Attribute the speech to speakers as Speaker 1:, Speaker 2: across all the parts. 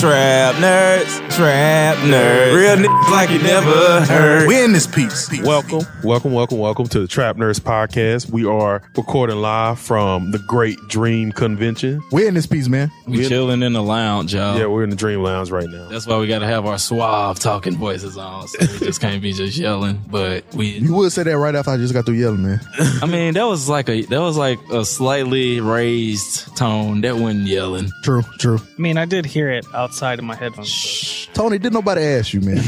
Speaker 1: Trap nerds, trap nerds, real niggas like you never heard.
Speaker 2: We in this piece. piece.
Speaker 3: Welcome, welcome, welcome, welcome to the Trap Nerds podcast. We are recording live from the Great Dream Convention.
Speaker 2: We in this piece, man.
Speaker 4: We
Speaker 3: We're-
Speaker 4: chilling in the lounge, y'all.
Speaker 3: Yeah, we're in the Dream Lounge right now.
Speaker 4: That's why we got to have our suave talking voices on. So we just can't be just yelling. But we,
Speaker 2: You would say that right after I just got through yelling, man.
Speaker 4: I mean, that was like a that was like a slightly raised tone. That wasn't yelling.
Speaker 2: True, true.
Speaker 5: I mean, I did hear it outside of my headphones.
Speaker 2: Tony, did nobody ask you, man?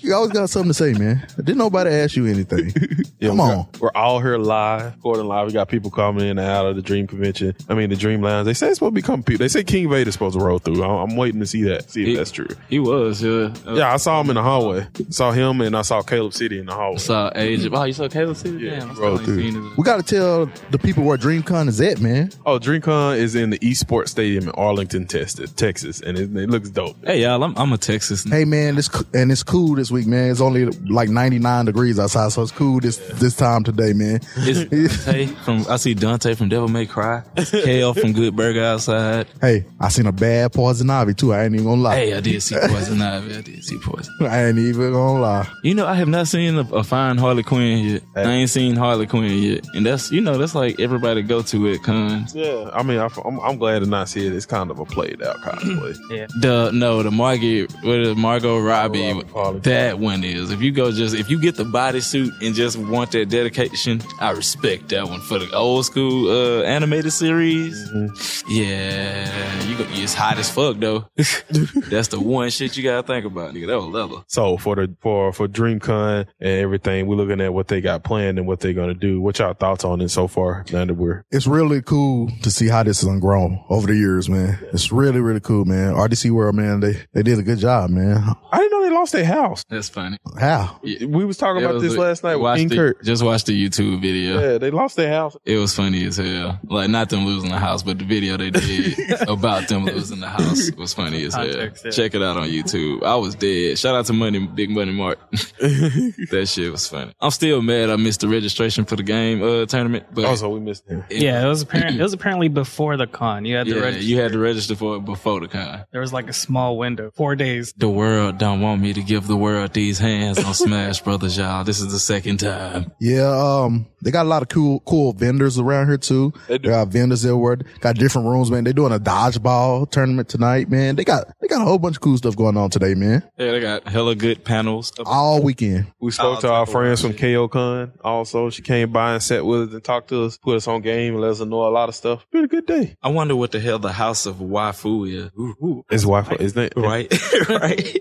Speaker 2: you always got something to say, man. Did nobody ask you anything?
Speaker 3: Yeah,
Speaker 2: Come
Speaker 3: we
Speaker 2: on.
Speaker 3: got- we're all here live, recording live. We got people coming in and out of the Dream Convention. I mean, the Dream Lounge. They say it's supposed to be coming. People. They say King Vader's supposed to roll through. I- I'm waiting to see that. See if
Speaker 4: He-
Speaker 3: that's true.
Speaker 4: He was. Yeah. Uh,
Speaker 3: Yeah, I saw him in the hallway. Saw him, and I saw Caleb City in the hallway. Mm-hmm.
Speaker 4: Saw age. Wow, you saw Caleb too?
Speaker 3: Yeah,
Speaker 4: Damn, I
Speaker 3: roll
Speaker 4: still ain't
Speaker 3: through.
Speaker 4: seen
Speaker 2: We got to tell the people where DreamCon is at, man.
Speaker 3: Oh, DreamCon is in the Esports Stadium in Arlington, Texas, Texas, and it, it looks dope.
Speaker 4: it. Hey, y'all. I'm, I'm a Texas.
Speaker 2: Hey, man, this co- and it's cool this week, man. It's only like 99 degrees outside, so it's cool this this time today, man.
Speaker 4: It's Dante from I see Dante from Devil May Cry. Kale from Good Burger outside.
Speaker 2: Hey, I seen a bad poison ivy too. I ain't even gonna lie.
Speaker 4: Hey, I did see Poison Ivy. I did see Poison.
Speaker 2: I ain't even gonna lie.
Speaker 4: You know, I have not seen a, a fine Harley Quinn yet. I ain't seen Harley Quinn yet, and that's you know that's like everybody go to at cons.
Speaker 3: Yeah, I mean, I, am I'm glad to not see it. It's kind of a played out cosplay.
Speaker 4: The no, the Margot, what is it, Margot Robbie,
Speaker 3: Robbie, Harley
Speaker 4: that one is. If you go just if you get the bodysuit and just want that dedication, I respect that one for the old school uh, animated series. Mm-hmm. Yeah, you go, it's hot as fuck though. that's the one shit you gotta think about, nigga. That was leather.
Speaker 3: so for the for for DreamCon and everything, we're looking at what they got planned and what they're gonna do. What y'all thoughts on it so far? Now that we're
Speaker 2: It's really cool to see how this has grown over the years, man. It's really, really cool, man. RDC World, man, they, they did a good job, man.
Speaker 3: I didn't know they lost their house.
Speaker 4: That's funny.
Speaker 2: How?
Speaker 3: We was talking
Speaker 4: It
Speaker 3: about
Speaker 4: was
Speaker 3: this
Speaker 4: a-
Speaker 3: last night with
Speaker 4: watch
Speaker 3: King
Speaker 4: the-
Speaker 3: Kurt.
Speaker 4: Just watch the YouTube video.
Speaker 3: Yeah, they lost their house.
Speaker 4: It was funny as hell. Like not them losing the house, but the video they did about them losing the house was funny as hell.
Speaker 5: Context, yeah.
Speaker 4: Check it out on YouTube. I was dead. Shout out to Money Big Money Mark. that shit was funny. I'm still mad I missed the registration for the game uh, tournament. But
Speaker 3: Also, we missed him.
Speaker 4: it-
Speaker 5: Yeah, it was apparent. It was apparently before the con. You had to
Speaker 4: yeah,
Speaker 5: register.
Speaker 4: you had to register for it before the con.
Speaker 5: there was like a small window, four days.
Speaker 4: The world don't want me to give the world these hands on Smash Brothers, y'all. This is the second time.
Speaker 2: Yeah, um, they got a lot of cool, cool vendors around here too. They, got vendors that work, got different rooms, man. They're doing a dodgeball tournament tonight, man. They got, they got a whole bunch of cool stuff going on today, man.
Speaker 4: Yeah, they got hella good panels. up
Speaker 2: All weekend.
Speaker 3: We spoke
Speaker 4: Oh,
Speaker 3: to our
Speaker 4: Taco
Speaker 3: friends from
Speaker 4: Bell,
Speaker 3: KOCon. Also, she came by and sat with us and talked to us, put us on game, and let us know a lot of stuff. Been a good day.
Speaker 4: I wonder what the hell the house of Waifu is. Ooh, ooh.
Speaker 3: It's Wi-Fi, isn't that
Speaker 4: Right? right?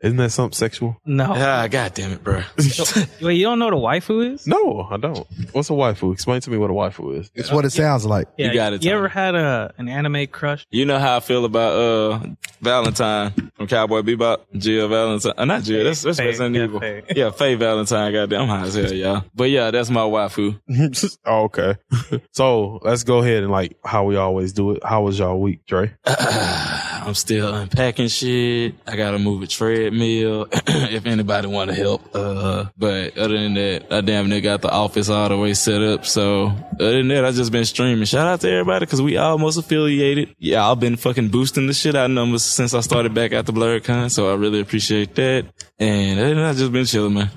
Speaker 3: Isn't that something sexual?
Speaker 5: No,
Speaker 4: Ah, god damn it, bro.
Speaker 5: wait, you don't know what a waifu is?
Speaker 3: No, I don't. What's a waifu? Explain to me what a waifu is.
Speaker 2: It's what it sounds like.
Speaker 5: Yeah,
Speaker 4: You got it,
Speaker 5: You ever
Speaker 4: Tony.
Speaker 5: had a an anime crush?
Speaker 4: you know how I feel about uh Valentine from Cowboy Bebop, Jill Valentine. Uh, not Jill, that's that's
Speaker 5: Faye,
Speaker 4: Resident
Speaker 5: yeah,
Speaker 4: Evil.
Speaker 5: Faye.
Speaker 4: Yeah, Faye Valentine, goddamn I'm high as hell, y'all. But yeah, that's my waifu.
Speaker 3: oh, okay. so let's go ahead and like how we always do it. How was y'all week, Dre?
Speaker 4: I'm still unpacking shit. I gotta move a treadmill if anybody wanna help. Uh but other than that, I damn near got the office all the way set up. So other than that, I just been streaming. Shout out to everybody because we almost affiliated. Yeah, I've been fucking boosting the shit out of numbers since I started back at the BlurredCon, so I really appreciate that. And other than that, I just been chilling, man.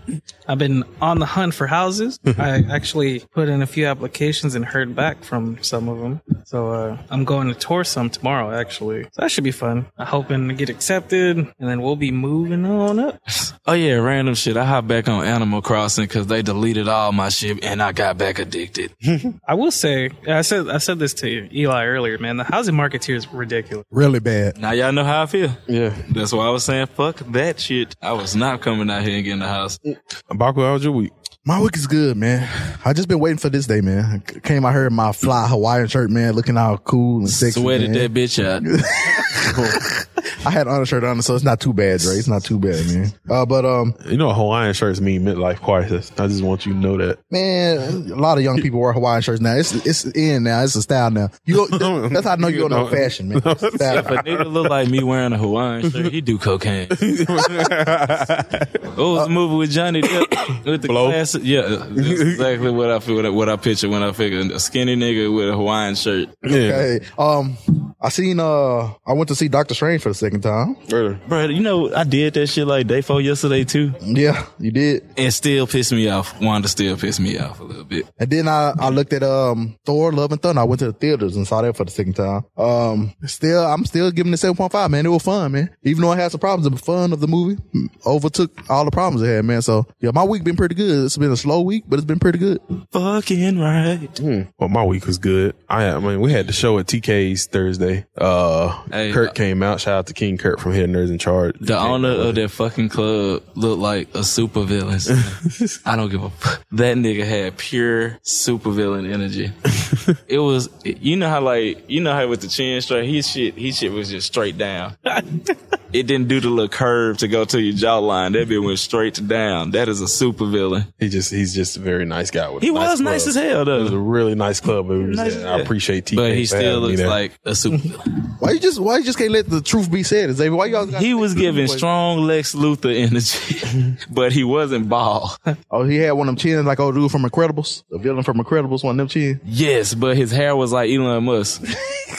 Speaker 5: I've been on the hunt for houses. I actually put in a few applications and heard back from some of them. So uh, I'm going to tour some tomorrow, actually. So that should be fun. I'm hoping to get accepted, and then we'll be moving on up.
Speaker 4: Oh yeah, random shit. I hopped back on Animal Crossing because they deleted all my shit and I got back addicted.
Speaker 5: I will say, I said, I said this to you, Eli earlier, man. The housing market here is ridiculous.
Speaker 2: Really bad.
Speaker 4: Now y'all know how I feel.
Speaker 3: Yeah.
Speaker 4: That's why I was saying fuck that shit. I was not coming out here and getting the house.
Speaker 3: Baku, how was your week?
Speaker 2: My week is good, man. I just been waiting for this day, man. I came out here in my fly Hawaiian shirt, man, looking all cool and sexy.
Speaker 4: Sweated
Speaker 2: man.
Speaker 4: that bitch out.
Speaker 2: I had on a shirt on, so it's not too bad, Dre. It's not too bad, man. Uh, but um,
Speaker 3: You know, Hawaiian shirts mean midlife crisis. I just want you to know that.
Speaker 2: man, a lot of young people wear Hawaiian shirts now. It's it's in now. It's a style now. You go, that's how I know you don't know fashion, man. It's a
Speaker 4: If a
Speaker 2: style.
Speaker 4: nigga look like me wearing a Hawaiian shirt, he do cocaine. What was the movie with Johnny Depp with the
Speaker 3: Blow.
Speaker 4: glasses? Yeah, that's exactly what I feel. What I picture when I figure a skinny nigga with a Hawaiian shirt.
Speaker 3: Yeah.
Speaker 2: Hey, um, I seen uh, I went to see Doctor Strange for the second time.
Speaker 3: Brother.
Speaker 4: Bro, you know I did that shit like day four yesterday too,
Speaker 2: Yeah, you did.
Speaker 4: and still pissed me off. Wanda still pissed me off a little bit.
Speaker 2: And then I, I looked at um Thor Love and Thunder. I went to the theaters and saw that for the second time. Um, still I'm still giving it seven point five, man. It was fun, man. Even though I had some problems, the fun of the movie mm, overtook all the problems it had, man. So yeah, my week been pretty good. It's been a slow week, but it's been pretty good.
Speaker 4: Fucking right.
Speaker 3: Well, my week was good. I, I mean, we had the show at TK's Thursday. Uh,
Speaker 4: Hey,
Speaker 3: Kurt
Speaker 4: uh,
Speaker 3: came out. Shout out to King Kurt from Hidden Nerds in Charge.
Speaker 4: The owner of that fucking club looked like a supervillain. I don't give a fuck. That nigga had pure supervillain energy. it was, you know how like, you know how with the chin straight, his shit, his shit was just straight down. it didn't do the little curve to go to your jawline. That bit went straight to down. That is a supervillain.
Speaker 3: He just, he's just a very nice guy. With
Speaker 4: He was nice as hell
Speaker 3: It was a
Speaker 4: though.
Speaker 3: really nice club. It was
Speaker 4: Nice
Speaker 3: just-
Speaker 4: as
Speaker 3: I
Speaker 4: hell.
Speaker 3: appreciate TK.
Speaker 4: But he
Speaker 3: for
Speaker 4: still
Speaker 3: having me
Speaker 4: looks
Speaker 3: there.
Speaker 4: like a supervillain.
Speaker 2: Why you just why you just can't let the truth be said, Xavier? Why y'all gotta
Speaker 4: He was
Speaker 2: take the
Speaker 4: giving
Speaker 2: truth away?
Speaker 4: strong Lex Luthor energy, but he wasn't bald.
Speaker 2: Oh, he had one of them chins like old dude from Incredibles. The villain from Incredibles, one of them chin.
Speaker 4: Yes, but his hair was like Elon Musk.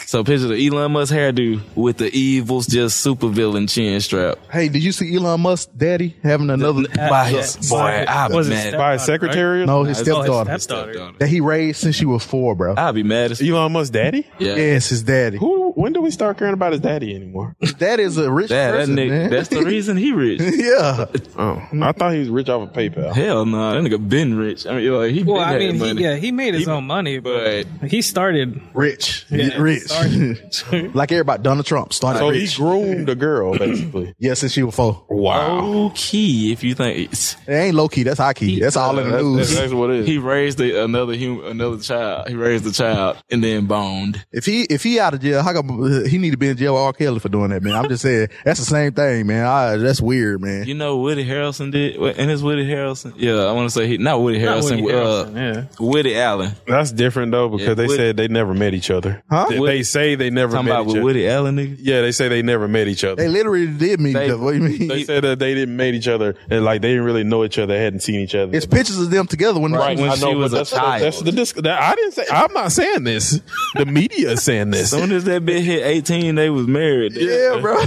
Speaker 4: so picture the Elon Musk hairdo with the evils just supervillain chin strap.
Speaker 2: Hey, did you see Elon Musk daddy having another
Speaker 4: By his boy, I'd be
Speaker 5: Was it
Speaker 4: mad.
Speaker 5: Steph-
Speaker 3: by his secretary.
Speaker 2: No, his
Speaker 5: Oh, his
Speaker 2: stepdaughter.
Speaker 5: stepdaughter.
Speaker 2: That he raised since she was four, bro.
Speaker 4: I'd be mad as
Speaker 3: Elon Musk's daddy.
Speaker 4: yeah.
Speaker 2: Yes, his daddy.
Speaker 3: Who? When do we start caring about his daddy anymore?
Speaker 2: That is a rich
Speaker 4: That, that
Speaker 2: person,
Speaker 4: nigga,
Speaker 2: man.
Speaker 4: that's the reason he rich.
Speaker 2: yeah.
Speaker 3: oh, I thought he was rich off of PayPal.
Speaker 4: Hell no, that nigga been rich. I mean, like he been
Speaker 5: Well, I
Speaker 4: had
Speaker 5: mean,
Speaker 4: money.
Speaker 5: he, yeah, he made his own money, but,
Speaker 4: but
Speaker 5: he started.
Speaker 2: Rich.
Speaker 5: Yeah,
Speaker 2: rich.
Speaker 5: sorry.
Speaker 2: like everybody, Donald Trump started
Speaker 3: So he
Speaker 2: rich.
Speaker 3: groomed a girl, basically.
Speaker 2: yeah, since she was four.
Speaker 3: Wow.
Speaker 4: okay, if you think it's,
Speaker 2: It ain't low key. That's high key. That's all in the
Speaker 3: That's, that's,
Speaker 2: news.
Speaker 3: that's what it is.
Speaker 4: he raised a, another human, another child. He raised a child and then boned.
Speaker 2: If he if he out of jail, how come uh, he need to be in jail with R. Kelly for doing that, man? I'm just saying that's the same thing, man. I, that's weird, man.
Speaker 4: You know Woody Harrelson did, and it's Woody Harrelson. Yeah, I want to say he not Woody
Speaker 5: Not
Speaker 4: Harrelson,
Speaker 5: Woody Harrelson,
Speaker 4: uh,
Speaker 5: yeah.
Speaker 4: Woody Allen.
Speaker 3: That's different though because
Speaker 4: Yeah,
Speaker 3: they
Speaker 4: Woody-
Speaker 3: said they never met each other. Huh? They,
Speaker 4: Woody-
Speaker 3: they say they never
Speaker 4: Talking
Speaker 3: met
Speaker 4: about
Speaker 3: each
Speaker 4: with
Speaker 3: other.
Speaker 4: Woody Allen, nigga.
Speaker 3: Yeah, they say they never met each
Speaker 2: They
Speaker 3: other.
Speaker 2: literally did meet
Speaker 4: They-
Speaker 2: each other. What do you
Speaker 3: They
Speaker 2: mean?
Speaker 3: said that they didn't meet each other and like they didn't really know each other. They hadn't seen each other.
Speaker 2: It's pictures of them together when
Speaker 3: right.
Speaker 4: when
Speaker 3: I
Speaker 4: she
Speaker 3: know, but
Speaker 4: was a
Speaker 3: that's, the- That's
Speaker 4: child.
Speaker 3: the disc- that, I didn't say. I'm not saying this. The media is saying this.
Speaker 4: soon as that bitch hit 18, they was married.
Speaker 2: Yeah, bro.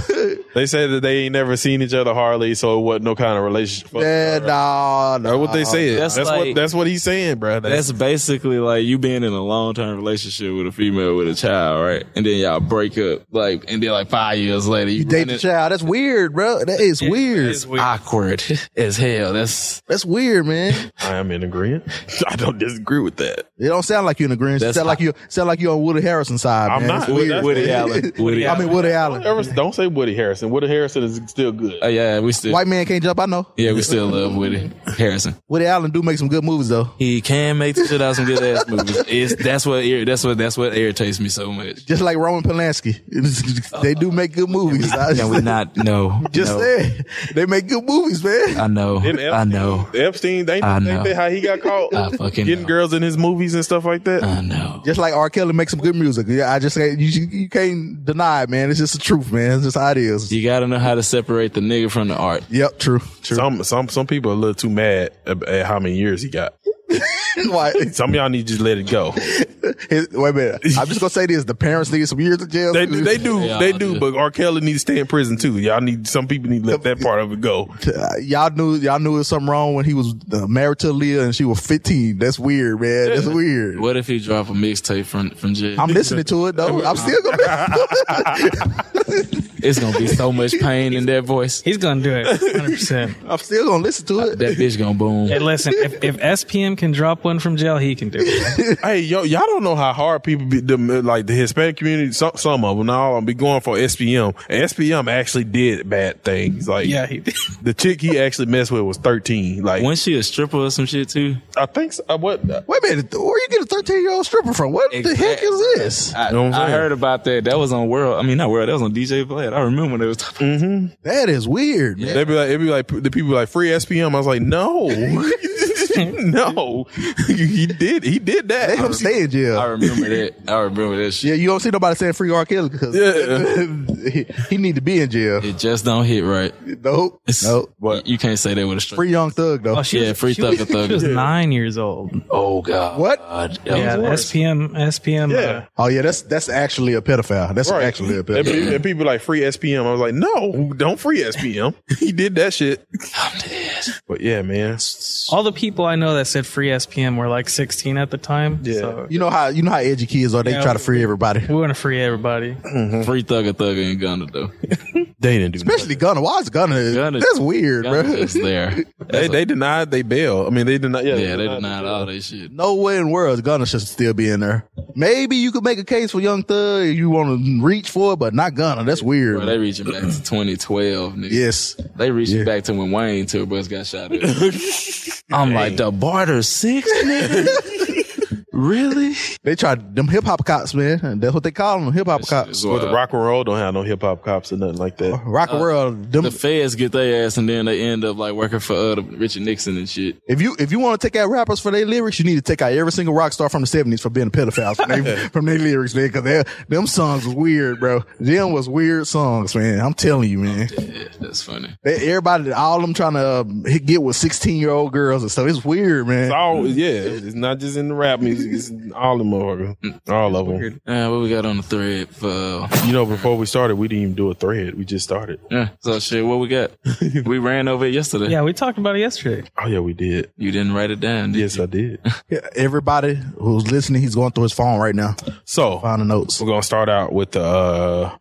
Speaker 3: They said that they ain't never seen each other hardly, so it wasn't no kind of relationship.
Speaker 2: yeah, nah,
Speaker 3: That's
Speaker 2: nah.
Speaker 3: what they said.
Speaker 4: That's
Speaker 3: That's,
Speaker 4: like-
Speaker 3: what that's what he's saying, bro.
Speaker 4: That's basically like you being in a long term relationship with a female with a child, right? And then y'all break up, like, and then like five years later, you
Speaker 2: You date the
Speaker 4: running-
Speaker 2: child. That's weird, bro. That is weird.
Speaker 5: It's weird.
Speaker 4: Awkward as hell. That's
Speaker 2: That's weird, man.
Speaker 3: I am in agreement. I don't disagree with that.
Speaker 2: It don't sound like you in agreement. It
Speaker 4: That's
Speaker 2: sound like you sound like you on Woody Harrison's side.
Speaker 3: I'm
Speaker 2: man.
Speaker 3: not.
Speaker 2: It's
Speaker 3: Woody-
Speaker 2: weird.
Speaker 3: Woody
Speaker 4: Allen. Woody
Speaker 2: I mean Woody Allen.
Speaker 3: Ever- Don't say Woody Harrison. Woody Harrison is still good.
Speaker 4: oh yeah, we still
Speaker 2: White man can't jump. I know.
Speaker 4: yeah, we still love Woody Harrison.
Speaker 2: Woody Allen do make some good movies though.
Speaker 4: He can make the shit out of some good ass movies. It's that's what ir- that's what that's what irritates me so much.
Speaker 2: Just like Roman Polanski, they do make good movies. I
Speaker 4: Can we not? No,
Speaker 2: just
Speaker 4: no,
Speaker 2: said they make good movies, man.
Speaker 4: I know,
Speaker 3: Him,
Speaker 4: I know,
Speaker 3: Epstein, they
Speaker 4: I
Speaker 3: ain't
Speaker 4: know.
Speaker 3: that how he got caught
Speaker 4: I fucking
Speaker 3: getting
Speaker 4: know.
Speaker 3: girls in his movies and stuff like that.
Speaker 4: I know.
Speaker 2: Just like R. Kelly makes some good music. Yeah, I just say you you can't deny it, man. It's just the truth, man. It's just how it is.
Speaker 4: You gotta know how to separate the nigga from the art.
Speaker 2: Yep, true, true.
Speaker 3: some some some people are a little too mad ab- at how many years he got.
Speaker 2: like,
Speaker 3: Some of y'all need to just let it go.
Speaker 2: his, wait a minute. I'm just gonna say this: the parents need some years in jail.
Speaker 3: They do, they do,
Speaker 4: Yeah,
Speaker 3: they
Speaker 4: I
Speaker 3: do.
Speaker 4: do.
Speaker 3: But R. Kelly needs to stay in prison too. Y'all need some people need to let that part of it go.
Speaker 2: Uh, y'all knew y'all knew it was something wrong when he was uh, married to Leah and she was 15. That's weird, man. That's weird.
Speaker 4: What if he drop a mixtape from from jail?
Speaker 2: I'm listening to it though. I'm still gonna.
Speaker 4: it's gonna be so much pain in that voice.
Speaker 5: He's gonna do it 100%.
Speaker 2: I'm still gonna listen to it.
Speaker 4: That bitch gonna boom.
Speaker 5: Hey, listen, if, if SPM can drop one from jail, he can do it.
Speaker 3: Hey, yo, y'all don't know how hard people be, them, uh, like the Hispanic community, some, some of them, now be going for SPM. And SPM actually did bad things. Like,
Speaker 5: Yeah, he did.
Speaker 3: the chick he actually messed with was 13. Like,
Speaker 4: Wasn't she a stripper or some shit too?
Speaker 3: I think, so, uh, what? uh,
Speaker 2: Wait a minute. Where you get a 13 year old stripper from? What the heck is this?
Speaker 4: I,
Speaker 3: You know what I'm
Speaker 4: I
Speaker 3: saying?
Speaker 4: heard about that. That was on World. I mean, not World. That was on DJ Blade. I remember when they was talking.
Speaker 2: That is weird. Man.
Speaker 3: They'd Mm-hmm. be like, it'd be like, the people be like, free SPM. I was like, no. no. he did, he did
Speaker 2: They
Speaker 3: that.
Speaker 2: gonna stay in jail.
Speaker 4: I remember that. I remember that shit.
Speaker 2: Yeah, you don't see nobody saying free R. Kelly because he, he need to be in jail.
Speaker 4: It just don't hit right.
Speaker 2: Nope, nope.
Speaker 3: But
Speaker 4: You can't say that with a stripper.
Speaker 2: Free Young Thug though.
Speaker 5: Oh, she
Speaker 4: Yeah,
Speaker 5: was,
Speaker 4: free
Speaker 5: she was-
Speaker 4: Thugga Thugga.
Speaker 5: She was nine years old.
Speaker 4: Oh God.
Speaker 2: What?
Speaker 4: That
Speaker 5: yeah,
Speaker 4: was worse.
Speaker 5: SPM, SPM.
Speaker 3: Yeah.
Speaker 2: Oh yeah, that's that's actually a pedophile. That's
Speaker 3: Right.
Speaker 2: actually a
Speaker 3: And,
Speaker 2: pedophile.
Speaker 3: pe- and people like free SPM. I was like, no, don't free SPM. he did that shit.
Speaker 4: I'm dead.
Speaker 3: But yeah, man.
Speaker 5: uh, all the people I know that said free SPM were like 16 at the time.
Speaker 3: Yeah.
Speaker 5: So
Speaker 2: You know how you know how edgy kids are. They
Speaker 5: Yeah.
Speaker 2: try to free everybody.
Speaker 5: we want to free everybody.
Speaker 4: Free thugger thugger in Gunna though.
Speaker 3: They didn't do nothing.
Speaker 2: Mm-hmm. Especially Gunna. Why is Gunna?
Speaker 4: Gunna-
Speaker 2: that's weird,
Speaker 4: Gunna
Speaker 2: bro.
Speaker 4: just there.
Speaker 3: They,
Speaker 4: That's
Speaker 3: they denied they bail. I mean, they denied. Yeah,
Speaker 4: a- yeah, they denied all that shit.
Speaker 2: No way in the world Gunna should still be in there. Maybe you could make a case for Young Thug. if You want to reach for it, but not Gunna. That's weird.
Speaker 4: Bro, they reaching back to 2012. Nigga.
Speaker 2: yes.
Speaker 4: They reaching back to when Wayne Tour Bus got shot at. I'm like, the barter six, nigga? really?
Speaker 2: They tried them hip hop cops, man. And that's what they call them, hip hop cops.
Speaker 3: But the rock and roll don't have no hip hop cops or nothing like that.
Speaker 2: Rock and world. Them,
Speaker 4: Uh, the feds get their ass and then they end up like working for uh, Richard Nixon and shit.
Speaker 2: if you if you want to take out rappers for their lyrics, you need to take out every single rock star from the seventies for being a pedophile from their from their lyrics, man. Because them songs was weird, bro. Them was weird songs, man. I'm telling you, man.
Speaker 4: Yeah, that's funny.
Speaker 2: They, everybody, all them trying to um, hit- get with sixteen year old girls and stuff. It's weird, man.
Speaker 3: It's all yeah. It's not just in the rap music. It's in all the motherfuckers, all of them.
Speaker 4: Uh, what we got on the thread for? uh,
Speaker 3: You know, before we started, we didn't even do a thread. We just started.
Speaker 4: Yeah, so shit, what we got? we ran over it yesterday.
Speaker 5: Yeah, we talked about it yesterday.
Speaker 3: Oh yeah, we did.
Speaker 4: You didn't write it down. Did
Speaker 3: Yes, I did.
Speaker 2: Yeah, Everybody who's listening, he's going through his phone right now.
Speaker 3: So
Speaker 2: Find the notes.
Speaker 3: we're gonna start out with the uh,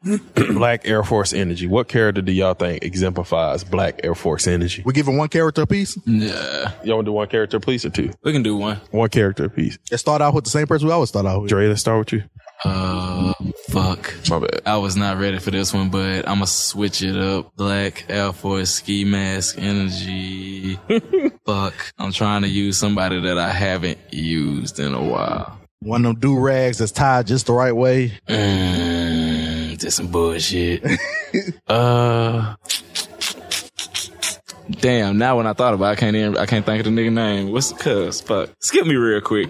Speaker 3: Black Air Force Energy. What character do y'all think exemplifies Black Air Force Energy?
Speaker 2: We giving one character a piece.
Speaker 4: you? Nah.
Speaker 3: Y'all want to do one character, please, or two?
Speaker 4: We can do one.
Speaker 3: One character, please.
Speaker 2: Let's start out with the same person we always start out with.
Speaker 3: Dre, let's start with you.
Speaker 4: Uh, fuck.
Speaker 3: My bad.
Speaker 4: I was not ready for this one, but I'm gonna switch it up. Black Air Force ski mask energy. Fuck. I'm trying to use somebody that I haven't used in a while.
Speaker 2: One of them do rags that's tied just the right way.
Speaker 4: Mm, this some bullshit. uh. Damn, now when I thought about it, I can't even, I can't think of the nigga name. What's the cuss? Fuck. Skip me real quick.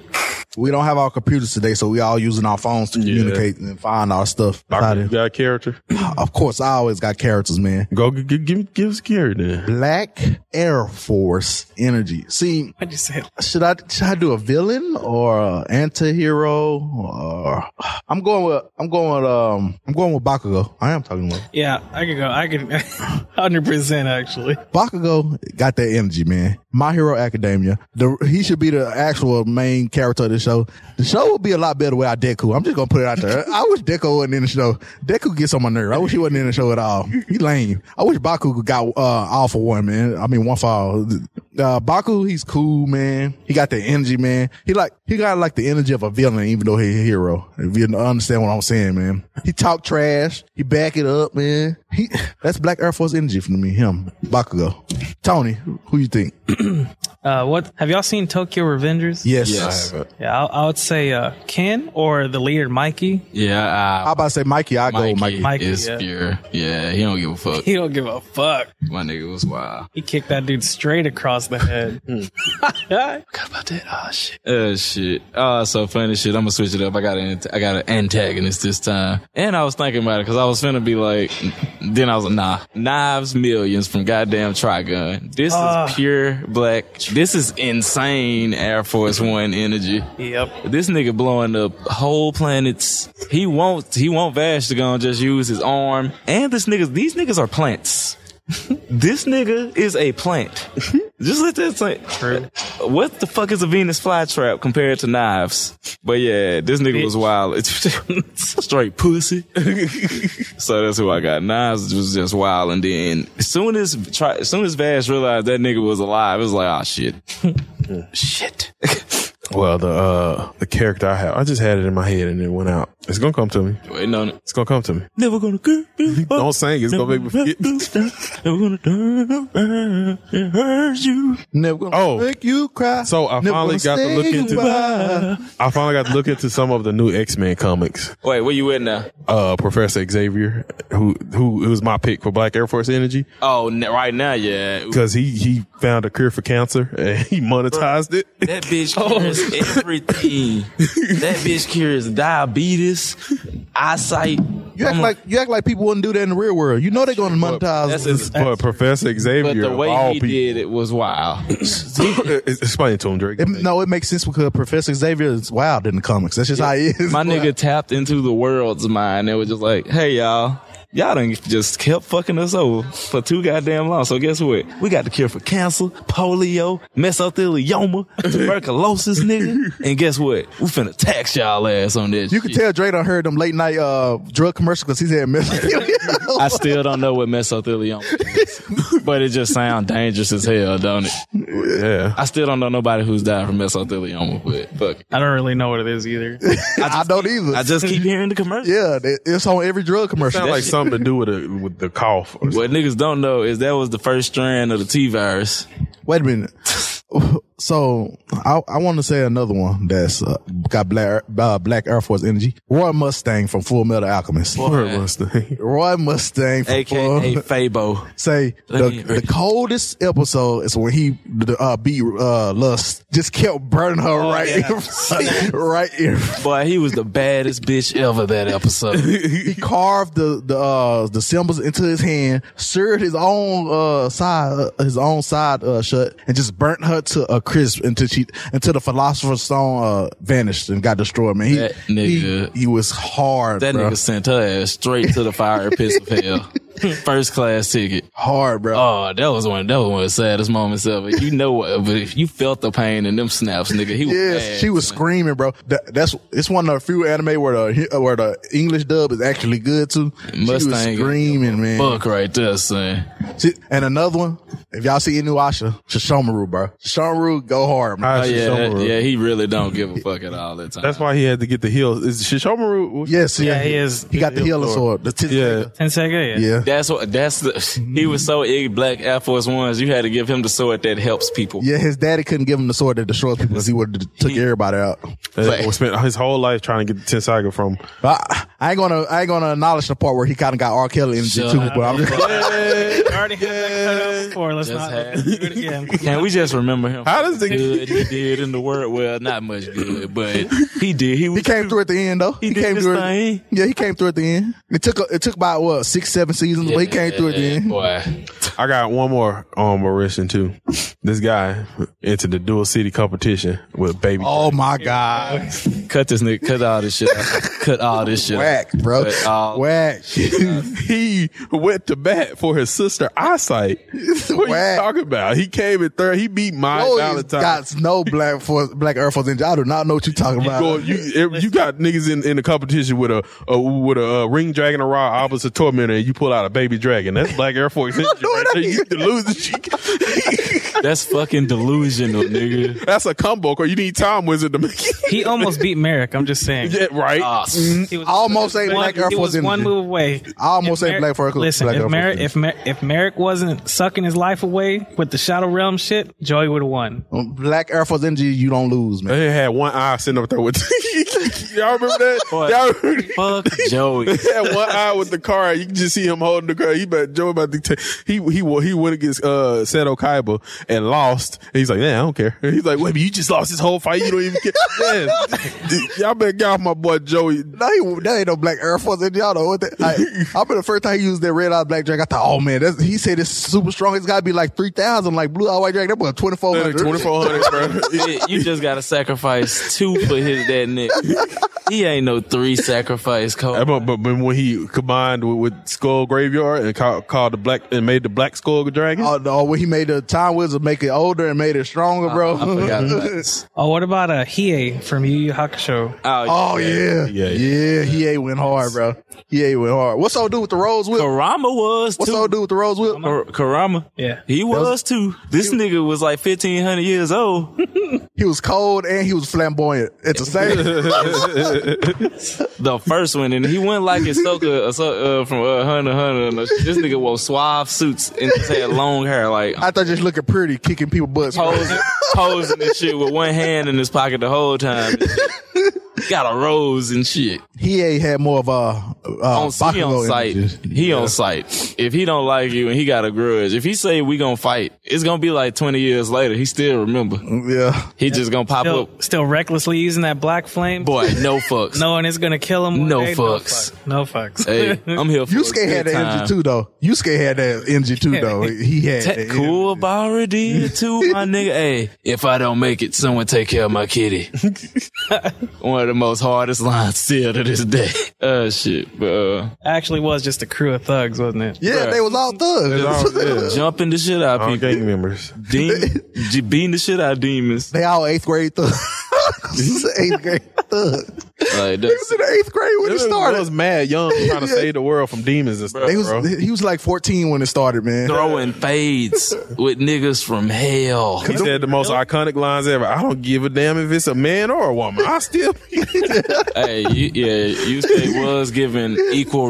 Speaker 2: We don't have our computers today, so we all using our phones to communicate and find our stuff.
Speaker 3: Doctor, you got a character?
Speaker 2: Of course, I always got characters, man.
Speaker 3: Go g- g- give give us a character. then.
Speaker 2: Black Air Force Energy. See,
Speaker 5: What'd you say?
Speaker 2: should I should I do a villain or an anti-hero? Or I'm going with I'm going with um I'm going with Bakugo. I am talking about
Speaker 5: Yeah, I could go. I could 100% actually.
Speaker 2: Bakugo got that energy, man. My Hero Academia. The, he should be the actual main character of the show. The show would be a lot better without Deku. I'm just gonna put it out there. I wish Deku wasn't in the show. Deku gets on my nerve. I wish he wasn't in the show at all. He lame. I wish Baku got uh, all for one, man. I mean, one for all. Uh, Baku, he's cool, man. He got the energy, man. He like he got like the energy of a villain, even though he's a hero. If you understand what I'm saying, man. He talk trash. He back it up, man. He that's Black Air Force energy for me. Him, Bakugo, Tony. Who you think?
Speaker 5: Uh, what have y'all seen Tokyo Revengers?
Speaker 2: Yes.
Speaker 4: Yes.
Speaker 5: Yeah, I, I would say uh, Ken or the leader Mikey.
Speaker 4: Yeah,
Speaker 2: How
Speaker 4: I,
Speaker 2: about to say Mikey? I go
Speaker 4: Mikey,
Speaker 2: with Mikey.
Speaker 5: Mikey,
Speaker 4: is
Speaker 5: yeah.
Speaker 4: pure. Yeah, he don't give a fuck.
Speaker 5: He don't give a fuck.
Speaker 4: My nigga was wild.
Speaker 5: He kicked that dude straight across the head.
Speaker 2: Hmm.
Speaker 4: Forgot about that. Oh shit. Oh shit. Oh, so funny shit. I'm gonna switch it up. I got an ant- I got an antagonist this time. And I was thinking about it because I was finna be like, then I was like, nah, knives millions from goddamn Trigun. This
Speaker 5: Ah.
Speaker 4: is pure black This is insane Air Force One energy.
Speaker 5: Yep.
Speaker 4: This nigga blowing up whole planets. He won't. He won't Vash to go and just use his arm. And this niggas. These niggas are plants. this nigga is a plant. just let that sink.
Speaker 5: True.
Speaker 4: What the fuck is a Venus flytrap compared to knives? But yeah, this nigga was wild. It's straight pussy. so that's who I got. Knives was just wild, and then as soon as try, as soon as Vash realized that nigga was alive, it was like, oh shit,
Speaker 2: Hmm.
Speaker 4: shit.
Speaker 3: Well, the uh, the character I have, I just had it in my head and it went out. It's gonna come to me.
Speaker 4: Waiting on it.
Speaker 3: It's gonna come to me.
Speaker 4: Never gonna go.
Speaker 3: Don't sing. It's gonna make me forget.
Speaker 4: Never gonna turn. It hurts you.
Speaker 2: Never gonna
Speaker 3: Oh.
Speaker 2: make you cry.
Speaker 3: So I
Speaker 2: Never
Speaker 3: finally
Speaker 2: gonna
Speaker 3: got to
Speaker 2: say
Speaker 3: look into-
Speaker 2: goodbye.
Speaker 3: I finally got to look into some of the new X Men comics.
Speaker 4: Wait, where you at now?
Speaker 3: Uh, Professor Xavier, who who it was my pick for Black Air Force Energy
Speaker 4: Oh, n- right now, yeah.
Speaker 3: because he he found a cure for cancer and he monetized it.
Speaker 4: That bitch cures everything. that bitch cures diabetes, eyesight.
Speaker 2: You act like you act like people wouldn't do that in the real world. You know they're gonna monetize.
Speaker 4: That's his,
Speaker 3: But Professor Xavier,
Speaker 4: but the
Speaker 3: of
Speaker 4: way
Speaker 3: all
Speaker 4: he
Speaker 3: people,
Speaker 4: did it was wild.
Speaker 3: explain it to him, Drake.
Speaker 2: It- no, it makes sense because Professor Xavier is wild in the comics. That's just how he is.
Speaker 4: My nigga tapped into the world's mind and was just like, hey, y'all. Y'all done just kept fucking us over for too goddamn long. So guess what? We got the cure for cancer, polio, mesothelioma, tuberculosis, nigga. And guess what? We finna tax y'all ass on this.
Speaker 2: You can tell Dre done heard them late night uh, drug commercials because he's had
Speaker 4: I still don't know what mesothelioma is, but it just sounds dangerous as hell, don't it?
Speaker 3: yeah,
Speaker 4: I still don't know nobody who's died from mesothelioma, but fuck, it.
Speaker 5: I don't really know what it is either.
Speaker 2: I don't either.
Speaker 4: I just keep hearing the commercials.
Speaker 2: yeah, it- it's on every drug commercial.
Speaker 3: sound like something to do with a, with the cough. Or
Speaker 4: What niggas don't know is that was the first strand of the T virus.
Speaker 2: Wait a minute. So I, I want to say another one that's uh, got black uh, Black Air Force energy. Roy Mustang from Full Metal Alchemist.
Speaker 3: Word was the-
Speaker 2: Roy Mustang from Full
Speaker 4: AKA
Speaker 2: Oh,
Speaker 4: Fabo.
Speaker 2: say
Speaker 4: Let me-
Speaker 2: the, the coldest episode is when he the, uh, beat uh, Lust just kept burning her
Speaker 3: Oh,
Speaker 4: Oh,
Speaker 2: right in front, right in front.
Speaker 4: Boy, he was the baddest bitch ever that episode.
Speaker 2: He carved the the uh, the symbols into his hand, seared his own uh, side uh, his own side uh, shut, and just burnt her to a crisp until she until the philosopher's stone uh, vanished and got destroyed. Man, he
Speaker 4: That nigga.
Speaker 2: he, he was hard,
Speaker 4: That
Speaker 2: bro.
Speaker 4: nigga sent her ass straight to the fire pits of hell. First class ticket.
Speaker 2: hard, bro.
Speaker 4: Oh, that was one. That was one of the saddest moments ever. You know what? But if you felt the pain in them snaps, nigga, he was.
Speaker 2: Yes,
Speaker 4: bad,
Speaker 2: she was
Speaker 4: son.
Speaker 2: screaming, bro. That, that's it's one of the few anime where the where the English dub is actually good too. she was
Speaker 4: Mustang.
Speaker 2: screaming, man.
Speaker 4: Fuck right there, son.
Speaker 2: She- and another one, if y'all see Inuyasha, Shishomaru, bro. Shishomaru, go hard, man.
Speaker 3: Ah,
Speaker 4: Oh yeah, that-
Speaker 3: Shishomaru.
Speaker 4: yeah. He really don't give a fuck at all that time.
Speaker 3: That's why he had to get the heels. Is Shishomaru?
Speaker 2: yes, yeah,
Speaker 5: he is.
Speaker 2: He got the
Speaker 5: He's
Speaker 2: yellow sword. The tit-
Speaker 3: Yeah.
Speaker 5: Tensei, yeah.
Speaker 2: yeah,
Speaker 4: That's what. That's the. He was so ignorant. Black Air Force Ones. You had to give him the sword that helps people.
Speaker 2: yeah. His daddy couldn't give him the sword that destroys people because he would have took everybody out.
Speaker 3: Uh, spent his whole life trying to get the Tensaiga from.
Speaker 2: But I, I ain't gonna, I ain't gonna acknowledge the part where he kind of got R. Kelly energy
Speaker 4: Shut
Speaker 2: too.
Speaker 4: up.
Speaker 2: But I'm
Speaker 5: I already had that cut out before. Let's
Speaker 4: Just
Speaker 5: not
Speaker 4: had-
Speaker 5: do it again.
Speaker 4: Can we just remember him?
Speaker 3: How does the-
Speaker 4: good he did in the world? Well, not much good, but he did. He was.
Speaker 2: He came through at the end though. He,
Speaker 4: did
Speaker 2: came
Speaker 4: his
Speaker 2: through.
Speaker 4: thing.
Speaker 2: Yeah, he came through at the end. It took a, it took about what six, seven seasons, but he came through at the end.
Speaker 4: Boy,
Speaker 3: I got one more on Mauritian too. This guy entered the dual city competition with baby.
Speaker 2: Oh my god,
Speaker 4: cut this nigga. Cut all this shit. Out. Cut all this shit. out.
Speaker 2: whack, bro,
Speaker 4: But, uh,
Speaker 2: whack,
Speaker 3: he went to bat for his sister eyesight. What are
Speaker 2: Whack.
Speaker 3: you talking about? He came in third. He beat my
Speaker 2: Chloe's
Speaker 3: Valentine.
Speaker 2: got no black force, black Air Force engine. I do not know what you're talking about.
Speaker 3: Go- you, you got niggas in, in the competition with a, a with a uh, ring dragon, a rod, opposite tormentor, and you pull out a baby dragon. That's Black Air Force. Engine right there. You delusion.
Speaker 4: That's fucking delusional, nigga.
Speaker 3: That's a combo. Or you need Tom Wizard to make it.
Speaker 5: He almost beat Merrick. I'm just saying. Mm-hmm.
Speaker 3: Yeah, right.
Speaker 4: Ah,
Speaker 5: He was
Speaker 2: Mm-hmm. Almost ain't
Speaker 5: one-
Speaker 2: Black Air
Speaker 5: he
Speaker 2: Force
Speaker 5: was one
Speaker 2: energy.
Speaker 5: move away.
Speaker 2: I almost
Speaker 5: If
Speaker 2: say Black Force.
Speaker 5: Listen,
Speaker 2: Black Air
Speaker 5: if,
Speaker 2: Force
Speaker 5: Merrick,
Speaker 2: engine.
Speaker 5: if, Mer- if Merrick wasn't sucking his life away with the Shadow Realm shit, Joey would have won.
Speaker 2: black Air Force energy, you don't lose, man.
Speaker 3: They had one eye sitting up there with Y'all remember that?
Speaker 4: What?
Speaker 3: Y'all remember
Speaker 4: Fuck Joey.
Speaker 3: He had one eye with the car. You can just see him holding the car. He about Joe about to take. He he wa- he went against uh Seto Kaiba and lost. And he's like, yeah, I don't care. And he's like, wait, but you just lost this whole fight. You don't even care. Man, y'all better get off my boy Joey.
Speaker 2: No, he, that ain't no black Air Force. in Y'all know what that. I, I remember the first time he used that red eye black dragon. I thought, oh man, that's, he said it's super strong. It's got to be like three thousand, like blue eye white dragon. That boy twenty four hundred.
Speaker 3: Twenty four hundred, bro.
Speaker 4: Shit, you just gotta sacrifice two for his that Nick. He ain't no three sacrifice
Speaker 3: Uh,
Speaker 4: coach.
Speaker 3: But, but but when he combined with, with Skull Graveyard and called, called the black and made the Black Skull Dragon,
Speaker 2: Oh no, when he made the time wizard make it older and made it stronger, bro.
Speaker 4: I forgot about this.
Speaker 5: Oh, what about uh, Hiei from Yu Yu Hakusho?
Speaker 2: oh yeah.
Speaker 3: Yeah,
Speaker 2: Yeah,
Speaker 3: yeah.
Speaker 2: he ain't went hard, bro. He ain't went hard. What's old dude with the rose whip?
Speaker 4: Karama was
Speaker 2: What's
Speaker 4: too.
Speaker 2: old dude with the rose whip?
Speaker 4: Kar- Karama.
Speaker 5: Yeah.
Speaker 4: He was, too. This nigga was like 1500 years old.
Speaker 2: He was cold and he was flamboyant. It's the same.
Speaker 4: The first one. And he went like Ahsoka uh, so- uh, from uh, Hunter x Hunter. and This nigga wore suave suits and just had long hair. Like,
Speaker 2: I thought just looking pretty, kicking people butts. bro.
Speaker 4: posing, posing and shit with one hand in his pocket the whole time. Got a rose and shit.
Speaker 2: He ain't had more of a uh,
Speaker 4: On, he on
Speaker 2: Bakugo
Speaker 4: site.
Speaker 2: images.
Speaker 4: He on site. If he don't like you and he got a grudge, if he say we gonna fight, it's gonna be like twenty years later. He still remember.
Speaker 2: Yeah,
Speaker 4: He just gonna pop
Speaker 5: Still,
Speaker 4: up.
Speaker 5: still recklessly using that black flame.
Speaker 4: Boy, no fucks.
Speaker 5: No one is gonna kill him. one
Speaker 4: No
Speaker 5: day.
Speaker 4: fucks.
Speaker 5: No fucks. No fucks.
Speaker 4: Hey, I'm here for a
Speaker 2: Yusuke
Speaker 4: good
Speaker 2: had that
Speaker 4: time.
Speaker 2: energy too, though. Yusuke had that energy too, though. He had
Speaker 4: Tech
Speaker 2: that
Speaker 4: cool Bowra did too, my nigga. Hey, if I don't make it, someone take care of my kitty. One of the most hardest lines still to this day. Uh, shit, but uh,
Speaker 5: Actually, was just a crew of thugs, wasn't it?
Speaker 2: Yeah, they was all thugs.
Speaker 4: jumping the shit out of
Speaker 3: all
Speaker 4: people,
Speaker 3: gang members.
Speaker 4: Demon- j- beating the shit out of demons.
Speaker 2: they all eighth grade thugs. eighth grade thugs.
Speaker 4: Like,
Speaker 2: He was
Speaker 4: that's,
Speaker 2: in the eighth grade when it
Speaker 3: I was
Speaker 2: started.
Speaker 3: mad young trying to save the world from demons and stuff.
Speaker 2: They was,
Speaker 3: bro.
Speaker 2: he was like 14 when it started, man.
Speaker 4: throwing fades with niggas from hell.
Speaker 3: He said the most iconic lines ever. I don't give a damn if it's a man or a woman. I still
Speaker 4: hey, you, yeah, Yusuke was given equal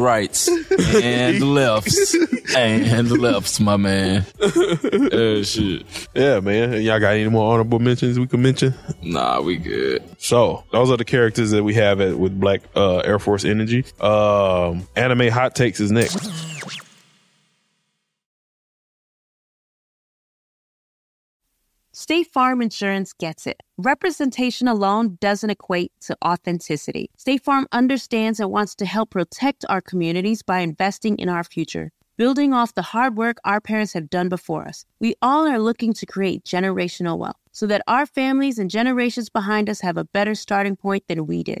Speaker 4: rights and lefts and lefts, my man. Uh, shit.
Speaker 3: Yeah, man. And Y'all got any more honorable mentions we can mention?
Speaker 4: Nah, we good.
Speaker 3: So those are the characters that we have at, with Black uh, Air Force Energy. Um, anime hot takes is next.
Speaker 6: State Farm Insurance gets it. Representation alone doesn't equate to authenticity. State Farm understands and wants to help protect our communities by investing in our future, building off the hard work our parents have done before us. We all are looking to create generational wealth so that our families and generations behind us have a better starting point than we did.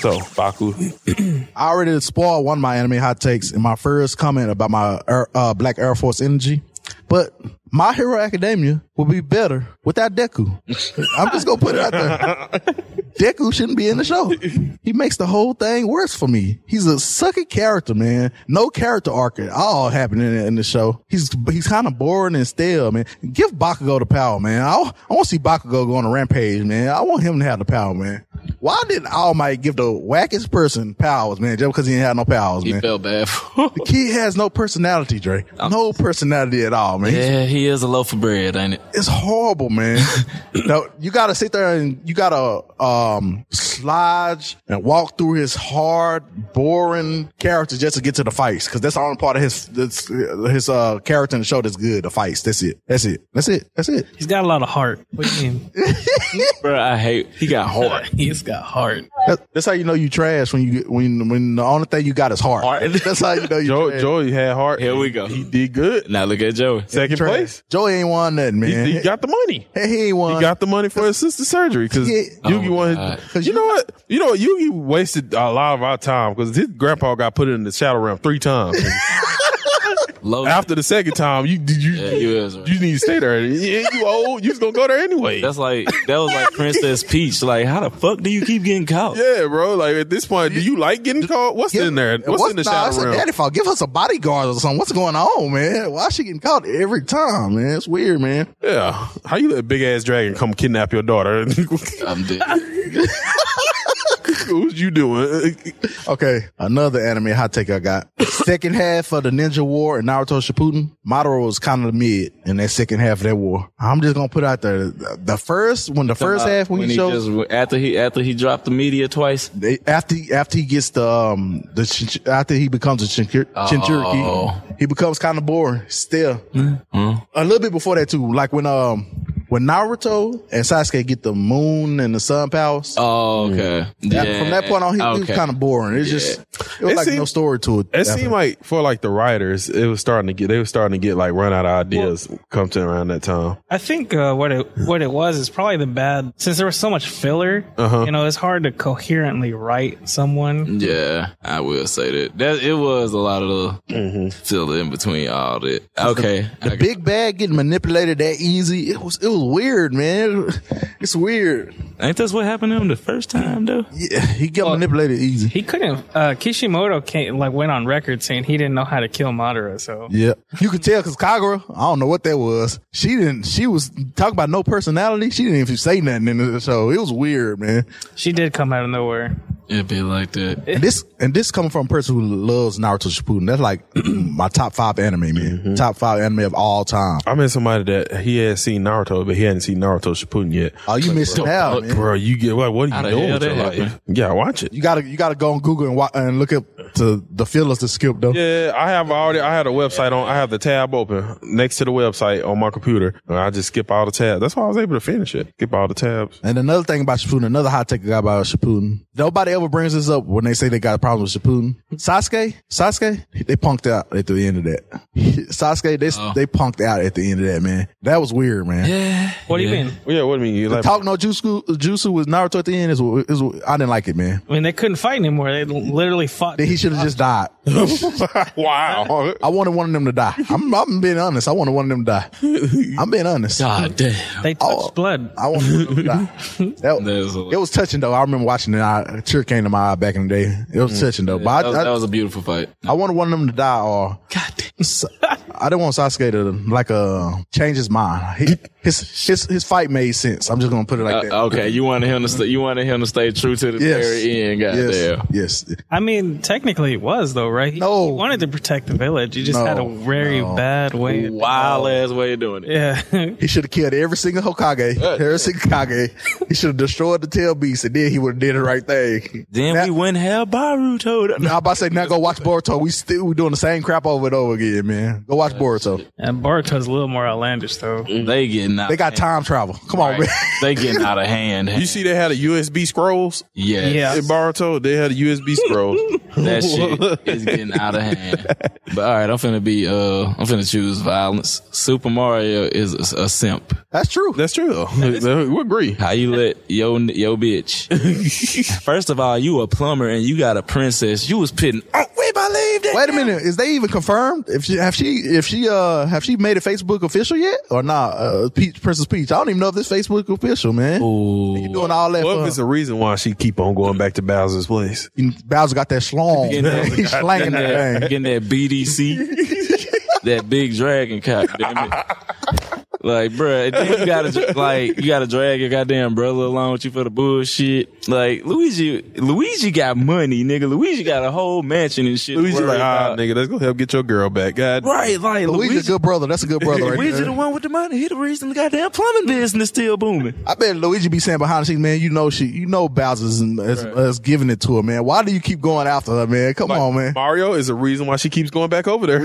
Speaker 3: So Baku,
Speaker 2: I already spoiled one of my anime hot takes in my first comment about my Air- uh, Black Air Force energy, but My Hero Academia would be better without Deku. I'm just gonna put it out there. Deku shouldn't be in the show. He makes the whole thing worse for me. He's a sucky character, man. No character arc at all happening in the show. He's he's kind of boring and stale, man. Give Bakugo the power, man. I, I want to see Bakugo go on a rampage, man. I want him to have the power, man. Why didn't All Might give the wackest person powers, man? Just because he didn't have no powers,
Speaker 4: He
Speaker 2: man.
Speaker 4: felt bad for.
Speaker 2: The kid has no personality, Dre. No personality at all, man. He's
Speaker 4: yeah, he is a loaf of bread, ain't it?
Speaker 2: it's horrible, man. now, you gotta sit there and you gotta um sludge and walk through his hard, boring character just to get to the fights. Cause that's the only part of his this, his uh character in the show that's good, the fights. That's it. That's it. That's it. That's it.
Speaker 5: He's got a lot of heart. What do you mean?
Speaker 4: Bro, I hate. He got hard.
Speaker 5: He's got heart.
Speaker 2: That- that's how you know you trash when you when when the only thing you got is heart. That's how you know you
Speaker 3: Joy,
Speaker 2: trash.
Speaker 3: Joy had heart.
Speaker 4: Here we go.
Speaker 3: He did good.
Speaker 4: Now look at Joey.
Speaker 3: Second
Speaker 2: Trash.
Speaker 3: place.
Speaker 2: Joey ain't won nothing,
Speaker 3: He,
Speaker 2: man.
Speaker 3: he got the money.
Speaker 2: he, he ain't won.
Speaker 3: He got the money for his sister's surgery because
Speaker 2: Yeah.
Speaker 3: Yugi
Speaker 4: Oh,
Speaker 3: wanted.
Speaker 4: God.
Speaker 3: Cause you know what? You know what? Yugi wasted a lot of our time because his grandpa got put in the shadow realm three times.
Speaker 4: Low.
Speaker 3: After the second time, you did you.
Speaker 4: Yeah, you is right.
Speaker 3: You need to stay there. Yeah, you old. You was gonna go there anyway.
Speaker 4: That's like that was like Princess Peach. Like, how the fuck do you keep getting caught?
Speaker 3: yeah, bro. Like at this point, do you like getting caught? What's
Speaker 2: Give-
Speaker 3: in there? What's, in the
Speaker 2: nah, it's
Speaker 3: shadow
Speaker 2: a
Speaker 3: realm?
Speaker 2: Daddy fault. Give us a bodyguard or something. What's going on, man? Why is she getting caught every time, man? It's weird, man.
Speaker 3: Yeah. How you let a big ass dragon come kidnap your daughter?
Speaker 4: I'm dead.
Speaker 3: Who's you doing?
Speaker 2: Okay, another anime hot take I got. second half of the Ninja War and Naruto Shippuden, Madara was kind of the mid in that second half of that war. I'm just gonna put out there the the first when the first half when, he shows
Speaker 4: just, after he after he dropped the media twice.
Speaker 2: they, after he- after he gets the um the chin- after he becomes a chinchur- chinchuriki,
Speaker 4: Oh.
Speaker 2: he becomes kind of boring still. A little bit before that too, like when um when Naruto and Sasuke get the moon and the sun powers.
Speaker 4: Oh, okay.
Speaker 2: that- From that point on, he, he was
Speaker 4: Okay.
Speaker 2: kind of boring. It's just it was
Speaker 3: It
Speaker 2: like
Speaker 3: seemed-
Speaker 2: no story to it.
Speaker 3: It
Speaker 2: after
Speaker 3: seemed like for like the writers, it was starting to get they were starting to get like run out of ideas come to around that time.
Speaker 5: I think uh, what it what it was is probably the bad since there was so much filler.
Speaker 3: Uh-huh.
Speaker 5: You know, it's hard to coherently write someone.
Speaker 4: Yeah, I will say that. That it was a lot of the filler in between all that. Okay,
Speaker 2: Mm-hmm. The
Speaker 4: I-
Speaker 2: big bag getting manipulated that easy. It was it was weird, man. It's weird.
Speaker 4: ain't that's what happened to him the first time though?
Speaker 2: Yeah, he got manipulated easy.
Speaker 5: He couldn't. Uh, Kishimoto came, like went on record saying he didn't know how to kill Madara. So
Speaker 2: Yeah, you could tell because Kagura. I don't know what that was. She didn't. She was talking about no personality. She didn't even say nothing in the show. It was weird, man.
Speaker 5: she did come out of nowhere.
Speaker 4: It'd be like that.
Speaker 2: And this and this coming from a person who loves Naruto Shippuden. That's like my top five anime, man. Top five anime of all time.
Speaker 3: Mm-hmm. I met somebody that he had seen Naruto, but he hadn't seen Naruto Shippuden yet.
Speaker 2: Oh, you missing out, man.
Speaker 3: Bro, you get what? What are
Speaker 4: How
Speaker 3: you
Speaker 4: the
Speaker 3: doing
Speaker 4: hell
Speaker 3: with
Speaker 4: that
Speaker 3: your life?
Speaker 4: happened?
Speaker 3: Yeah, watch it.
Speaker 2: You gotta you gotta go on Google and wa- and look up to the fillers to skip though.
Speaker 3: Yeah, I have already. I had a website on. I have the tab open next to the website on my computer. And I just skip all the tabs. That's why I was able to finish it. Skip all the tabs.
Speaker 2: And another thing about Shippuden, another hot take I got about Shippuden. Nobody ever brings this up when they say they got a problem with Shippuden. Sasuke, Sasuke, they punked out at the end of that. Sasuke, they they punked out at the end of that, man. That was weird, man.
Speaker 5: What do you mean?
Speaker 3: Well, yeah, what do you mean? You Like,
Speaker 2: Talk no Jutsu, Jutsu with Naruto at the end is, is I didn't like it, man.
Speaker 5: I mean, they couldn't fight anymore. They literally fought.
Speaker 2: He should have just died.
Speaker 3: wow.
Speaker 2: I wanted one of them to die. I'm, I'm being honest. I wanted one of them to die. I'm being honest.
Speaker 4: God damn.
Speaker 5: They touched
Speaker 2: Oh.
Speaker 5: blood.
Speaker 2: I want to die. That,
Speaker 4: That was a-
Speaker 2: it was touching though. I remember watching it. I, a tear came to my eye back in the day. It was touching though. But
Speaker 4: Mm. That was,
Speaker 2: I, I,
Speaker 4: that was a beautiful fight.
Speaker 2: I wanted one of them to die or
Speaker 4: God damn.
Speaker 2: S- I didn't want Sasuke to like uh change his mind. He, his his his fight made sense. I'm just gonna put it like that.
Speaker 4: Uh, okay, you wanted him to stay, you wanted him to stay true to the
Speaker 2: Yes.
Speaker 4: very end. God
Speaker 2: yes,
Speaker 4: damn.
Speaker 2: yes.
Speaker 5: I mean, technically it was though, right? He,
Speaker 2: No.
Speaker 5: he wanted to protect the village. He just
Speaker 2: No,
Speaker 5: had a very bad way. of-
Speaker 4: Wild ass way of doing it.
Speaker 5: Yeah,
Speaker 2: He should have killed every single Hokage, every single Kage. He should have destroyed the tail beast, and then he would have did the right thing.
Speaker 4: Then
Speaker 2: Now-
Speaker 4: we wouldn't have Baruto.
Speaker 2: Now I'm about to say, now go watch Boruto. We still we doing the same crap over and over again, man. Go watch Boruto.
Speaker 5: and Boruto's a little more outlandish though.
Speaker 4: They getting out.
Speaker 2: They got time travel. Come on, man.
Speaker 4: They getting out of hand.
Speaker 3: You see, they had a USB scrolls
Speaker 4: Yes.
Speaker 5: Yeah.
Speaker 3: in Boruto. They had a USB scrolls.
Speaker 4: That shit is getting out of hand. But all right, I'm finna be uh I'm finna choose violence. Super Mario is a, a simp.
Speaker 2: That's true.
Speaker 3: That's true. we agree.
Speaker 4: How you let yo yo bitch? First of all, you a plumber and you got a princess. You was pitting. Oh, wait,
Speaker 1: can't believe that.
Speaker 2: Wait a minute. Is they even confirmed? If she have she if she uh have she made it Facebook official yet or not? Uh, Peach Princess Peach. I don't even know if it's Facebook official, man. You doing all that?
Speaker 3: What
Speaker 2: for
Speaker 3: if it's a reason why she keep on going back to Bowser's place?
Speaker 2: Bowser got that schlong.
Speaker 4: Getting that-
Speaker 2: He's slanging that
Speaker 4: that,
Speaker 2: thing.
Speaker 4: getting that BDC, that big dragon cock, damn it. Like, bruh, and then you gotta dr- like you gotta drag your goddamn brother along with you for the bullshit. Like Luigi, Luigi got money, nigga. Luigi got a whole mansion and shit. to
Speaker 3: Luigi's
Speaker 4: worry
Speaker 3: like, ah,
Speaker 4: about."
Speaker 3: nigga, let's go help get your girl back. God,
Speaker 4: right? Like
Speaker 2: Luigi's a good brother. That's a good brother right
Speaker 4: Luigi
Speaker 2: there.
Speaker 4: the one with the money. He the reason the goddamn plumbing business still booming.
Speaker 2: I bet Luigi be saying behind the scenes, man, you know she, you know Bowser's in- is, is giving it to her, man. Why do you keep going after her, man? Come on, man.
Speaker 3: Mario is a reason why she keeps going back over there.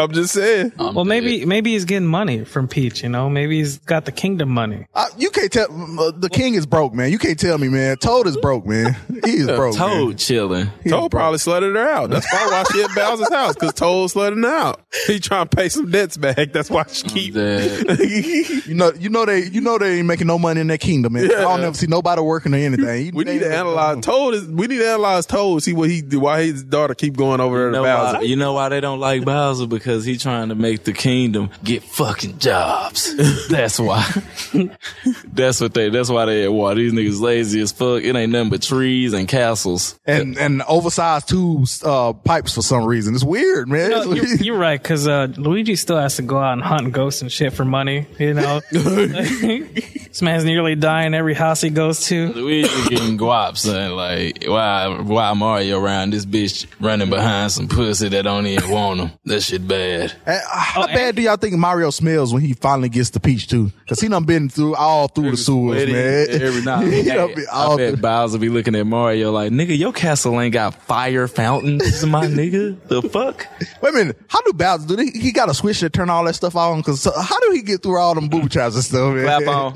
Speaker 3: I'm just saying.
Speaker 5: Well, maybe maybe he's getting money from Peach. You know, maybe he's got the kingdom money.
Speaker 2: I, you can't tell. uh, The king is broke, man. You can't tell me, man. Toad is broke, man. He is broke. man.
Speaker 4: Toad chilling.
Speaker 3: Toad probably slutted her out. That's probably why she at Bowser's house because Toad slutted her out. He trying to pay some debts back. That's why she keep.
Speaker 4: That-
Speaker 2: You know, you know they, you know they ain't making no money in that kingdom, man. I don't never see nobody working or anything. You-
Speaker 3: we
Speaker 2: they
Speaker 3: need
Speaker 2: ain't
Speaker 3: to
Speaker 2: making no
Speaker 3: analyze
Speaker 2: money.
Speaker 3: Toad. Is, we need to analyze Toad. See what he do. Why his daughter keep going over there
Speaker 4: You
Speaker 3: to
Speaker 4: know,
Speaker 3: Bowser.
Speaker 4: why, you know why they don't like Bowser? Because he trying to make the kingdom get fucking jobs. That's why. that's what they. That's why they at war. These niggas lazy as fuck. It ain't nothing but trees and castles.
Speaker 2: And and oversized tubes, uh, pipes for some reason. It's weird, man.
Speaker 5: No, you're, you're right, because uh, Luigi still has to go out and hunt ghosts and shit for money. You know, this man's nearly dying every house he goes to.
Speaker 4: Luigi getting guap, son. Like why? Why Mario around this bitch running behind some pussy that don't even want him? That shit bad.
Speaker 2: And Ah, how bad do y'all think Mario smells when he finally gets the peach too? Because he done been through all through the sewers,
Speaker 4: Sweaty
Speaker 2: man.
Speaker 4: Every night.
Speaker 2: he done been all
Speaker 4: I bet
Speaker 2: through-
Speaker 4: Bowser be looking at Mario like, nigga, your castle ain't got fire fountains, my nigga. The fuck?
Speaker 2: Wait a minute, how do Bowser do? He, he got a switch to turn all that stuff on. Because how do he get through all them booby traps and stuff? Man?
Speaker 4: Clap on.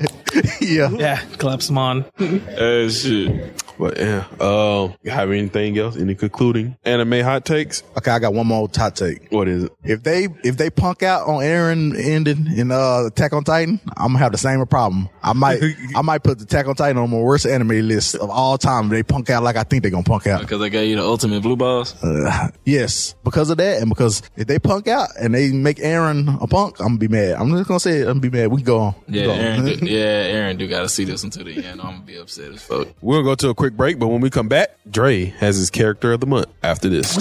Speaker 2: yeah.
Speaker 5: Yeah, claps him on.
Speaker 4: Uh, shit.
Speaker 3: But yeah, um, you have anything else? Any concluding anime hot takes?
Speaker 2: Okay, I got one more hot take.
Speaker 3: What is it?
Speaker 2: If they if they punk out on Aaron ending in uh, Attack on Titan, I'm gonna have the same problem. I might I might put the Attack on Titan on my worst anime list of all time. If they punk out like I think they're gonna punk out.
Speaker 4: Because I gave you the ultimate blue balls.
Speaker 2: Uh, Yes, because of that, and because if they punk out and they make Aaron a punk, I'm gonna be mad. I'm just gonna say it. I'm gonna be mad. We can go on. We
Speaker 4: Yeah,
Speaker 2: go on.
Speaker 4: Aaron do, yeah, Aaron do gotta see this until the end. I'm gonna be upset as fuck.
Speaker 3: We'll go to a quick break, but when we come back, Dre has his character of the month after this.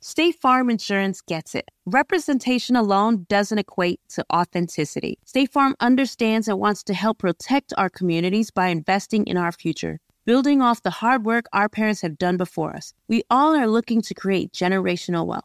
Speaker 6: State Farm Insurance gets it. Representation alone doesn't equate to authenticity. State Farm understands and wants to help protect our communities by investing in our future, building off the hard work our parents have done before us. We all are looking to create generational wealth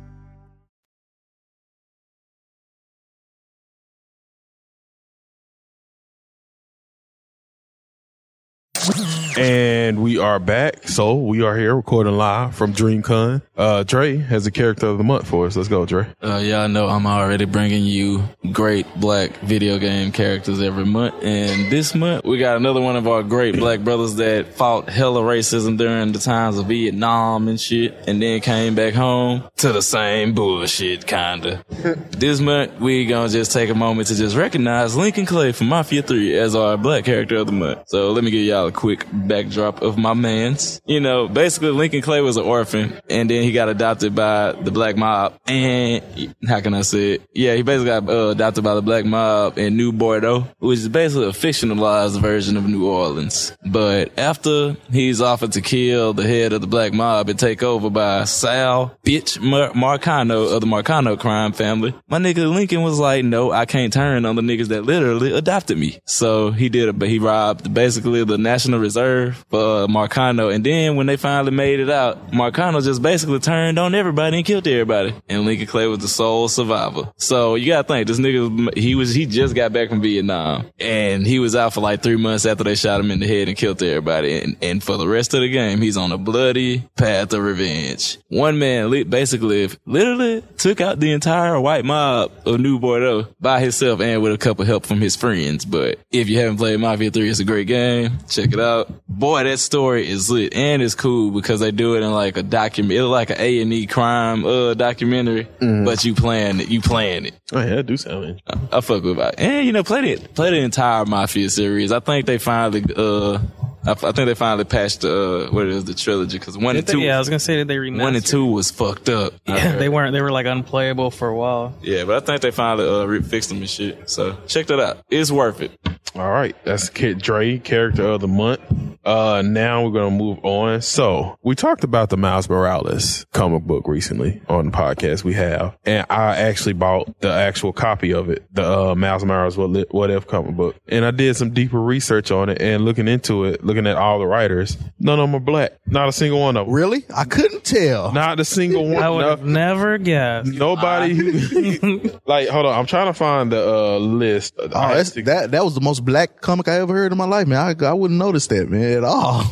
Speaker 3: And we are back. So we are here recording live from DreamCon. Uh, Dre has a character of the month for us. Let's go, Dre.
Speaker 4: Uh, y'all know I'm already bringing you great black video game characters every month. And this month, we got another one of our great black brothers that fought hella racism during the times of Vietnam and shit, and then came back home to the same bullshit, kinda. this month, we gonna just take a moment to just recognize Lincoln Clay from Mafia 3 as our black character of the month. So let me give y'all a quick backdrop of my man's. You know, basically Lincoln Clay was an orphan and then he got adopted by the black mob. And how can I say it? Yeah, he basically got uh, adopted by the black mob in New Bordeaux, which is basically a fictionalized version of New Orleans. But after he's offered to kill the head of the black mob and take over by Sal Bitch Mar- Marcano of the Marcano crime family, my nigga Lincoln was like, no, I can't turn on the niggas that literally adopted me. So he did it, but he robbed basically the National Reserve for uh, Marcano. And then when they finally made it out, Marcano just basically turned on everybody and killed everybody. And Lincoln Clay was the sole survivor. So you gotta think this nigga, he was, he just got back from Vietnam and he was out for like three months after they shot him in the head and killed everybody. And, and for the rest of the game, he's on a bloody path of revenge. One man li- basically literally took out the entire white mob of New Bordeaux by himself and with a couple help from his friends. But if you haven't played Mafia 3, it's a great game. Check it out. Boy, that story is lit and it's cool because they do it in like a document, it's like an A and E crime uh documentary, but you playing it, you playing it.
Speaker 3: Oh, yeah, that do sound interesting.
Speaker 4: I fuck with it. And you know, played it, played the entire Mafia series. I think they finally uh. I, I think they finally patched the, uh, what is the trilogy because one and two,
Speaker 5: yeah, I was gonna say that they remastered.
Speaker 4: one and two was fucked up.
Speaker 5: Yeah, they weren't. They were like unplayable for a while.
Speaker 4: Yeah, but I think they finally uh, re- fixed them and shit. So check that out. It's worth it.
Speaker 3: All right, that's Kid Dre, character of the month. Uh, now we're gonna move on. So we talked about the Miles Morales comic book recently on the podcast we have, and I actually bought the actual copy of it, the uh, Miles Morales what, Li- what if comic book, and I did some deeper research on it and looking into it, looking at all the writers. None of them are black. Not a single one of them.
Speaker 2: Really? I couldn't tell.
Speaker 3: Not a single one.
Speaker 5: I would
Speaker 3: No.
Speaker 5: have never guessed.
Speaker 3: Nobody who- like hold on. I'm trying to find the uh, list. Oh,
Speaker 2: Oh, that's, that that was the most black comic I ever heard in my life, man. I, I wouldn't notice that, man, at all.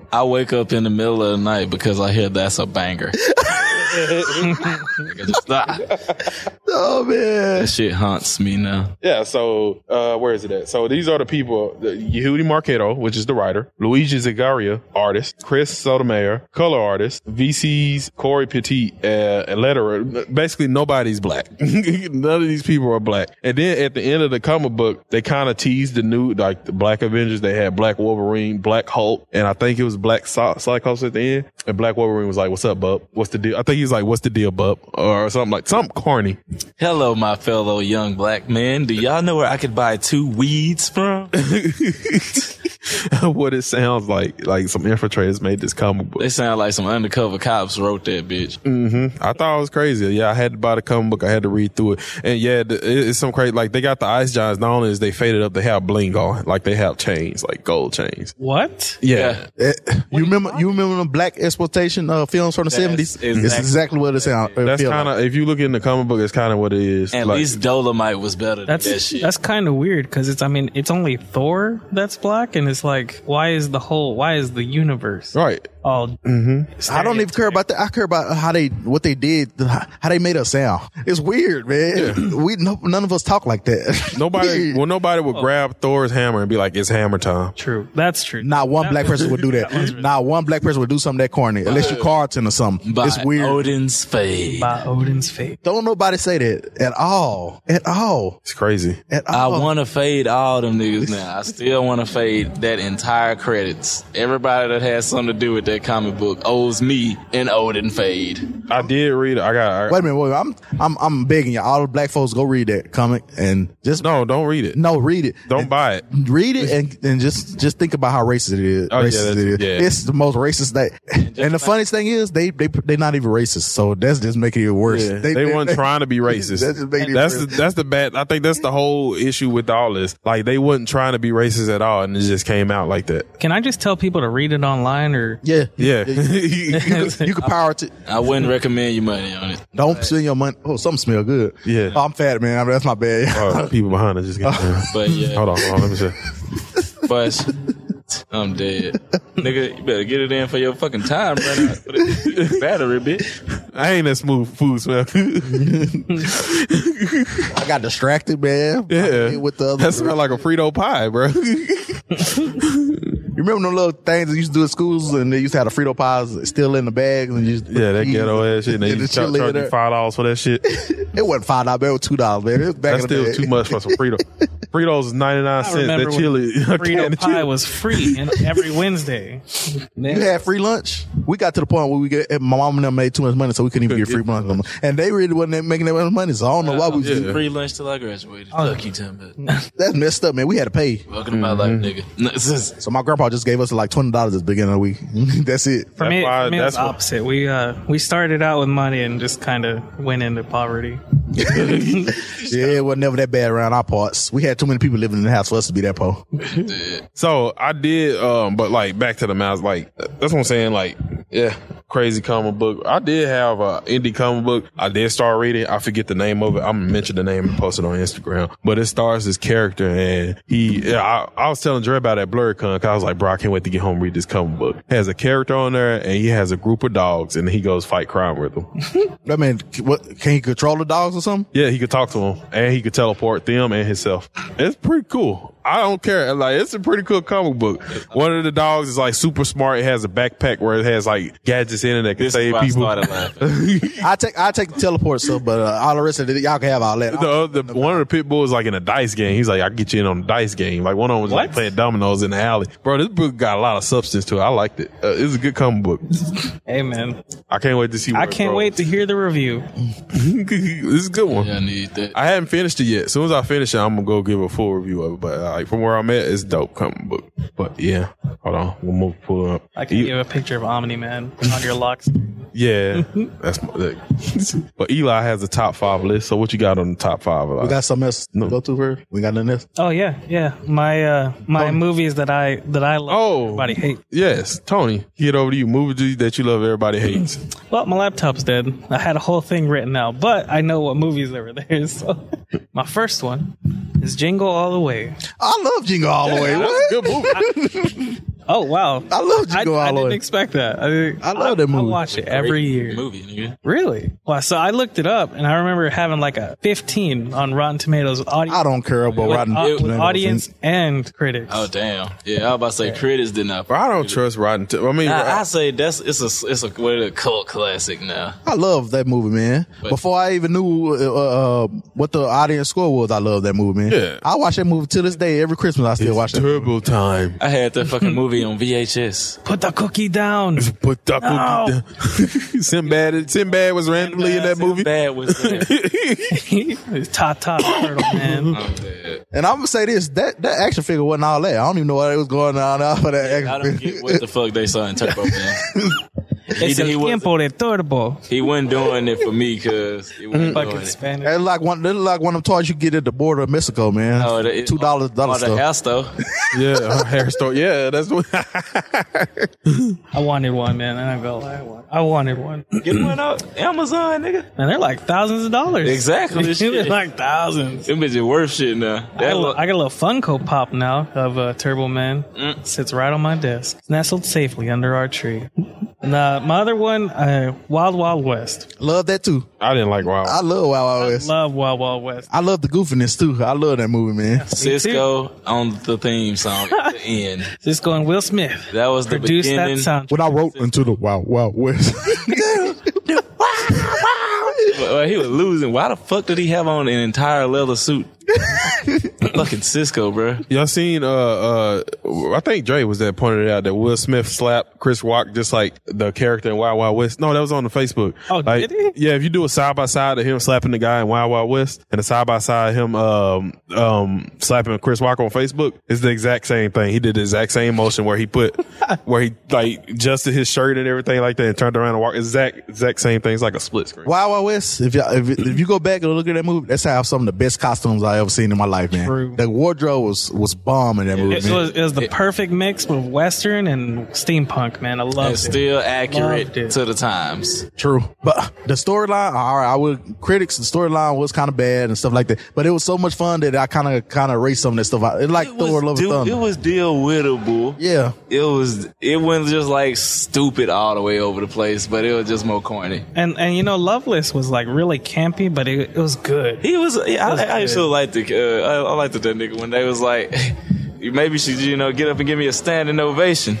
Speaker 4: I wake up in the middle of the night because I hear that's a banger. Like, I just- ah,
Speaker 2: oh man,
Speaker 4: that shit haunts me now.
Speaker 3: yeah. So uh, where is it at? So these are the people: the Yehudi Marketo, which is the writer, Luigi Zagaria, artist, Chris Sotomayor, color artist, VC's Corey Petit, uh, a letterer. Basically, nobody's black. None of these people are black. And then at the end of the comic book, they kind of teased the new like the Black Avengers. They had Black Wolverine, Black Hulk, and I think it was Black Psy- Psychos at the end. And Black Wolverine was like, "What's up, bub? What's the deal?" I think he was like, "What's the deal, bub?" or something like something corny.
Speaker 4: Hello, my fellow young black men. Do y'all know where I could buy two weeds from?
Speaker 3: what it sounds like. Like some infiltrators made this comic book.
Speaker 4: They sound like some undercover cops wrote that bitch.
Speaker 3: Mm-hmm. I thought it was crazy. Yeah, I had to buy the comic book. I had to read through it. And yeah, the- it- it's some crazy. Like they got the Ice Giants. Not only is they faded up, they have bling on. Like they have chains, like gold chains.
Speaker 5: What?
Speaker 3: Yeah.
Speaker 2: Eh, you remember you remember them black exploitation uh, films from the seventies? It's
Speaker 4: exactly-
Speaker 2: exactly what it uh, sounds.
Speaker 3: That's kind of if you look in the comic book, it's kind of what it is.
Speaker 4: At
Speaker 3: Like,
Speaker 4: least Dolomite was better than
Speaker 5: That's
Speaker 4: that shit.
Speaker 5: that's kind of weird because it's. I mean, it's only Thor that's black, and it's like, why is the whole? Why is the universe
Speaker 3: right.
Speaker 5: all?
Speaker 2: Mm-hmm. I don't even care about that. I care about how they what they did, how they made us sound. It's weird, man. We no, none of us talk like that.
Speaker 3: Nobody.
Speaker 2: Weird.
Speaker 3: Well, nobody would grab Thor's hammer and be like, "It's hammer time."
Speaker 5: True. That's true.
Speaker 2: Not one black person would do that. Not one black person would do something that corny, unless you Carlton or something.
Speaker 4: by
Speaker 2: It's weird.
Speaker 4: Odin's fade.
Speaker 5: by Odin's fate.
Speaker 2: Don't nobody say that at all, at all,
Speaker 3: It's crazy.
Speaker 2: at
Speaker 4: I
Speaker 3: Oh.
Speaker 2: all.
Speaker 4: want to fade all them niggas now. I still want to fade that entire credits. Everybody that has something to do with that comic book owes me an Odin fade.
Speaker 3: I did read it. I got. I,
Speaker 2: Wait a minute, wait a minute. I'm I'm I'm begging you, all the black folks, go read that comic and just
Speaker 3: No, don't read it.
Speaker 2: no, read it.
Speaker 3: Don't buy it.
Speaker 2: read it and, and just just think about how racist it is.
Speaker 3: Oh, yeah,
Speaker 2: racist
Speaker 3: that's-
Speaker 2: it is.
Speaker 3: yeah.
Speaker 2: It's the most racist thing. And, the funniest thing is they they they not even racist, so that's just making it worse.
Speaker 3: Yeah, they, weren't trying to be racist.
Speaker 2: That just made it
Speaker 3: that's
Speaker 2: real.
Speaker 3: the, that's the bad. I think that's the whole issue with all this. Like they wasn't trying to be racist at all, and it just came out like that.
Speaker 5: Can I just tell people to read it online or?
Speaker 2: Yeah,
Speaker 3: Yeah,
Speaker 2: you could, you could power to.
Speaker 4: I wouldn't recommend you money on it.
Speaker 2: Don't spend your money. Oh, something smell good.
Speaker 3: Yeah.
Speaker 2: oh, I'm fat, man. I mean, that's my bad.
Speaker 3: Oh, people behind us just. Got,
Speaker 4: But yeah,
Speaker 3: hold on, hold on. Let me see.
Speaker 4: but I'm dead. Nigga, you better get it in for your fucking time run out for the battery, bitch.
Speaker 3: I ain't that smooth food smell.
Speaker 2: I got distracted, man.
Speaker 3: yeah.
Speaker 2: With the other
Speaker 3: that smell like a Frito pie, bro.
Speaker 2: You remember them little things they used to do at schools, and they used to have the Frito pies still in the bags, and you just
Speaker 3: yeah, that ghetto ass shit. They
Speaker 2: And
Speaker 3: used to char- charge you five dollars for that shit.
Speaker 2: It wasn't five dollars, man. It was two dollars, man. It was back
Speaker 3: That's
Speaker 2: in the
Speaker 3: still
Speaker 2: day.
Speaker 3: too much for some Frito. Fritos is ninety nine
Speaker 5: I
Speaker 3: cents.
Speaker 5: remember
Speaker 3: That chili,
Speaker 5: when
Speaker 3: a can
Speaker 5: Frito
Speaker 3: of
Speaker 5: pie
Speaker 3: chili.
Speaker 5: was free and every Wednesday.
Speaker 2: You had free lunch. We got to the point where we get my mom and them made too much money, so we couldn't even get free lunch. And they really wasn't making that much money, so I don't know why we. was
Speaker 3: Yeah.
Speaker 4: Free lunch till I graduated. Fuck you, Tim.
Speaker 2: That's messed up, man. We had to pay.
Speaker 4: Welcome to my life, nigga.
Speaker 3: Mm-hmm.
Speaker 4: No, this is-
Speaker 2: So my grandpa just gave us like twenty dollars at the beginning of the week. That's it.
Speaker 5: For me,
Speaker 3: That's why-
Speaker 5: for me it was
Speaker 3: that's what-
Speaker 5: opposite. We uh, we started out with money and just kind of went into poverty.
Speaker 2: Yeah, it was never that bad around our parts. We had too many people living in the house for us to be that poor.
Speaker 3: So I did, um, but like back to the mouse, like that's what I'm saying. Like, yeah, crazy comic book. I did have a indie comic book. I did start reading. I forget the name of it. I'm gonna mention the name and post it on Instagram. But it stars this character, and he. Yeah, I, I was telling Dre about it at BlurCon because I was like, bro, I can't wait to get home and read this comic book. It has a character on there, and he has a group of dogs, and he goes fight crime with them.
Speaker 2: I mean, what can he control the dogs or something?
Speaker 3: Yeah, he could talk to them and he could teleport them and himself. It's pretty cool. I don't care. Like, it's a pretty cool comic book. One of the dogs is like super smart. It has a backpack where it has like gadgets in it that can
Speaker 4: this is
Speaker 3: save
Speaker 4: why I
Speaker 3: people.
Speaker 4: started laughing.
Speaker 2: I take I take the teleport stuff, but uh, all the rest of it, y'all can have all that.
Speaker 3: The, other one of the pit bulls like in a dice game. He's like, I can get you in on the dice game. Like one of them was like
Speaker 5: What?
Speaker 3: playing dominoes in the alley. Bro, this book got a lot of substance to it. I liked it. Uh, it's a good comic book.
Speaker 5: Hey man,
Speaker 3: I can't wait to see.
Speaker 5: I
Speaker 3: where it
Speaker 5: can't
Speaker 3: grows.
Speaker 5: wait to hear the review.
Speaker 3: this is a good one.
Speaker 4: Yeah, I need that.
Speaker 3: I haven't finished it yet. As soon as I finish it, I'm gonna go give a full review of it. But uh, like from where I'm at, it's dope comic book. But yeah, hold on, we'll move pull up.
Speaker 5: I can
Speaker 3: E-
Speaker 5: give a picture of Omni Man on your locks.
Speaker 3: yeah, that's my. That. but Eli has a top five list. So what you got on the top five? Eli?
Speaker 2: We got something else to go to first. We got nothing else.
Speaker 5: Oh yeah, yeah. My uh,
Speaker 2: Oh.
Speaker 5: my movies that I that I love.
Speaker 3: Oh.
Speaker 5: everybody hate.
Speaker 3: yes, Tony. Get over to you. Movie that you love, everybody hates.
Speaker 5: Well, my laptop's dead. I had a whole thing written out, but I know what movies they were there. So my first one is Jingle All the Way.
Speaker 2: I love Jingle All the Way. What?
Speaker 3: good movie.
Speaker 5: Oh wow,
Speaker 2: I love
Speaker 5: I,
Speaker 2: Jingle All
Speaker 5: I
Speaker 2: the
Speaker 5: didn't
Speaker 2: Way.
Speaker 5: expect that. I,
Speaker 2: I love that
Speaker 5: I
Speaker 2: movie.
Speaker 5: watch it every year.
Speaker 4: movie, nigga.
Speaker 5: Really? Wow. So I looked it up, and I remember having like a 15 on Rotten Tomatoes. Audi-
Speaker 2: I don't care about
Speaker 5: with,
Speaker 2: Rotten
Speaker 5: au- uh, with
Speaker 2: Tomatoes.
Speaker 5: audience and critics.
Speaker 4: Oh damn. Yeah, I was about to say critics did not.
Speaker 3: Bro, I don't trust Rotten. T- I mean, uh,
Speaker 4: I, I say that's it's a it's a what a cult classic now.
Speaker 2: I love that movie, man. Before I even knew uh, uh, what the audience score was, I love that movie, man.
Speaker 3: Yeah.
Speaker 2: I watch that movie to this day. Every Christmas, I still watch
Speaker 3: it's
Speaker 2: that. movie.
Speaker 3: turbo time.
Speaker 4: I had that fucking movie on VHS.
Speaker 5: Put the cookie down.
Speaker 3: Put that cookie down. Sinbad. Sinbad was randomly in that movie.
Speaker 4: Bad was that.
Speaker 5: It's Tot Tot Turtle Man.
Speaker 2: And I'm gonna say this: that that action figure wasn't all that. I don't even know why it was going on out for that
Speaker 4: I
Speaker 2: action
Speaker 4: don't
Speaker 2: figure.
Speaker 4: get what the fuck they saw in Turbo Man.
Speaker 5: It's
Speaker 4: Either he
Speaker 5: el
Speaker 4: wasn't-
Speaker 5: tiempo de turbo.
Speaker 4: He wasn't doing it for me because he wasn't doing
Speaker 5: Fucking
Speaker 4: it.
Speaker 5: Spanish.
Speaker 2: It's like one, it's like one of them toys you get at the border of Mexico, man.
Speaker 4: Oh, the-
Speaker 2: Two dollars, dollar
Speaker 4: Oh, the
Speaker 2: stuff.
Speaker 4: house though.
Speaker 3: Yeah, her hair store. Yeah, that's what.
Speaker 5: I wanted one, man. I ain't gonna lie. I want- I wanted one.
Speaker 4: Get one out Amazon, nigga.
Speaker 5: And they're like thousands of dollars.
Speaker 4: Exactly.
Speaker 5: they're
Speaker 4: Shit.
Speaker 5: like thousands.
Speaker 4: Them bitches worth shit now.
Speaker 5: I got,
Speaker 4: That
Speaker 5: a,
Speaker 4: look,
Speaker 5: I got a little Funko Pop now of uh, Turbo Man.
Speaker 4: Mm.
Speaker 5: Sits right on my desk, nestled safely under our tree. And, uh, my other one, uh, Wild Wild West.
Speaker 2: Love that too.
Speaker 3: I didn't like Wild.
Speaker 2: I love Wow Wow West.
Speaker 5: Love Wild Wild West.
Speaker 2: I love the goofiness too. I love that movie, man.
Speaker 4: Cisco on the theme song at the end.
Speaker 5: Cisco and Will Smith
Speaker 4: That was the
Speaker 5: produced that
Speaker 4: beginning.
Speaker 5: soundtrack.
Speaker 2: When I wrote into the Wow Wow West.
Speaker 4: Well, he was losing. Why the fuck did he have on an entire leather suit? Fucking Cisco, bro.
Speaker 3: Y'all seen? Uh, uh, I think Dre was that pointed out that Will Smith slapped Chris Rock just like the character in Wild Wild West. No, that was on the Facebook.
Speaker 5: Oh,
Speaker 3: Like,
Speaker 5: did he?
Speaker 3: Yeah, if you do a side by side of him slapping the guy in Wild Wild West and a side by side of him um um slapping Chris Rock on Facebook, it's the exact same thing. He did the exact same motion where he put where he like adjusted his shirt and everything like that and turned around and walked. Exact exact same thing. It's like a split screen.
Speaker 2: Wild Wild West. If, y'all, if if you go back and look at that movie, that's how some of the best costumes I ever seen in my life, man.
Speaker 5: True.
Speaker 2: The wardrobe was was bomb in that movie.
Speaker 5: It
Speaker 2: man.
Speaker 5: was, it was the perfect mix with Western and steampunk. Punk, man. I love it.
Speaker 4: and still accurate
Speaker 5: Loved it.
Speaker 4: to the times.
Speaker 2: True, but the storyline. All right, I would critics. The storyline was kind of bad and stuff like that. But it was so much fun that I kind of kind of erased some of that stuff. out. It like
Speaker 4: It
Speaker 2: Thor: Love
Speaker 4: was,
Speaker 2: and
Speaker 4: do,
Speaker 2: Thunder.
Speaker 4: it was deal wittable.
Speaker 2: yeah,
Speaker 4: It was it wasn't just like stupid all the way over the place, but it was just more corny.
Speaker 5: And and you know, Loveless was like really campy, but it, it was good.
Speaker 4: He was. yeah, I,
Speaker 5: was
Speaker 4: I
Speaker 5: good.
Speaker 4: still liked the. Uh, I, I liked that nigga when they was like, maybe she, you know, get up and give me a standing ovation.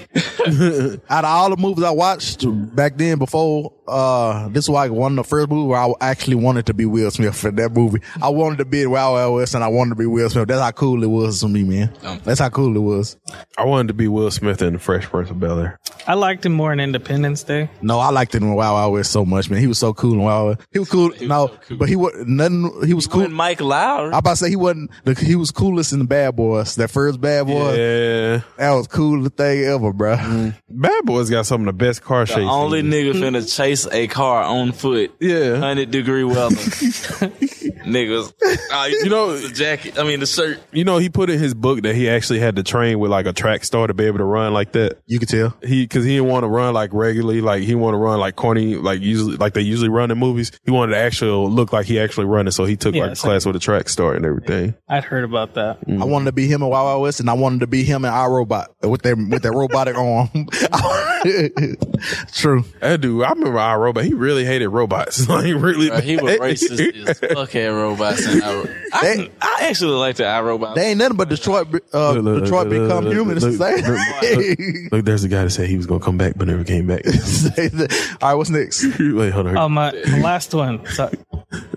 Speaker 2: out of all the movies I watched back then, before uh, this was like one of the first movies where I actually wanted to be Will Smith for that movie. I wanted to be Wow LS and I wanted to be Will Smith. That's how cool it was to me, man.
Speaker 4: Um,
Speaker 2: That's how cool it was.
Speaker 3: I wanted to be Will Smith in the Fresh Prince of Bel Air.
Speaker 5: I liked him more in Independence Day.
Speaker 2: No, I liked it in Wow LS so much, man. He was so cool in Wow LS. He was cool. no, but he was nothing. He was cool.
Speaker 4: When Mike Lowry,
Speaker 2: I about to say he wasn't. The, he was coolest in the Bad Boys. That first Bad Boy,
Speaker 3: Yeah, Mm.
Speaker 2: that was coolest thing ever, bro.
Speaker 3: Bad Boys got some of the best car
Speaker 4: the
Speaker 3: chases.
Speaker 4: only nigga finna chase a car on foot.
Speaker 3: Yeah.
Speaker 4: hundred degree weather. Niggas, Ah, you
Speaker 3: You
Speaker 4: know
Speaker 3: know-
Speaker 4: the jacket. I mean the shirt.
Speaker 3: you know, he put in his book that he actually had to train with like a track star to be able to run like that.
Speaker 2: You could tell.
Speaker 3: He, cause he didn't want to run like regularly, like he want to run like corny, like usually, like they usually run in movies. He wanted to actually look like he actually running. So he took
Speaker 5: Yeah,
Speaker 3: like a
Speaker 5: so-
Speaker 3: class with a track star and everything.
Speaker 5: I'd heard about that.
Speaker 2: I wanted to be him in Wild Wild West, and I wanted to be him in iRobot with that with that robotic arm. True.
Speaker 3: That dude, I remember our robot. He really hated robots. like really,
Speaker 4: Bro, he was
Speaker 3: bad.
Speaker 4: racist as fuck had robots. And I, I,
Speaker 2: They-
Speaker 4: I actually like the iRobot.
Speaker 2: They ain't nothing but Detroit. Uh,
Speaker 3: Look, look,
Speaker 2: Detroit
Speaker 3: look, look,
Speaker 2: become
Speaker 3: look,
Speaker 2: human. It's the
Speaker 3: look,
Speaker 2: same.
Speaker 3: look, look, look, there's a guy that said he was gonna come back, but never came back.
Speaker 2: All right, what's next?
Speaker 3: Wait, hold on.
Speaker 5: Oh my, my last one, So-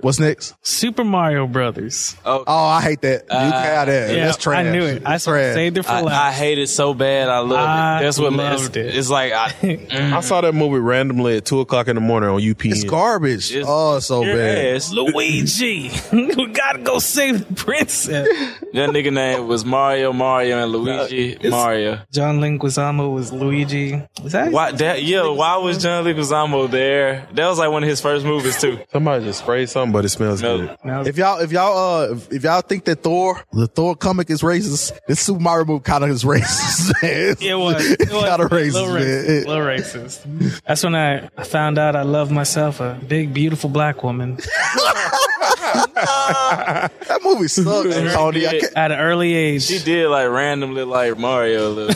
Speaker 2: What's next?
Speaker 5: Super Mario Brothers.
Speaker 2: Oh, I hate that. you
Speaker 4: Uh,
Speaker 2: can have that.
Speaker 5: Yeah,
Speaker 2: That's trash.
Speaker 5: I knew it. I
Speaker 2: That's trash.
Speaker 5: saved it for
Speaker 4: I, I
Speaker 5: last.
Speaker 4: hate it so bad. I love
Speaker 5: I
Speaker 4: it. That's what
Speaker 5: loved
Speaker 4: it's,
Speaker 5: it.
Speaker 4: it's like. I,
Speaker 3: I saw that movie randomly at two o'clock in the morning on UPN.
Speaker 2: Mm. It's garbage.
Speaker 4: It's-
Speaker 2: oh, it's so
Speaker 4: your
Speaker 2: bad.
Speaker 4: ass.
Speaker 5: Luigi, we gotta go save the princess.
Speaker 4: That nigga name was Mario, Mario, and Luigi, Mario.
Speaker 5: John Linguizamo was Luigi. Was that?
Speaker 4: Why that? Yeah, why was John Leguizamo there? That was like one of his first movies too.
Speaker 3: Somebody just sprayed something, but it smells
Speaker 4: No.
Speaker 3: good.
Speaker 5: No,
Speaker 2: If y'all, if y'all, uh, if, if y'all think that Thor, the Thor comic is racist, this Super Mario movie kind of is racist. man.
Speaker 5: It was. It
Speaker 2: It's
Speaker 5: was
Speaker 2: kind of racist,
Speaker 5: little
Speaker 2: man.
Speaker 5: racist. little racist. That's when I I found out I love myself a big, beautiful black woman
Speaker 2: that movie sucks, Tony. I can't,
Speaker 5: at an early age.
Speaker 4: She did like randomly like Mario a little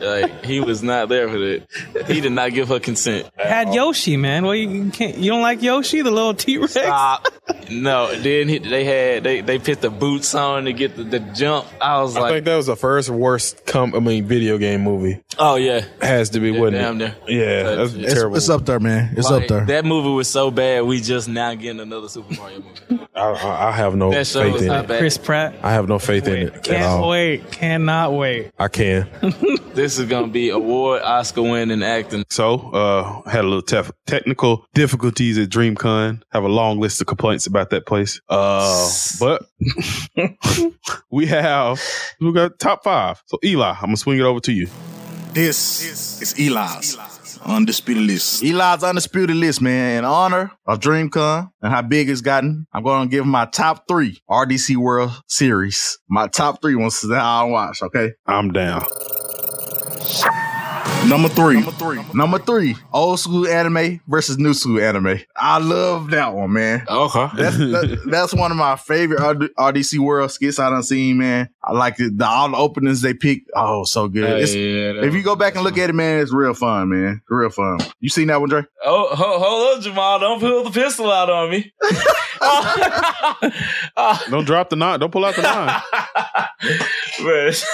Speaker 4: like he was not there for that. He did not give her consent.
Speaker 5: had Yoshi, man. Well, you you can't. You don't like Yoshi, the little T Rex.
Speaker 4: Stop. No. Then he, they had they they put the boots on to get the, the jump. I was
Speaker 3: I
Speaker 4: like,
Speaker 3: think that was the first worst com- I mean video game movie.
Speaker 4: oh yeah.
Speaker 3: Has to be, wouldn't
Speaker 4: damn
Speaker 3: it?
Speaker 4: near.
Speaker 3: Yeah, that's
Speaker 4: It's-
Speaker 2: it's,
Speaker 3: terrible.
Speaker 2: it's up there, man. It's
Speaker 4: Like,
Speaker 2: up there.
Speaker 4: That movie was so bad. We just now getting another Super Mario movie.
Speaker 3: I, I, I have no
Speaker 4: That show
Speaker 3: faith
Speaker 4: was
Speaker 3: in
Speaker 4: not
Speaker 3: it.
Speaker 4: bad.
Speaker 5: Chris Pratt.
Speaker 3: I have no faith in it at
Speaker 5: Can't
Speaker 3: all.
Speaker 5: wait. Cannot wait.
Speaker 3: I can.
Speaker 4: This is gonna be award Oscar winning acting.
Speaker 3: So, uh, had a little tef- technical difficulties at DreamCon. Have a long list of complaints about that place. Uh, but we have we got top five. So, Eli, I'm gonna swing it over to you.
Speaker 2: This is Eli's Undisputed List. Eli's Undisputed List, man. In honor of DreamCon and how big it's gotten, I'm going to give my top three RDC World Series. My top three ones that I watch, okay?
Speaker 3: I'm down.
Speaker 2: Number three. Number three. Number three. Old school anime versus new school anime. I love that one, man.
Speaker 4: Okay.
Speaker 2: That's that, that's one of my favorite RD- RDC World skits I done seen, man. I like it. The, all the openings they pick. Oh, so good. It's- if you go back and look at it, man, it's real fun, man. It's real fun. You seen that one, Dre?
Speaker 4: Oh, ho- hold up, Jamal. Don't pull the pistol out on me.
Speaker 3: Don't drop the nine. Don't pull out the nine.
Speaker 4: But-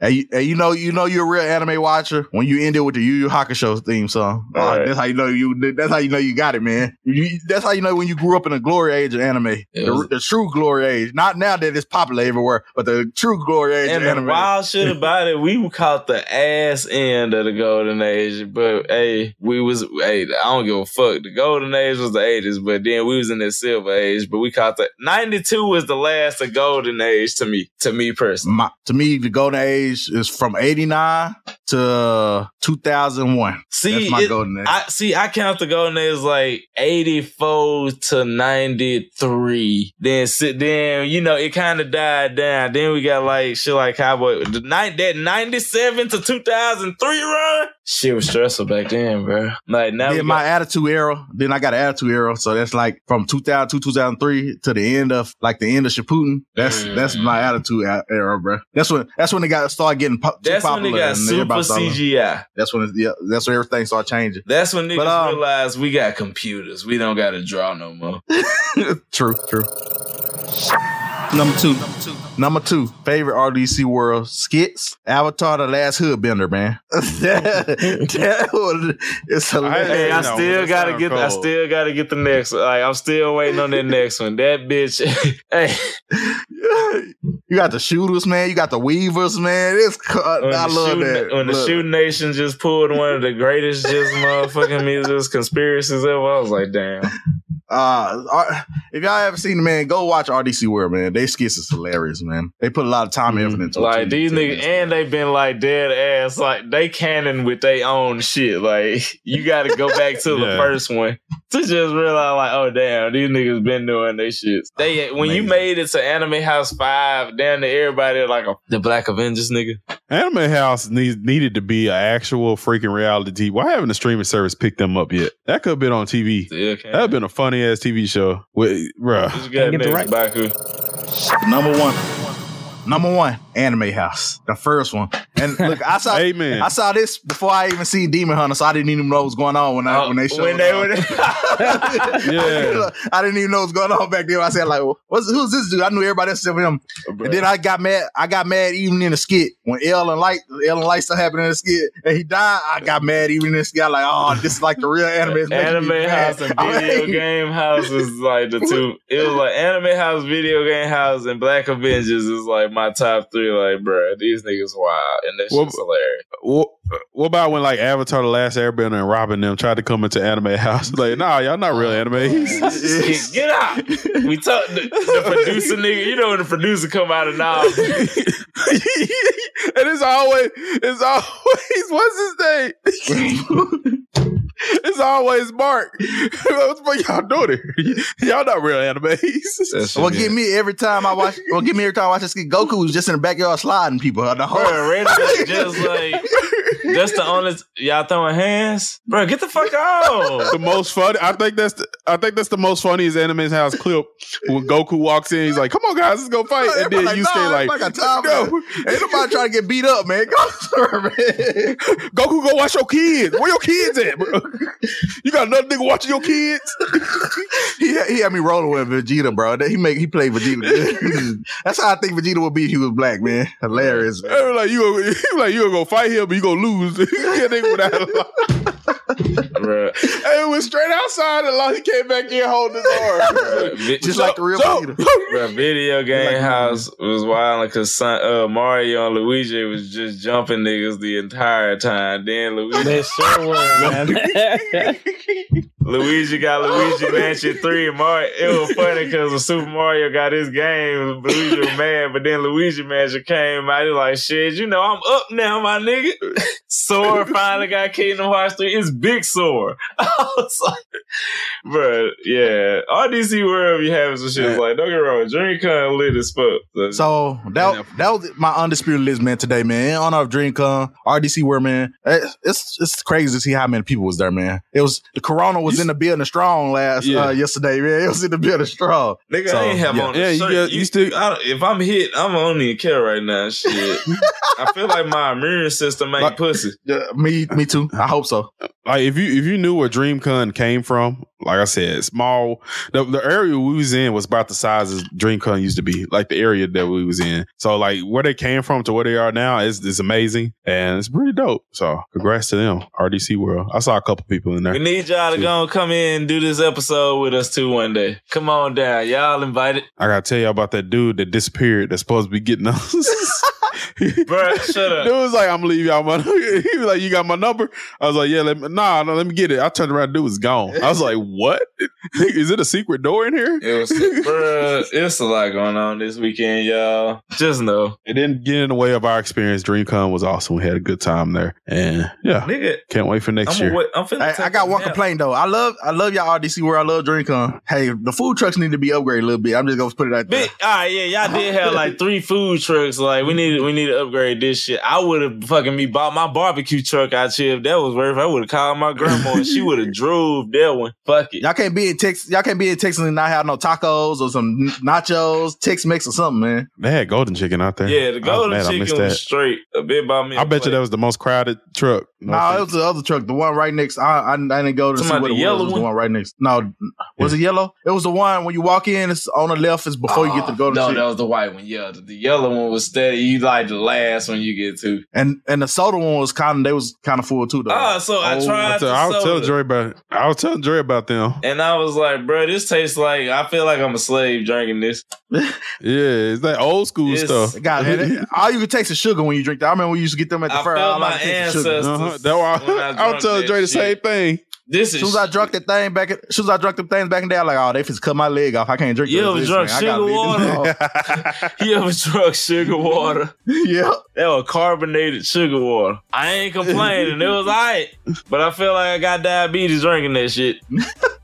Speaker 2: Hey, you- hey, you know, you know, you're a real anime watcher when you end it with the Yu Yu Hakusho theme song. Oh,
Speaker 4: All right.
Speaker 2: That's how you know you. That's how you know you got it, man. You, that's how you know when you grew up in the glory age of anime, the,
Speaker 4: was-
Speaker 2: the true glory age. Not now that it's popular everywhere, but the true glory age
Speaker 4: and
Speaker 2: of
Speaker 4: the
Speaker 2: anime.
Speaker 4: wild shit about it, we caught the ass end of the golden age. But hey, we was hey, I don't give a fuck. The golden age was the ages, but then we was in the silver age. But we caught the ninety two was the last of golden age to me, to me personally.
Speaker 2: My, to me, the golden age is from '89 to 2001.
Speaker 4: See,
Speaker 2: That's my
Speaker 4: it-
Speaker 2: golden age.
Speaker 4: I see. I count the golden age like eighty four to ninety three. Then sit. Then you know it kind of died down. Then we got like shit like Cowboy. The night that ninety seven to two thousand three run. Shit was stressful back then, bro. Like now, we
Speaker 2: Then
Speaker 4: got-
Speaker 2: my attitude era. Then I got an attitude era. So that's like from 2002, 2003 to the end of like the end of Shaputin. That's
Speaker 4: Mm.
Speaker 2: that's my attitude a- era, bro. That's when that's when it got started getting po- too
Speaker 4: that's when
Speaker 2: popular.
Speaker 4: they got
Speaker 2: and
Speaker 4: super
Speaker 2: everybody started-
Speaker 4: CGI.
Speaker 2: That's when it's, yeah, that's when everything started changing.
Speaker 4: That's when niggas
Speaker 2: But, um,
Speaker 4: realized we got computers. We don't got to draw no more.
Speaker 2: true, true. Number two. Number two, favorite RDC world skits, Avatar: The Last Hoodbender, man. that one, it's hilarious.
Speaker 3: Hey,
Speaker 4: Hey, I
Speaker 3: no,
Speaker 4: still
Speaker 3: that
Speaker 4: gotta
Speaker 3: sound
Speaker 4: get. I
Speaker 3: cold.
Speaker 4: still gotta get the next. one. Like I'm still waiting on that next one. That bitch. hey,
Speaker 2: you got the shooters, man. You got the weavers, man. It's cu-
Speaker 4: when
Speaker 2: I
Speaker 4: the
Speaker 2: love
Speaker 4: shooting,
Speaker 2: that.
Speaker 4: When the
Speaker 2: Look.
Speaker 4: Shoe Nation just pulled one of the greatest just motherfucking music conspiracies ever, I was like, damn.
Speaker 2: Uh, R- if y'all haven't seen the man, go watch RDC World, man. They skits is hilarious, man. They put a lot of time
Speaker 4: Mm-hmm.
Speaker 2: and effort into it.
Speaker 4: Like
Speaker 2: too.
Speaker 4: these niggas, and they've been like dead ass. Like they cannon with their own shit. Like you got to go back to the
Speaker 3: Yeah.
Speaker 4: first one to just realize, like, oh damn, these niggas been doing their shit. They when you
Speaker 2: Amazing.
Speaker 4: made it to Anime House Five, down to everybody like a, the Black Avengers nigga.
Speaker 3: Anime House needs, needed to be an actual freaking reality. TV. Why haven't the streaming service picked them up yet? That could have been on TV.
Speaker 4: Still
Speaker 3: That
Speaker 4: can't.
Speaker 3: would have been a funny ass TV show. With, bruh.
Speaker 4: This
Speaker 7: Can't get
Speaker 4: guy
Speaker 7: the
Speaker 4: named
Speaker 7: right-
Speaker 4: Baku.
Speaker 2: number one, number one, Anime House, the first one. And look, I saw.
Speaker 3: Amen.
Speaker 2: I saw this before I even seen Demon Hunter, so I didn't even know what was going on when I
Speaker 4: Oh,
Speaker 2: when they showed
Speaker 4: when they
Speaker 2: up.
Speaker 4: were
Speaker 3: yeah.
Speaker 2: I didn't even know what was going on back then. I said like, "What's who's this dude?" I knew everybody else except for him. And then I got mad. I got mad even in the skit when L and Light, L and Light stuff happened in the skit, and he died. I got mad even in the skit. I'm like, "Oh, this is like the real anime." It's making me
Speaker 4: anime
Speaker 2: mad."
Speaker 4: house and
Speaker 2: I'm
Speaker 4: video
Speaker 2: like,
Speaker 4: game house is like the two. It was like anime house, video game house, and Black Avengers is like my top three. Like, bruh, these niggas wild, and that
Speaker 3: Well,
Speaker 4: shit's hilarious.
Speaker 3: What, what about when like Avatar: The Last Airbender and Robin them tried to come into Anime House? Like, nah, y'all not real anime.
Speaker 4: Shit, Get out! We talk the, the producer nigga. You know when the producer come out of now.
Speaker 3: and it's always, it's always, what's his name? it's always Mark. what y'all doing here? Y'all not real animes.
Speaker 2: Well, get me every time I watch. Well, get me every time I watch this. skit, Goku was just in the backyard sliding people. The whole,
Speaker 4: Bruh, randomly just like that's the only y'all throwing hands, Bruh, Get the fuck out!
Speaker 3: the most funny. I think that's the, I think that's the most funniest Anime House clip when Goku walks in. He's like, "Come on, guys, let's go fight!" And
Speaker 2: Everybody
Speaker 3: then
Speaker 2: like,
Speaker 3: you
Speaker 2: "Nah,
Speaker 3: stay like,
Speaker 2: everybody got time for
Speaker 3: "No,
Speaker 2: ain't nobody trying to get beat up, man. Go to her, man.
Speaker 3: Goku, go watch your kids. Where your kids at, bro? You got another nigga watching your kids?
Speaker 2: he had, he had me rolling with Vegeta, bro. That- He make he played Vegeta. good. That's how I think Vegeta would be if he was black, man. Hilarious.
Speaker 3: They were like you, gonna- he was like you gonna go fight him, but you gonna lose. that nigga went out and lost.
Speaker 4: Bruh.
Speaker 3: And went straight outside and lost. He came back in holding his arm.
Speaker 4: Bruh, vi-
Speaker 2: Just like the real
Speaker 3: So-
Speaker 2: Vegeta.
Speaker 4: Bro, video game house was wild because uh, Mario and Luigi was just jumping niggas the entire time. Then Luigi,
Speaker 7: They sure were, man.
Speaker 4: Luigi got Luigi Mansion three. And Mario, it was funny because when Super Mario got his game, Luigi was mad. But then Luigi Mansion came out. He like, shit, you know, I'm up now, my nigga. Sora finally got Kingdom Hearts three. It's big Sora. I was like, bro, yeah, RDC World be having some shit. Like, don't get me wrong, DreamCon lit as fuck.
Speaker 2: So that that was my undisputed list, man. Today, man, in honor of DreamCon, RDC World, man. It's it's, it's crazy to see how many people was there, man. It was the Corona was in the building strong last
Speaker 3: Yeah.
Speaker 2: uh, yesterday, man. It was in the building strong.
Speaker 4: Nigga,
Speaker 2: So,
Speaker 4: I ain't have
Speaker 2: yeah.
Speaker 4: on the
Speaker 3: Yeah, you
Speaker 4: shirt.
Speaker 3: got- you still-
Speaker 4: I don't- if I'm hit, I'm only in care right now. Shit, I feel like my immune system ain't
Speaker 3: Like-
Speaker 4: pussy.
Speaker 2: Yeah, me me too. I hope so.
Speaker 3: like if you if you knew where DreamCon came from, like I said, small the, the area we was in was about the size as DreamCon used to be, like the area that we was in. So like where they came from to where they are now is is amazing and it's pretty dope. So congrats to them, RDC World. I saw a couple people in
Speaker 4: We
Speaker 3: there.
Speaker 4: need y'all to go and come in and do this episode with us too one day. Come on down, y'all invited.
Speaker 3: I gotta tell y'all about that dude that disappeared that's supposed to be getting us.
Speaker 4: Bruh, shut up.
Speaker 3: Dude was like, "I'm leaving y'all my." he was like, "You got my number?" I was like, "Yeah, let me, nah, no, let me get it." I turned around, dude was gone. I was like, "What? Is it a secret door in here?"
Speaker 4: It was, bruh, it's a lot going on this weekend, y'all. Just know.
Speaker 3: It didn't get in the way of our experience. DreamCon was awesome. We had a good time there, and yeah,
Speaker 4: Nigga,
Speaker 3: can't wait for next
Speaker 4: I'm,
Speaker 3: year.
Speaker 4: a, wait- I'm finna
Speaker 8: Hey,
Speaker 4: take
Speaker 8: I got
Speaker 4: a
Speaker 8: one
Speaker 4: nap.
Speaker 8: complaint though. I love I love y'all RDC where I love DreamCon. Hey, the food trucks need to be upgraded a little bit. I'm just gonna put it out there.
Speaker 4: Big, all right, yeah, y'all did have like three food trucks. Like we need, we need to upgrade this shit. I would have fucking me bought my barbecue truck out here if that was worth. it. I would have called my grandma and she would have drove that one. Fuck it.
Speaker 8: Y'all can't be in Texas. Y'all can't be in Texas and not have no tacos or some n- nachos, Tex Mex or something, man.
Speaker 3: They had golden chicken out there.
Speaker 4: Yeah, the
Speaker 3: I was
Speaker 4: golden
Speaker 3: mad I missed
Speaker 4: chicken was
Speaker 3: that.
Speaker 4: straight a bit by me.
Speaker 3: I bet you that was the most crowded truck.
Speaker 8: No,
Speaker 3: No
Speaker 8: it
Speaker 3: offense.
Speaker 8: was the other truck, the one right next. I I, I didn't go to see
Speaker 4: Somebody
Speaker 8: what it
Speaker 4: the
Speaker 8: was.
Speaker 4: yellow
Speaker 8: It was the
Speaker 4: one?
Speaker 8: one right next. No, was it yellow? It was the one when you walk in. It's on the left. It's before you get to
Speaker 4: Oh,
Speaker 8: go to
Speaker 4: No,
Speaker 8: shit.
Speaker 4: that was the white one. Yeah, the, the yellow one was steady. You like the last one you get to.
Speaker 8: And and the soda one was kind of they was kind of full too though.
Speaker 4: Ah, so I
Speaker 3: Oh,
Speaker 4: tried.
Speaker 3: I, tell,
Speaker 4: the
Speaker 3: I was
Speaker 4: soda.
Speaker 3: telling Dre about. I was telling Dre about them.
Speaker 4: And I was like, bro, this tastes like I feel like I'm a slave drinking this.
Speaker 3: Yeah, it's that old school
Speaker 4: It's-
Speaker 3: stuff.
Speaker 8: It got- and it- all you could taste is sugar when you drink that. I remember we used to get them at the
Speaker 4: I
Speaker 8: fair.
Speaker 4: felt
Speaker 8: All I
Speaker 4: my
Speaker 8: could taste is sugar.
Speaker 4: ancestors.
Speaker 3: Uh-huh. That why
Speaker 4: when I
Speaker 3: I, I
Speaker 4: drunk
Speaker 3: was telling
Speaker 4: that
Speaker 3: Dre the
Speaker 4: shit.
Speaker 3: same thing.
Speaker 4: This is
Speaker 8: As soon as I drunk that thing back, as soon as I drunk them things back in the day, I like, oh, they just cut my leg off. I can't drink.
Speaker 4: You
Speaker 8: this.
Speaker 4: ever
Speaker 8: This
Speaker 4: drunk
Speaker 8: thing. I gotta
Speaker 4: sugar
Speaker 8: leave this
Speaker 4: water? You ever drunk sugar water?
Speaker 8: thing." yeah.
Speaker 4: That was carbonated sugar water. I ain't complaining. it was alright, but I feel like I got diabetes drinking that shit.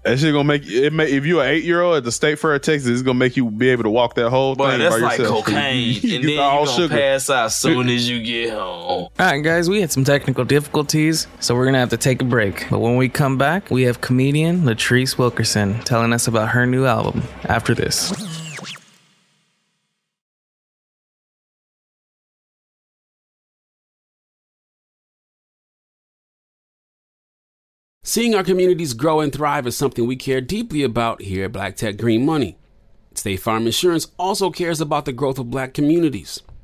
Speaker 3: That shit gonna make it may if you an eight year old at the state fair of Texas, it's gonna make you be able to walk that whole
Speaker 4: But
Speaker 3: thing
Speaker 4: that's
Speaker 3: by
Speaker 4: like
Speaker 3: yourself.
Speaker 4: cocaine, and
Speaker 3: You
Speaker 4: then
Speaker 3: get
Speaker 4: you
Speaker 3: all
Speaker 4: gonna
Speaker 3: sugar.
Speaker 4: pass out as soon as you get home.
Speaker 5: All right, guys, we had some technical difficulties, so we're going to have to take a break. But when we come back, we have comedian Latrice Wilkerson telling us about her new album after this.
Speaker 9: Seeing our communities grow and thrive is something we care deeply about here at Black Tech Green Money. State Farm Insurance also cares about the growth of black communities.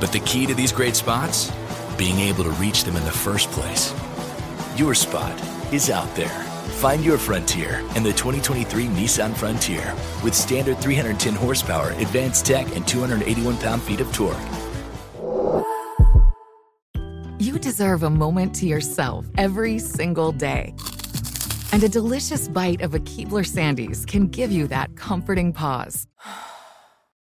Speaker 10: But the key to these great spots? Being able to reach them in the first place. Your spot is out there. Find your frontier in the 2023 Nissan Frontier with standard 310 horsepower, advanced tech, and 281 pound feet of torque.
Speaker 11: You deserve a moment to yourself every single day. And a delicious bite of a Keebler Sandies can give you that comforting pause.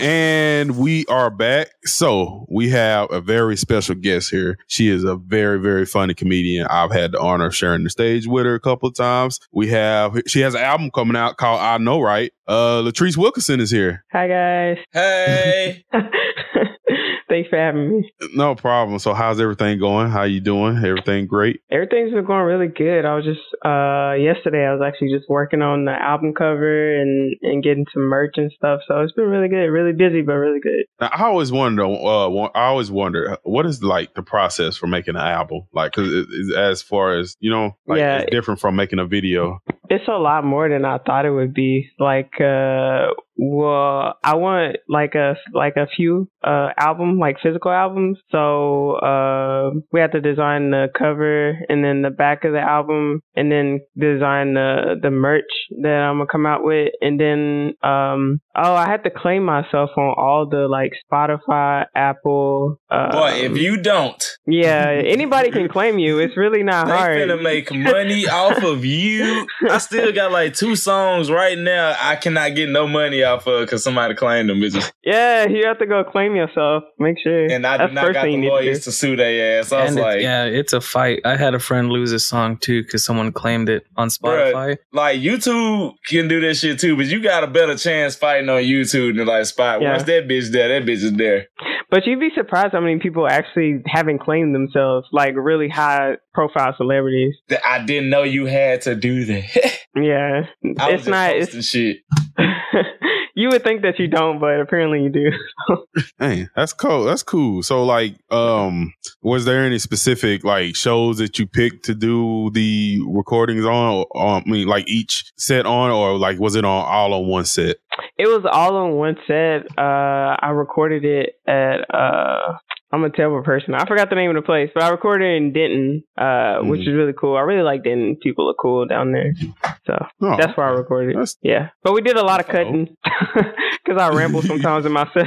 Speaker 3: And we are back. So we have a very special guest here. She is a very, very funny comedian. I've had the honor of sharing the stage with her a couple of times. We have she has an album coming out called I Know Right. Uh Latrice Wilkinson is here.
Speaker 12: Hi guys.
Speaker 4: Hey,
Speaker 12: Thanks for having me.
Speaker 3: No problem. So how's everything going? How you doing? Everything great?
Speaker 12: Everything's been going really good. I was just uh yesterday I was actually just working on the album cover and and getting some merch and stuff. So it's been really good. Really busy but really good.
Speaker 3: Now, I always wonder. Uh, wa- I always wonder what is like the process for making an album, like 'cause it, it- as far as you know, like
Speaker 12: Yeah.
Speaker 3: it's different from making a video.
Speaker 12: it's a lot more than I thought it would be. Like, uh, well, I want like a like a few uh album, like physical albums. So uh, we have to design the cover and then the back of the album, and then design the the merch that I'm gonna come out with, and then um, oh, I had to claim myself on all the like Spotify, Apple. Uh,
Speaker 4: Boy, if you don't,
Speaker 12: yeah, anybody can claim you. It's really not
Speaker 4: they
Speaker 12: hard.
Speaker 4: finna make money off of you. I still got like two songs right now. I cannot get no money off of because somebody claimed them. bitches.
Speaker 12: Yeah, you have to go claim yourself. Make sure.
Speaker 4: And I did not got the lawyers to sue their ass. I was
Speaker 5: And it's-
Speaker 4: like,
Speaker 5: yeah, it's a fight. I had a friend lose a song too because someone claimed it on Spotify.
Speaker 4: Bruh, like YouTube can do that shit too, but you got a better chance fighting on YouTube than like spot.
Speaker 12: Yeah.
Speaker 4: Once that bitch there, that bitch is there.
Speaker 12: But you'd be surprised how many people actually haven't claimed themselves, like really high profile celebrities.
Speaker 4: Th- I didn't know you had to do that.
Speaker 12: Yeah.
Speaker 4: I was
Speaker 12: it's not
Speaker 4: just posting shit.
Speaker 12: you would think that you don't, but apparently you do.
Speaker 3: Dang, that's cool. That's cool. So, like, um, was there any specific like shows that you picked to do the recordings on? Or, or, I mean, like each set on, or like was it on all on one set?
Speaker 12: It was all on one set. Uh, I recorded it at uh, I'm a terrible person. I forgot the name of the place, but I recorded it in Denton, uh, which
Speaker 4: Mm-hmm.
Speaker 12: is really cool. I really like Denton. People are cool down there, so
Speaker 4: Oh,
Speaker 12: that's where I recorded. it. Yeah, but we did a lot of cutting because I ramble sometimes in my set.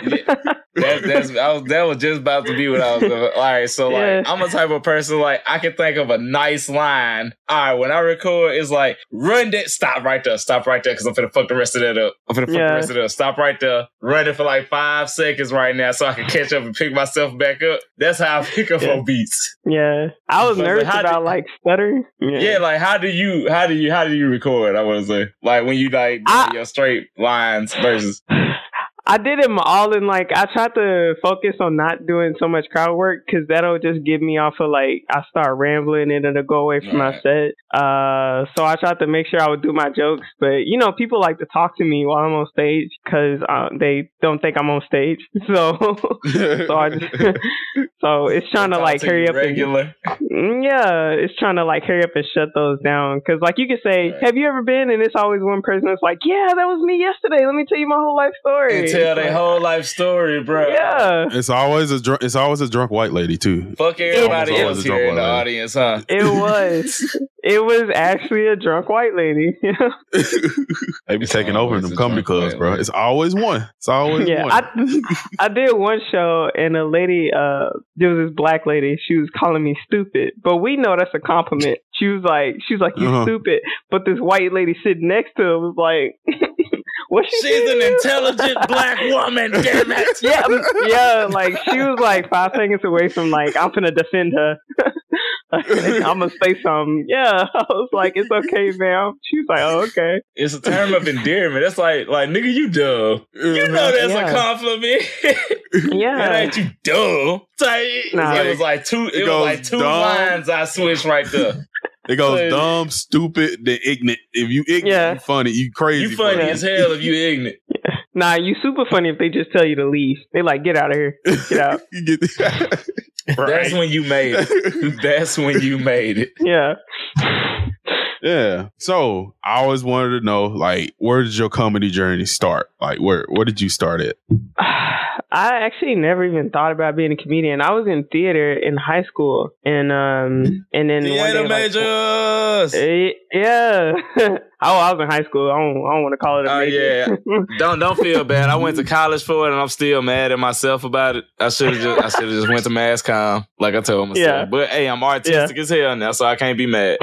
Speaker 4: That, that's I was, that was just about to be what I was. All right, so like
Speaker 12: Yeah.
Speaker 4: I'm a type of person like I can think of a nice line. All right, when I record, it's like run that. Stop right there. Stop right there because I'm finna fuck the rest of that up. I'm finna fuck
Speaker 12: Yeah.
Speaker 4: the rest of that. up. Stop right there. Run it for like five seconds right now so I can catch up and pick myself back up. That's how I pick up on beats.
Speaker 12: Yeah, I was
Speaker 4: But
Speaker 12: nervous
Speaker 4: how
Speaker 12: about like stuttering.
Speaker 4: Yeah. like how do you how do you how do you record? I want to say like when you like your straight lines versus.
Speaker 12: I did them all in like I tried to focus on not doing so much crowd work because that'll just get me off of like I start rambling and it'll go away from my set. Uh, so I tried to make sure I would do my jokes, but you know people like to talk to me while I'm on stage because uh, they don't think I'm on stage. So so I just so it's trying to like
Speaker 4: to
Speaker 12: hurry
Speaker 4: you
Speaker 12: up and
Speaker 4: regular.
Speaker 12: Mm, yeah, it's trying to like hurry up and shut those down. Cause like you could say, have you ever been? And it's always one person that's like, yeah, that was me yesterday. Let me tell you my whole life story.
Speaker 4: And tell their
Speaker 12: Like,
Speaker 4: whole life story, bro.
Speaker 12: Yeah.
Speaker 3: It's always a drunk. It's always a drunk white lady too.
Speaker 4: Fuck everybody
Speaker 3: Almost always
Speaker 4: else
Speaker 3: a drunk
Speaker 4: here in the
Speaker 3: white lady.
Speaker 4: audience, huh?
Speaker 12: It was. it was actually a drunk white lady.
Speaker 3: They be taking over in them comedy clubs, bro. It's always one. It's always
Speaker 12: yeah,
Speaker 3: one.
Speaker 12: I, I did one show and a lady, uh, there was this black lady. She was calling me stupid, but we know that's a compliment. She was like, she was like, you
Speaker 3: Uh-huh.
Speaker 12: stupid. But this white lady sitting next to her was like, what she
Speaker 4: She's an intelligent black woman, damn it.
Speaker 12: yeah, um, yeah, like she was like five seconds away from like I'm gonna defend her. I'm gonna say something. Yeah, I was like, it's okay, ma'am. She was like, oh, okay.
Speaker 4: It's a term of endearment. That's like, like nigga, you dumb. You know that's
Speaker 12: Yeah.
Speaker 4: a compliment.
Speaker 12: Yeah,
Speaker 4: That ain't you dumb. It's like- it-
Speaker 3: Nah.
Speaker 4: it was like two. It,
Speaker 3: It
Speaker 4: was
Speaker 3: goes
Speaker 4: like two
Speaker 3: dumb.
Speaker 4: lines I switched right there.
Speaker 3: It goes
Speaker 4: Crazy.
Speaker 3: dumb, stupid, then ignorant. If you ignorant, you funny, you crazy.
Speaker 4: You funny as hell if you ignorant.
Speaker 12: Nah, you super funny if they just tell you to leave. They like, get out of here. Get out.
Speaker 4: That's when you made it. That's when you made it.
Speaker 12: yeah.
Speaker 3: Yeah. So I always wanted to know, like, where did your comedy journey start? Like, where where did you start at?
Speaker 12: I actually never even thought about being a comedian. I was in theater in high school, and um, and then one day,
Speaker 4: Theater
Speaker 12: like,
Speaker 4: majors.
Speaker 12: Eh, yeah. oh, I was in high school. I don't, I don't want to call it a
Speaker 4: Oh yeah.
Speaker 12: major.
Speaker 4: Don't don't feel bad. I went to college for it, and I'm still mad at myself about it. I should have just I should have just went to MassCom, like I told myself.
Speaker 12: Yeah.
Speaker 4: But hey, I'm artistic as hell now, so I can't be mad.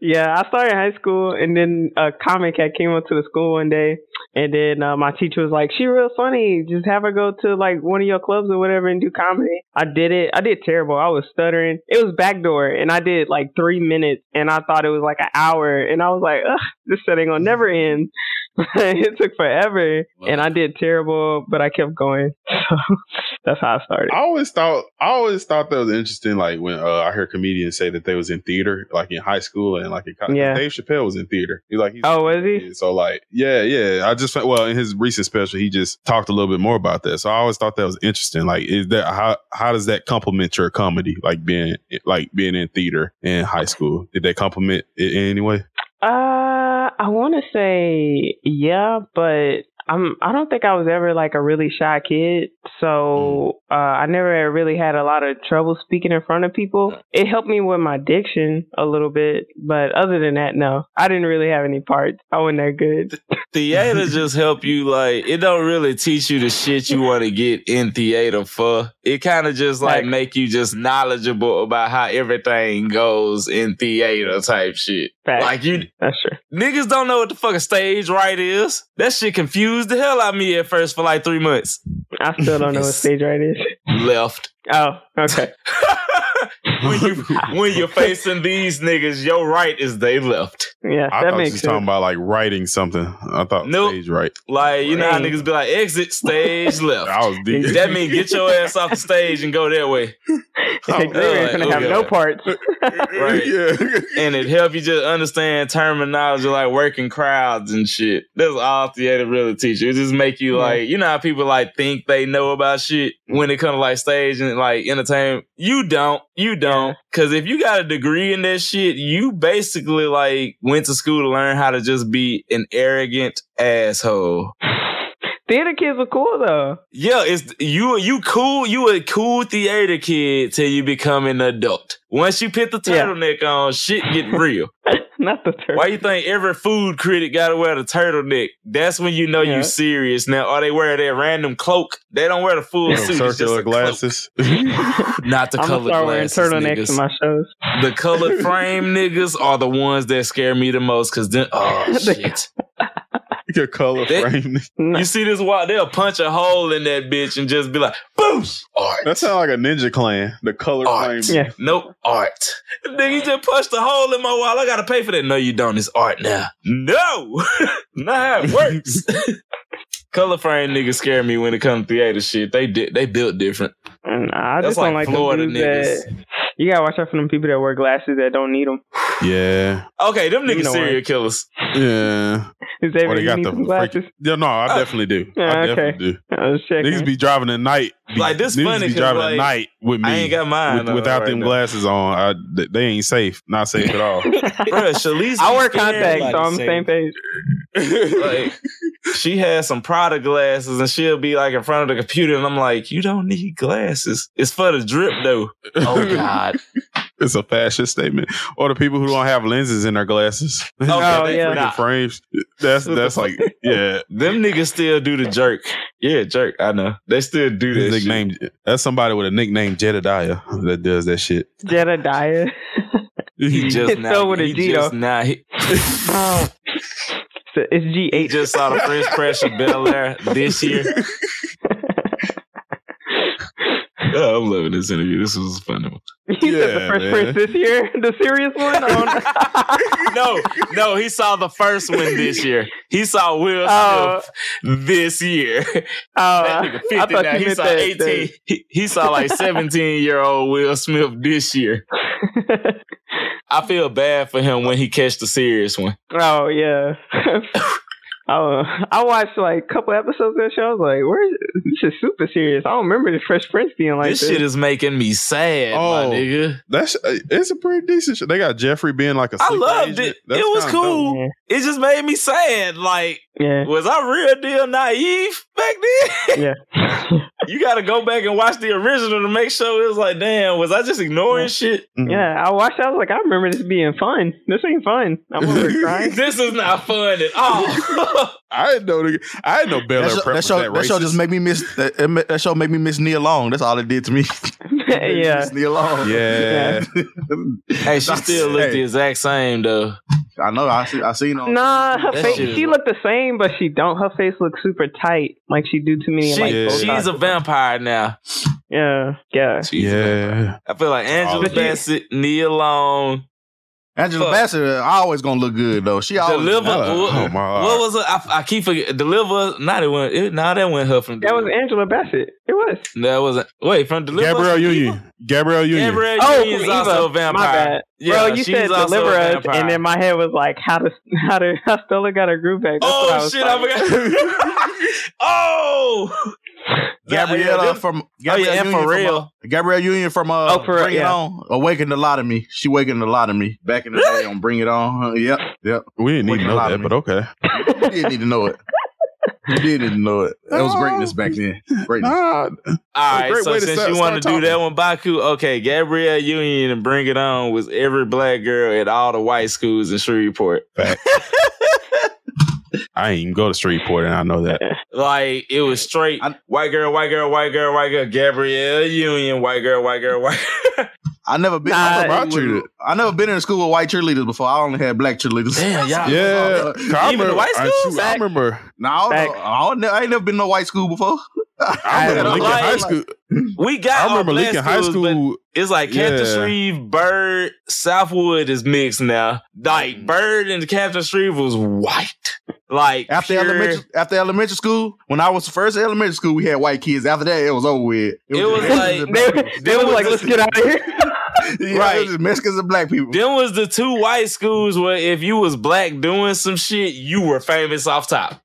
Speaker 12: Yeah, I started in high school, and then a comic had came up to the school one day, and then uh, my teacher was like, "She real funny. Just have her go to like one of your clubs or whatever and do comedy." I did it. I did terrible. I was stuttering. It was backdoor, and I did like three minutes, and I thought it was like an hour, and I was like, Ugh, "This shit ain't gonna never end." it took forever, and I did terrible, but I kept going. So that's how I started.
Speaker 3: I always thought I always thought that was interesting. Like when uh, I heard comedians say that they was in theater, like in high school and like in college.
Speaker 12: Yeah.
Speaker 3: Dave Chappelle was in theater. He's like, he's
Speaker 12: Oh, was he?
Speaker 3: So like, yeah, yeah. I just well in his recent special, he just talked a little bit more about that. So I always thought that was interesting. Like, is that how how does that complement your comedy? Like being like being in theater in high school, did they complement it in any way?
Speaker 12: Uh, I want to say yeah, but I'm I don't think I was ever like a really shy kid, so
Speaker 4: Mm.
Speaker 12: uh, I never really had a lot of trouble speaking in front of people. It helped me with my diction a little bit, but other than that, no, I didn't really have any parts. I wasn't that good.
Speaker 4: Theater just help you like it don't really teach you the shit you want to get in theater for. It kind of just like make you just knowledgeable about how everything goes in theater type shit. Like you
Speaker 12: That's true.
Speaker 4: niggas don't know what the fuck a stage right is. That shit confused the hell out of me at first for like three months.
Speaker 12: I still don't know what stage right is.
Speaker 4: Left.
Speaker 12: Oh, okay.
Speaker 4: when you when you're facing these niggas, your right is they left.
Speaker 12: Yeah,
Speaker 3: I thought you was talking about like writing something. I thought stage right.
Speaker 4: Like you know how niggas be like exit stage left.
Speaker 3: I was deep.
Speaker 4: That mean get your ass off the stage and go that way.
Speaker 12: Like,
Speaker 4: Oh,
Speaker 12: they ain't gonna have
Speaker 4: okay.
Speaker 12: no parts.
Speaker 4: Uh, right? and it help you just understand terminology like working crowds and shit. That's all theater really teach you. It just make you like, you know how people like think they know about shit when it comes to like stage and like entertainment. You don't. You don't. Cause if you got a degree in that shit, you basically like went to school to learn how to just be an arrogant asshole.
Speaker 12: Theater kids were cool though.
Speaker 4: Yeah, it's you. You cool. You a cool theater kid till you become an adult. Once you put the turtleneck on, shit get real.
Speaker 12: Not the turtle.
Speaker 4: Why you think every food critic got to wear the turtleneck? That's when you know
Speaker 3: Yeah.
Speaker 4: you serious. Now, are they wear that random cloak? They don't wear the full suit. It's just
Speaker 3: circular
Speaker 4: a cloak.
Speaker 3: glasses.
Speaker 4: Not the
Speaker 12: I'm gonna
Speaker 4: colored
Speaker 12: start wearing
Speaker 4: glasses,
Speaker 12: turtlenecks to
Speaker 4: niggas.
Speaker 12: my shows.
Speaker 4: The colored frame niggas are the ones that scare me the most because then oh shit.
Speaker 3: Your color frame.
Speaker 4: You see this wall? They'll punch a hole in that bitch and just be like, "Boosh!" Art.
Speaker 3: That sounds like a ninja clan. The color
Speaker 4: Art.
Speaker 3: frame.
Speaker 4: Nope. Art. Nigga, you just punched a hole in my wall. I gotta pay for that. No, you don't. It's art now. No, not how it works. Color frame niggas scare me when it comes to theater shit. They di- they built different.
Speaker 12: I
Speaker 4: That's
Speaker 12: just don't
Speaker 4: like
Speaker 12: like
Speaker 4: Florida
Speaker 12: them dudes
Speaker 4: niggas.
Speaker 12: That, you gotta watch out for them people that wear glasses that don't need them.
Speaker 3: Yeah.
Speaker 4: Okay, them niggas
Speaker 12: know
Speaker 4: serial
Speaker 12: what?
Speaker 4: killers.
Speaker 3: Yeah.
Speaker 12: Is that
Speaker 3: Or they
Speaker 12: you
Speaker 3: got
Speaker 12: need
Speaker 3: the
Speaker 12: some glasses?
Speaker 3: freaking- Yeah, no,
Speaker 4: Uh,
Speaker 3: I definitely do.
Speaker 12: Yeah,
Speaker 3: I
Speaker 12: okay.
Speaker 3: definitely do. Niggas
Speaker 12: checking.
Speaker 3: be driving at night. Be,
Speaker 4: Like, this
Speaker 3: niggas
Speaker 4: funny
Speaker 3: be
Speaker 4: 'cause,
Speaker 3: driving
Speaker 4: like,
Speaker 3: at night with me.
Speaker 4: I ain't got mine
Speaker 3: with-
Speaker 4: on
Speaker 3: without
Speaker 4: right
Speaker 3: them
Speaker 4: now.
Speaker 3: glasses on. I, th- they ain't safe. Not safe at all.
Speaker 4: Bruh, Shalice
Speaker 12: I wear
Speaker 4: be scared
Speaker 12: contacts,
Speaker 4: like
Speaker 12: so I'm
Speaker 4: the
Speaker 12: um, same page.
Speaker 4: like she has some Prada glasses and she'll be like in front of the computer and I'm like, you don't need glasses. It's for the drip though. Oh God.
Speaker 3: it's a fashion statement. Or the people who don't have lenses in their glasses.
Speaker 4: Okay,
Speaker 12: Oh,
Speaker 3: Nah,
Speaker 4: they-
Speaker 3: freaking
Speaker 4: nah.
Speaker 3: frames. That's that's like yeah.
Speaker 4: Them niggas still do the jerk. Yeah, jerk. I know. They still do
Speaker 3: that. Nickname. That's somebody with a nickname Jedediah that does that shit.
Speaker 12: Jedediah.
Speaker 4: He just
Speaker 12: It's so
Speaker 4: now.
Speaker 12: with a
Speaker 4: he
Speaker 12: G,
Speaker 4: just
Speaker 12: though.
Speaker 4: now. He,
Speaker 12: it's G
Speaker 4: eight. He just saw the French Press of Bel Air this year. Oh, I'm loving this interview. This was a funny one.
Speaker 12: You said the first prince this year, the serious one. On,
Speaker 4: no, no, he saw the first one this year. He saw Will
Speaker 12: Oh.
Speaker 4: Smith this year.
Speaker 12: Oh,
Speaker 4: that nigga 50
Speaker 12: I thought
Speaker 4: now.
Speaker 12: you
Speaker 4: He
Speaker 12: meant
Speaker 4: saw
Speaker 12: that-
Speaker 4: 18.
Speaker 12: that-
Speaker 4: He, he saw like 17 year old Will Smith this year. I feel bad for him when he catch the serious one.
Speaker 12: oh yeah. Oh, I watched like a couple episodes of the show. I was like, "Where is this? Is super serious." I don't remember the Fresh Prince being like
Speaker 4: This shit is making me sad,
Speaker 3: Oh,
Speaker 4: my nigga.
Speaker 3: That's uh, it's a pretty decent show. They got Jeffrey being like a
Speaker 4: I
Speaker 3: sleeper
Speaker 4: loved
Speaker 3: agent.
Speaker 4: it.
Speaker 3: That's
Speaker 4: it was
Speaker 3: kinda dope.
Speaker 4: cool. It just made me sad. Like,
Speaker 12: Yeah.
Speaker 4: was I real deal naive back then?
Speaker 12: Yeah.
Speaker 4: you got to go back and watch the original to make sure it was like, damn, was I just ignoring shit?
Speaker 12: Yeah, I watched. it, I was like, I remember this being fun. This ain't fun. I'm over here crying.
Speaker 4: this is not fun at all.
Speaker 3: I didn't know. The, I didn't know Bel Air
Speaker 8: That show,
Speaker 3: prep
Speaker 8: that,
Speaker 3: was
Speaker 8: show,
Speaker 3: that
Speaker 8: that show
Speaker 3: racist.
Speaker 8: just made me miss. That, it ma- that show made me miss Nia Long. That's all it did to me.
Speaker 12: yeah,
Speaker 8: miss Nia Long.
Speaker 3: Yeah.
Speaker 4: hey, she still looked the exact same though.
Speaker 8: I know. I see. I seen on.
Speaker 12: Nah, her
Speaker 8: That
Speaker 12: face.
Speaker 8: shit is-
Speaker 12: She looked the same, but she don't. Her face looks super tight, like she do to me.
Speaker 4: She,
Speaker 12: like,
Speaker 4: she's a
Speaker 12: Botox.
Speaker 4: vampire now.
Speaker 12: yeah, yeah.
Speaker 3: yeah.
Speaker 4: I feel like Angela
Speaker 8: But you-
Speaker 4: Bassett, Nia Long,
Speaker 8: Angela Bassett uh, always gonna look good though. She always
Speaker 4: Deliver.
Speaker 8: Oh,
Speaker 4: what,
Speaker 8: my.
Speaker 4: what was it? I, I keep forgetting. Deliver. Not it went. It, nah, that went her from.
Speaker 12: That was Angela Bassett. It was.
Speaker 4: That was wait from Deliver.
Speaker 3: Gabrielle Union. Gabrielle Union.
Speaker 4: Gabrielle
Speaker 12: Oh,
Speaker 4: Union is
Speaker 12: Eva.
Speaker 4: also a
Speaker 12: My
Speaker 4: vampire.
Speaker 12: bad.
Speaker 4: Yeah,
Speaker 12: Bro, you
Speaker 4: she's
Speaker 12: said
Speaker 4: also
Speaker 12: deliver
Speaker 4: a
Speaker 12: us,
Speaker 4: vampire.
Speaker 12: and then my head was like, how to, how to, how Stella got her groove back. That's what I
Speaker 4: oh
Speaker 12: was
Speaker 4: shit!
Speaker 12: like.
Speaker 4: I forgot. oh,
Speaker 2: Gabriella from Gabrielle
Speaker 4: and
Speaker 2: oh, Union
Speaker 4: for
Speaker 2: from,
Speaker 4: real.
Speaker 2: uh, Gabrielle Union from uh,
Speaker 4: Oh, for real,
Speaker 2: Bring It
Speaker 4: yeah.
Speaker 2: On awakened a lot of me. She wakened a lot of me back in the day on Bring It On. Uh, yep, yep.
Speaker 3: We didn't need to know that, but okay.
Speaker 2: You did need to know it. You did need to know it. That was greatness back then. Greatness.
Speaker 4: All
Speaker 2: Great
Speaker 4: right, so
Speaker 2: way to
Speaker 4: since
Speaker 2: start-
Speaker 4: you want to
Speaker 2: start
Speaker 4: do that one, Baku, okay, Gabrielle Union and Bring It On was every black girl at all the white schools in Shreveport.
Speaker 3: I ain't even go to Streetport, and I know that.
Speaker 4: Like it was straight white girl, white girl, white girl, white girl, Gabrielle Union, white girl, white girl, white.
Speaker 2: I never been.
Speaker 4: Nah,
Speaker 2: I,
Speaker 4: I treated
Speaker 2: never,
Speaker 4: it.
Speaker 2: I never been in a school with white cheerleaders before. I only had black cheerleaders.
Speaker 4: Damn, y'all-
Speaker 3: Yeah. I
Speaker 2: Even the
Speaker 3: remember-
Speaker 2: white
Speaker 3: I-
Speaker 2: schools?
Speaker 3: I remember.
Speaker 2: No, I,
Speaker 3: Back.
Speaker 2: don't know. I, don't, know. I ain't never been to no white school before.
Speaker 3: I remember Lincoln High School.
Speaker 4: We got.
Speaker 3: I remember
Speaker 4: our black
Speaker 3: Lincoln High
Speaker 4: schools, but
Speaker 3: School.
Speaker 4: It's like Captain Shreve, Bird, Southwood is mixed now.
Speaker 3: Mm.
Speaker 4: Like Bird and Captain Shreve was white. Like
Speaker 2: After
Speaker 4: pure-
Speaker 2: elementary, after elementary school, when I was first in elementary school, we had white kids. After that, it was over with.
Speaker 4: It was like-
Speaker 2: they was like, let's get out of here.
Speaker 4: right.
Speaker 2: Mexicans and black people.
Speaker 4: Them was the two white schools where if you was black doing some shit, you were famous off top.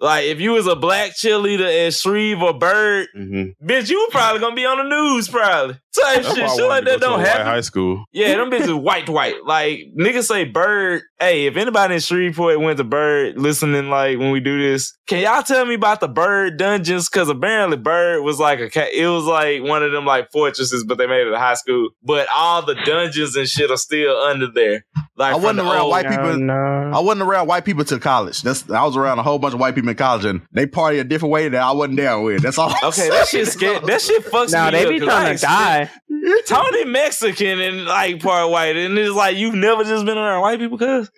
Speaker 4: like if you was a black cheerleader at Shreve or Bird, bitch, you were probably gonna be on the news probably.
Speaker 3: Mm-hmm.
Speaker 4: Type
Speaker 3: That's why
Speaker 4: shit,
Speaker 3: I
Speaker 4: shit
Speaker 3: wanted
Speaker 4: like
Speaker 3: to go to
Speaker 4: that
Speaker 3: a
Speaker 4: don't
Speaker 3: white
Speaker 4: happen.
Speaker 3: High school.
Speaker 4: Yeah, them bitches white white. Like niggas say bird. Hey, if anybody in Shreveport went to bird listening, like when we do this, can y'all tell me about the bird dungeons? Cause apparently bird was like a cat. It was like one of them like fortresses, but they made it a high school. But all the dungeons and shit are still under there. Like
Speaker 2: I wasn't
Speaker 4: from the
Speaker 2: around
Speaker 4: old-
Speaker 2: white people. I wasn't around white people till college. That's I was around a whole bunch of white people in college, and they party a different way that I wasn't down with. That's all. I'm
Speaker 4: Okay, that
Speaker 2: saying.
Speaker 4: shit scared. That shit fucks
Speaker 2: Nah,
Speaker 4: me
Speaker 2: they
Speaker 4: up
Speaker 2: be
Speaker 4: 'cause
Speaker 2: trying
Speaker 4: I
Speaker 2: to
Speaker 4: expect- Tony Mexican and like part white, and it's like you've never just been around white people, cuz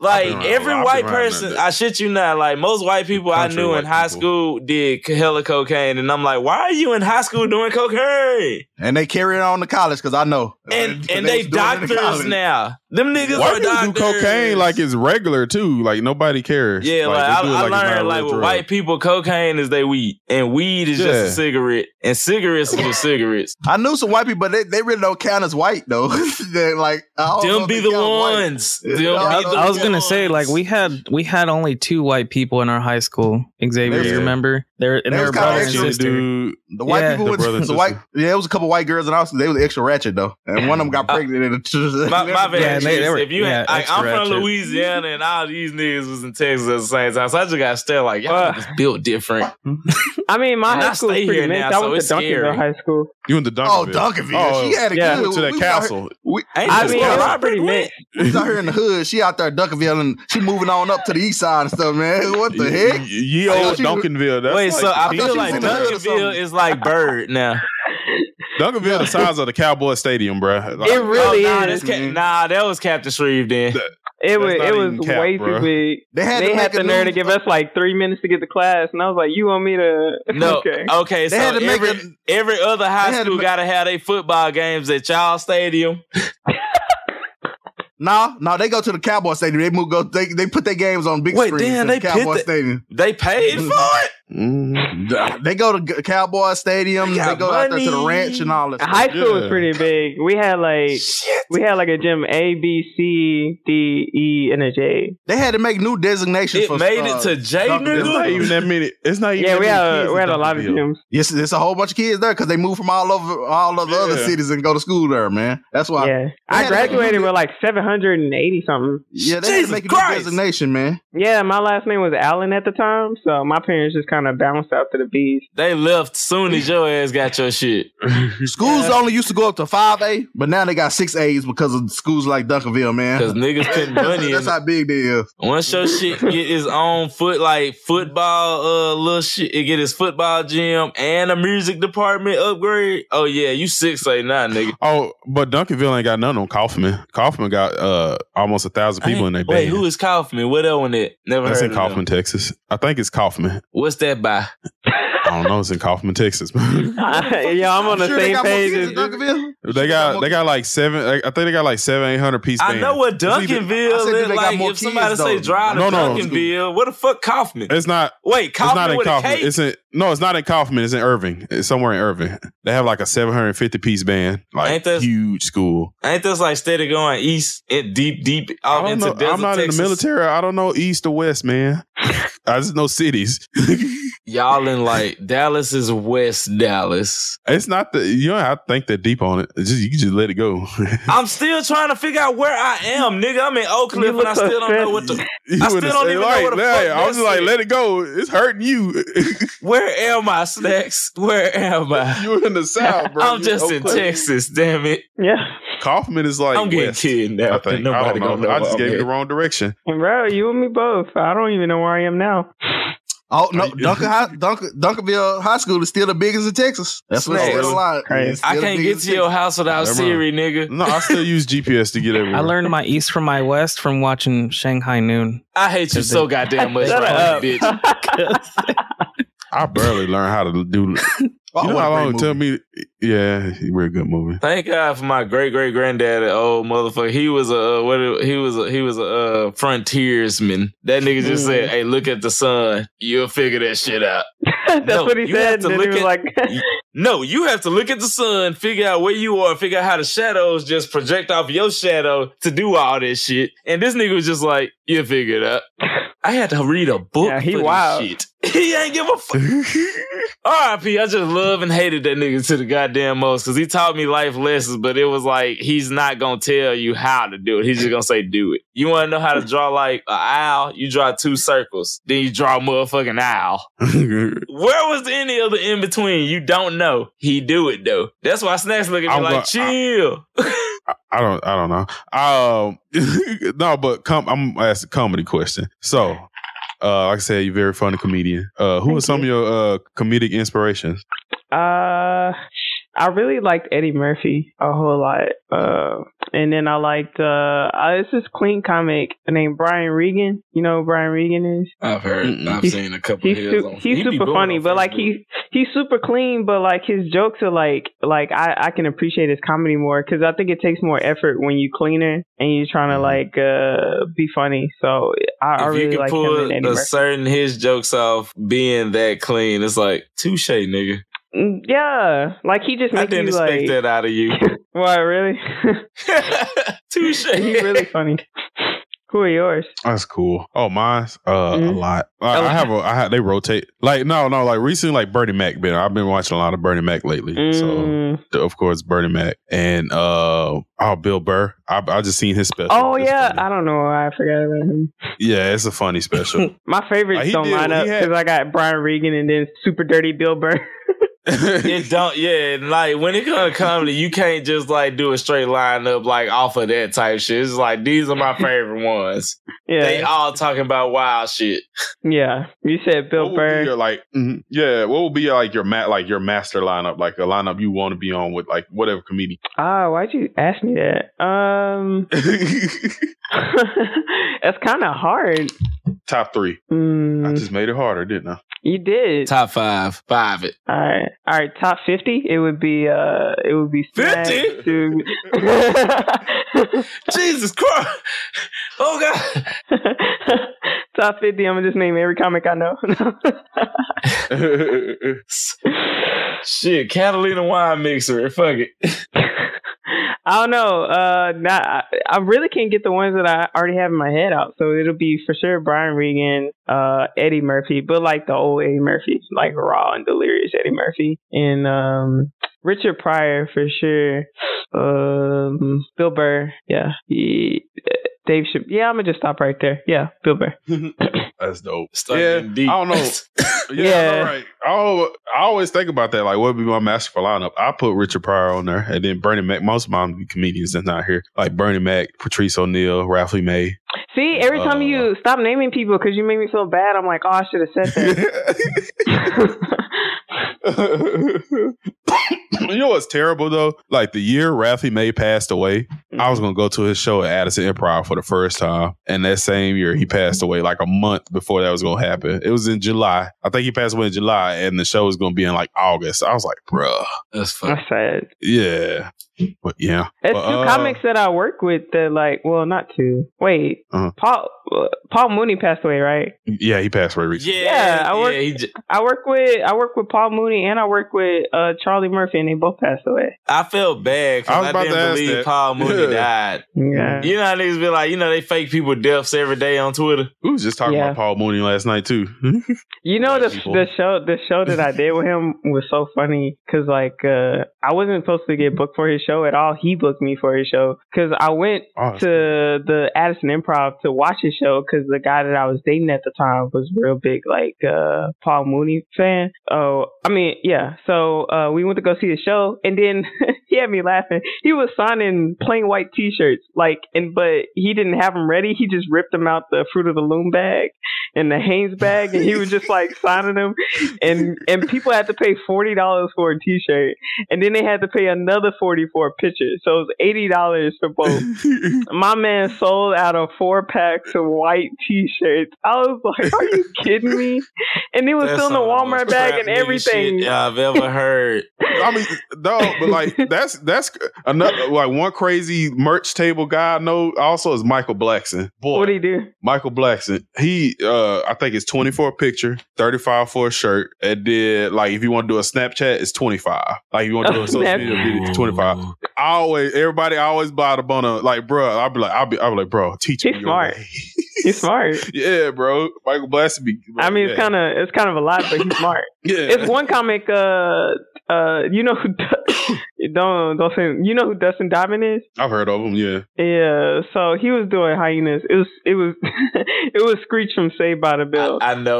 Speaker 4: like
Speaker 3: around-
Speaker 4: every
Speaker 3: I've been
Speaker 4: white
Speaker 3: around
Speaker 4: person, I shit you not, like most white people I
Speaker 3: Country
Speaker 4: knew
Speaker 3: white
Speaker 4: in high school did hella cocaine, and I'm like, why are you in high school doing cocaine?
Speaker 2: And they carry it on to college because I know.
Speaker 4: And
Speaker 2: they
Speaker 4: and they
Speaker 2: was doing it in
Speaker 4: doctors
Speaker 2: college.
Speaker 4: now. Them niggas
Speaker 3: White
Speaker 4: are
Speaker 3: people do
Speaker 4: doctors.
Speaker 3: cocaine like it's regular too. Like nobody cares.
Speaker 4: Yeah, like,
Speaker 3: they do it it's
Speaker 4: I, I
Speaker 3: not a
Speaker 4: learned
Speaker 3: real
Speaker 4: like with
Speaker 3: drug.
Speaker 4: white people, cocaine is they weed, and weed is just
Speaker 3: Yeah.
Speaker 4: a cigarette, and cigarettes are just cigarettes.
Speaker 2: I knew some white people, but they, they really don't count as white though. They're like, I don't know
Speaker 4: Them
Speaker 2: if
Speaker 4: be
Speaker 2: they
Speaker 4: the
Speaker 2: count white.
Speaker 4: ones. Them
Speaker 2: No, I
Speaker 4: be
Speaker 2: don't
Speaker 4: the
Speaker 5: I was gonna say like we had we had only two white people in our high school. Xavier,
Speaker 2: Yeah.
Speaker 5: you remember? They're and
Speaker 2: They
Speaker 5: they
Speaker 2: was
Speaker 5: were
Speaker 2: kinda
Speaker 5: brother and
Speaker 2: extra with
Speaker 5: sister.
Speaker 2: The white
Speaker 5: Yeah.
Speaker 2: people,
Speaker 5: The
Speaker 2: was,
Speaker 5: brother and
Speaker 2: the
Speaker 5: sister.
Speaker 2: white, yeah, it was a couple white girls in our school. They was extra ratchet though, and one of them got pregnant. in the,
Speaker 4: My, my bad.
Speaker 2: Yeah, they- they
Speaker 4: Chris.
Speaker 2: were-
Speaker 4: if you
Speaker 2: yeah,
Speaker 4: had, like, I'm
Speaker 2: extra
Speaker 4: from
Speaker 2: ratchet.
Speaker 4: Louisiana and all these niggas was in Texas at the same time, so I just got stared like, y'all niggas built different.
Speaker 12: I mean, my
Speaker 4: And I
Speaker 12: high school
Speaker 4: stay
Speaker 12: was
Speaker 4: here
Speaker 12: pretty mixed.
Speaker 4: now,
Speaker 12: I
Speaker 4: so
Speaker 12: went
Speaker 4: it's
Speaker 12: to Duncanville
Speaker 4: scary.
Speaker 12: High School.
Speaker 3: You in the Duncanville?
Speaker 2: Oh, Duncanville. She had a
Speaker 12: Yeah.
Speaker 2: good.
Speaker 3: to that
Speaker 2: we was out
Speaker 3: castle.
Speaker 2: here- We,
Speaker 4: Ain't
Speaker 2: I
Speaker 4: this
Speaker 2: mean,
Speaker 4: where
Speaker 2: I was
Speaker 4: Robert
Speaker 2: pretty
Speaker 4: went?
Speaker 2: we was out here in the hood. She out there in Duncanville, and she moving on up to the east side and stuff, man. What the heck?
Speaker 3: Ye
Speaker 2: I
Speaker 3: old
Speaker 2: thought she was-
Speaker 3: Duncanville. That's
Speaker 4: Wait,
Speaker 3: like
Speaker 4: so
Speaker 3: the
Speaker 4: I
Speaker 3: peak
Speaker 4: feel
Speaker 3: of
Speaker 4: like
Speaker 3: Duncanville.
Speaker 4: Duncanville is like Bird now.
Speaker 3: Duncanville the size of the Cowboy Stadium, bruh. Like,
Speaker 4: Oh, nah, that's Cap- nah, that was Captain Shreve then.
Speaker 12: It was
Speaker 3: not
Speaker 12: it
Speaker 3: even
Speaker 12: was
Speaker 3: cap,
Speaker 12: way
Speaker 3: bruh.
Speaker 12: too big.
Speaker 2: They
Speaker 12: They
Speaker 2: had
Speaker 12: had,
Speaker 2: to make
Speaker 12: the
Speaker 2: a
Speaker 12: nerve
Speaker 2: new-
Speaker 12: to give us like three minutes to get to class, and I was like, "You want me to?"
Speaker 4: No, okay.
Speaker 12: okay.
Speaker 4: so every, every other high school gotta have their football games at y'all stadium.
Speaker 2: No, no, they go to the Cowboy Stadium. They move go. They, they put their games on big
Speaker 4: Wait,
Speaker 2: screens
Speaker 4: damn,
Speaker 2: at
Speaker 4: they
Speaker 2: the Cowboy
Speaker 4: pit the-
Speaker 2: Stadium. Mm-hmm.
Speaker 4: They paid for it.
Speaker 2: They go to G- Cowboy Stadium. They,
Speaker 12: got
Speaker 2: go out there to the
Speaker 12: money.
Speaker 2: ranch and all that.
Speaker 12: High
Speaker 2: stuff.
Speaker 12: school was pretty big. We had like we had like a gym A B C D E and a J.
Speaker 2: They had to make new designations.
Speaker 12: It
Speaker 2: for, uh,
Speaker 12: made it to J, nigga?
Speaker 3: It's not even that many. It's not even.
Speaker 12: Yeah,
Speaker 3: that
Speaker 12: we
Speaker 3: many
Speaker 12: had-
Speaker 3: kids
Speaker 12: we
Speaker 3: in
Speaker 12: had a lot of
Speaker 3: Duncanville.
Speaker 12: gyms.
Speaker 2: Yes, there's a whole bunch of kids there because they move from all over all of the other
Speaker 12: Yeah.
Speaker 2: cities and go to school there, man. That's why.
Speaker 12: Yeah, I graduated with like seven hundred and eighty something.
Speaker 2: Yeah, they had to make a new designation, man.
Speaker 12: Yeah, my last name was Allen at the time, so my parents just kind of bounced out to the B's.
Speaker 4: They left soon as your ass got your shit.
Speaker 2: Schools only used to go up to five A, but now they got six A's because of schools like Duncanville, man.
Speaker 4: Because niggas couldn't money.
Speaker 2: That's how big they is.
Speaker 4: Once your shit get his own foot, like football, uh, little shit, it get his football gym and a music department upgrade. Oh yeah, you six eight nine, nigga.
Speaker 3: Oh, but Duncanville ain't got none on Kaufman. Kaufman got uh almost a thousand people in their
Speaker 4: Wait,
Speaker 3: band.
Speaker 4: who is Kaufman? What that one at? Never
Speaker 3: That's
Speaker 4: heard
Speaker 3: in
Speaker 4: of
Speaker 3: Kaufman,
Speaker 4: them.
Speaker 3: Texas. I think it's Kaufman.
Speaker 4: What's that by?
Speaker 3: I don't know. It's in Kaufman, Texas.
Speaker 12: yeah, I'm on the
Speaker 2: Sure they
Speaker 12: same
Speaker 2: got more
Speaker 12: page.
Speaker 2: kids
Speaker 12: As,
Speaker 2: in Duncanville?
Speaker 3: They got they got like seven. I think they got like seven eight hundred piece.
Speaker 4: I
Speaker 3: band.
Speaker 4: know what
Speaker 3: It's either-
Speaker 2: I
Speaker 4: Duncanville
Speaker 2: said, do
Speaker 4: is.
Speaker 2: they got
Speaker 4: Like
Speaker 2: more
Speaker 4: if somebody
Speaker 2: kids,
Speaker 4: say
Speaker 2: though?
Speaker 4: drive to
Speaker 3: No, no.
Speaker 4: Duncanville, what the fuck Kaufman?
Speaker 3: It's not.
Speaker 4: Wait,
Speaker 3: It's not
Speaker 4: Kaufman
Speaker 3: in
Speaker 4: with a
Speaker 3: Kaufman.
Speaker 4: K.
Speaker 3: It's in no. It's not in Kaufman. It's in Irving. It's somewhere in Irving. They have like a seven hundred fifty piece band. Like
Speaker 4: Ain't this-
Speaker 3: huge school.
Speaker 4: Ain't this like steady going east and deep, deep
Speaker 3: I
Speaker 4: out
Speaker 3: don't
Speaker 4: into
Speaker 3: know.
Speaker 4: desert
Speaker 3: I'm not
Speaker 4: Texas?
Speaker 3: in the military. I don't know east or west, man. I just know cities.
Speaker 4: Y'all in like Dallas is West Dallas.
Speaker 3: It's not the you don't have to think that deep on it. It's just you can just let it go.
Speaker 4: I'm still trying to figure out where I am, nigga. I'm in Oak Cliff and I still don't know what the.
Speaker 3: You
Speaker 4: I still
Speaker 3: would've
Speaker 4: don't
Speaker 3: said,
Speaker 4: even know
Speaker 3: like,
Speaker 4: what the
Speaker 3: like,
Speaker 4: fuck.
Speaker 3: I was just like, let it go. It's hurting you.
Speaker 4: Where am I, Snacks? Where am I?
Speaker 3: You in the South, bro.
Speaker 4: I'm
Speaker 3: You
Speaker 4: just
Speaker 3: Oak
Speaker 4: in
Speaker 3: Cliff.
Speaker 4: Texas. Damn it.
Speaker 12: Yeah.
Speaker 3: Kaufman is like
Speaker 4: I'm getting
Speaker 3: west,
Speaker 4: kidnapped
Speaker 3: I think
Speaker 4: and nobody
Speaker 3: I, don't
Speaker 4: gonna
Speaker 3: know.
Speaker 4: know
Speaker 3: I just
Speaker 4: I'm
Speaker 3: gave you the
Speaker 4: here.
Speaker 3: wrong direction.
Speaker 12: Bro, you and me both. I don't even know where I am now.
Speaker 2: Oh no, Duncan High, Duncan, Duncanville High School is still the biggest in Texas. That's what's
Speaker 4: Snacks.
Speaker 2: still alive. It's
Speaker 4: I
Speaker 2: still the
Speaker 4: can't get
Speaker 2: biggest
Speaker 4: to your house without
Speaker 3: Never mind.
Speaker 4: Siri, nigga.
Speaker 3: No, I still use GPS to get everywhere.
Speaker 5: I learned my east from my west from watching Shanghai Noon.
Speaker 4: I hate you so goddamn much,
Speaker 5: Shut
Speaker 4: bro,
Speaker 5: up.
Speaker 4: bitch.
Speaker 3: I barely learned how to do. You know how long it took me? Yeah, we're a good movie.
Speaker 4: Thank God for my great great granddad, old motherfucker. He was a uh, what? it- He was a, he was a uh, frontiersman. That nigga
Speaker 5: Mm.
Speaker 4: just said, "Hey, look at the sun. You'll figure that shit out."
Speaker 12: That's what he
Speaker 4: you
Speaker 12: said.
Speaker 4: have to
Speaker 12: Then he
Speaker 4: look
Speaker 12: was
Speaker 4: at-
Speaker 12: like,
Speaker 4: No, you have to look at the sun, figure out where you are, figure out how the shadows just project off your shadow to do all this shit. And this nigga was just like, "You'll figure it out." I had to read a book
Speaker 12: Yeah, he
Speaker 4: for this
Speaker 12: wild.
Speaker 4: shit. He ain't give a fuck. R.I.P. I just love and hated that nigga to the goddamn most because he taught me life lessons, but it was like he's not gonna tell you how to do it. He's just gonna say do it. You want to know how to draw like an owl? You draw two circles, then you draw a motherfucking owl. Where was any other in between? You don't know. He do it though. That's why Snacks look at me
Speaker 3: I'm
Speaker 4: like chill.
Speaker 3: I don't. I don't know. Um, no, but com- I'm gonna ask a comedy question. So, uh, like I said, you're a very funny comedian. Uh, who are some of your uh, comedic inspirations?
Speaker 12: uh, I really liked Eddie Murphy a whole lot. Uh, and then I liked uh, uh, it's this clean comic named Brian Regan. You know who Brian Regan is?
Speaker 4: I've heard. I've
Speaker 12: He's-
Speaker 4: seen a couple
Speaker 12: He's
Speaker 4: of his.
Speaker 12: su- he's super funny, but like he he's super clean, but like his jokes are like like I I can appreciate his comedy more because I think it takes more effort when you cleaner and you're trying to like uh be funny. So I, I
Speaker 4: Mm-hmm. if you
Speaker 12: really
Speaker 4: can
Speaker 12: like him
Speaker 4: pull
Speaker 12: and Eddie
Speaker 4: a
Speaker 12: Murphy.
Speaker 4: certain his jokes off being that clean, it's like touche, nigga.
Speaker 12: Mm, Yeah, like he just
Speaker 4: I
Speaker 12: makes
Speaker 4: didn't
Speaker 12: you
Speaker 4: expect
Speaker 12: like
Speaker 4: that out of you.
Speaker 12: why really
Speaker 4: touche.
Speaker 12: he's really funny. Who are yours?
Speaker 3: That's cool. Oh, mine's uh,
Speaker 12: Mm-hmm.
Speaker 3: a lot. I,
Speaker 12: A
Speaker 3: I
Speaker 12: lot.
Speaker 3: have. A, I have. They rotate. Like no, no. Like recently, like Bernie Mac. Been. I've been watching a lot of Bernie Mac lately.
Speaker 12: Mm.
Speaker 3: So th- of course, Bernie Mac and uh, oh, Bill Burr. I, I just seen his special.
Speaker 12: Oh yeah, I don't know. why I forgot about him.
Speaker 3: Yeah, it's a funny special.
Speaker 12: My favorites
Speaker 3: Like, Oh, he
Speaker 12: don't
Speaker 3: did-
Speaker 12: line
Speaker 3: he
Speaker 12: up
Speaker 3: had-
Speaker 12: because I got Brian Regan and then Super Dirty Bill Burr.
Speaker 4: it don't yeah like when it comes to comedy you can't just like do a straight line up like off of that type shit it's like these are my favorite ones
Speaker 12: Yeah.
Speaker 4: they all talking about wild shit
Speaker 12: yeah, you said Bill Burr.
Speaker 3: your like mhm. yeah what would be like your mat like your master lineup like a lineup you want to be on with like whatever comedian
Speaker 12: Ah, why'd you ask me that? Um, that's kind of hard. Mm.
Speaker 3: top three
Speaker 12: i
Speaker 3: just made it harder didn't i
Speaker 12: You did
Speaker 4: top five, five it.
Speaker 12: All right, all right. Top fifty, it would be uh, it would be fifty.
Speaker 4: Jesus Christ! Oh God!
Speaker 12: Top fifty. I'm gonna just name every comic I know.
Speaker 4: shit catalina wine mixer fuck it
Speaker 12: I don't know. Uh, not, I, I really can't get the ones that I already have in my head out. So it'll be for sure Brian Regan, uh, Eddie Murphy, but like the old Eddie Murphy, like raw and delirious Eddie Murphy, and um, Richard Pryor for sure. Um, Bill Burr, yeah, he, Dave. Chapp- yeah, I'm gonna just stop right there. Yeah, Bill Burr.
Speaker 3: that's dope
Speaker 4: yeah
Speaker 3: i don't know yeah, I know, right I, al- I always think about that like what would be my master lineup i put richard pryor on there and then bernie mac most of my comedians that's not here like bernie mac patrice o'neill ralphie may
Speaker 12: See, every time you stop naming people because you make me feel bad, I'm like, oh, I should have said that.
Speaker 3: you know what's terrible though? Like the year Ralphie May passed away, I was gonna go to his show at Addison Improv for the first time, and that same year he passed away, like a month before that was gonna happen. It was in July. I think he passed away in July, and the show was gonna be in like August. I was like, bruh,
Speaker 4: that's
Speaker 12: sad.
Speaker 3: Yeah, But yeah,
Speaker 12: It's
Speaker 3: But,
Speaker 12: two
Speaker 3: uh,
Speaker 12: comics that I work with that like, well, not two. Wait,
Speaker 3: Uh-huh.
Speaker 12: Paul uh, Paul Mooney passed away, right?
Speaker 3: Yeah, he passed away recently.
Speaker 12: Yeah, I work. I work with I work with Paul Mooney and I work with uh, Charlie Murphy, and they both passed away.
Speaker 4: I felt bad
Speaker 12: I
Speaker 4: because
Speaker 12: was
Speaker 4: I,
Speaker 12: about to
Speaker 4: didn't
Speaker 12: ask
Speaker 4: believe
Speaker 12: that.
Speaker 4: Paul Mooney died.
Speaker 12: Yeah.
Speaker 4: You know how niggas be like, you know, they fake people deaths every day on Twitter.
Speaker 3: We was just talking
Speaker 12: Yeah.
Speaker 3: about Paul Mooney last night too.
Speaker 12: You know the the show the show that I did with him was so funny because like uh, I wasn't supposed to get booked for his show at all. He booked me for his show because I went
Speaker 3: Oh,
Speaker 12: to the Addison Improv to watch his show because the guy that I was dating at the time was real big like uh, Paul Mooney fan. Oh, I mean yeah. So uh, we went to go see his show and then he had me laughing. He was signing plain white T-shirts like and but he didn't have them ready. He just ripped them out the fruit of the loom bag and the Hanes bag, and he was just like signing them, and and people had to pay forty dollars for a T-shirt, and then they had to pay another forty for a picture, so it was eighty dollars for both. My man sold out of four packs of white T-shirts. I was like, "Are you kidding me?" And it was
Speaker 4: That's
Speaker 12: still in the
Speaker 4: some of the most
Speaker 12: Walmart bag
Speaker 4: crap
Speaker 12: and
Speaker 4: nigga
Speaker 12: everything.
Speaker 4: shit I've ever heard.
Speaker 3: I mean, dog, but like that's that's another like one crazy merch table guy I know also is Michael Blackson. Boy, what
Speaker 12: do you do?
Speaker 3: Michael Blackson. He uh I think it's 20 for a picture, 35 for a shirt, and then like if you want to do a Snapchat, it's 25. Like if you want to do
Speaker 12: Oh,
Speaker 3: a social media
Speaker 12: Snapchat.
Speaker 3: video, it's 25. I always everybody always buy the bono. Like, bro, I'll be like, I'll be I'll be like, bro, teach me.
Speaker 12: He's smart. He's smart.
Speaker 3: Yeah, bro. Michael Blackson be
Speaker 12: I mean, it's
Speaker 3: yeah.
Speaker 12: kind of it's kind of a lot, but he's smart.
Speaker 3: Yeah.
Speaker 12: It's one comic. Uh, uh, you know who? don't don't say. You know who Dustin Diamond is?
Speaker 3: I've heard of him, yeah.
Speaker 12: Yeah, so he was doing hyenas. It was it was it was Screech from Saved by the Bell.
Speaker 4: I know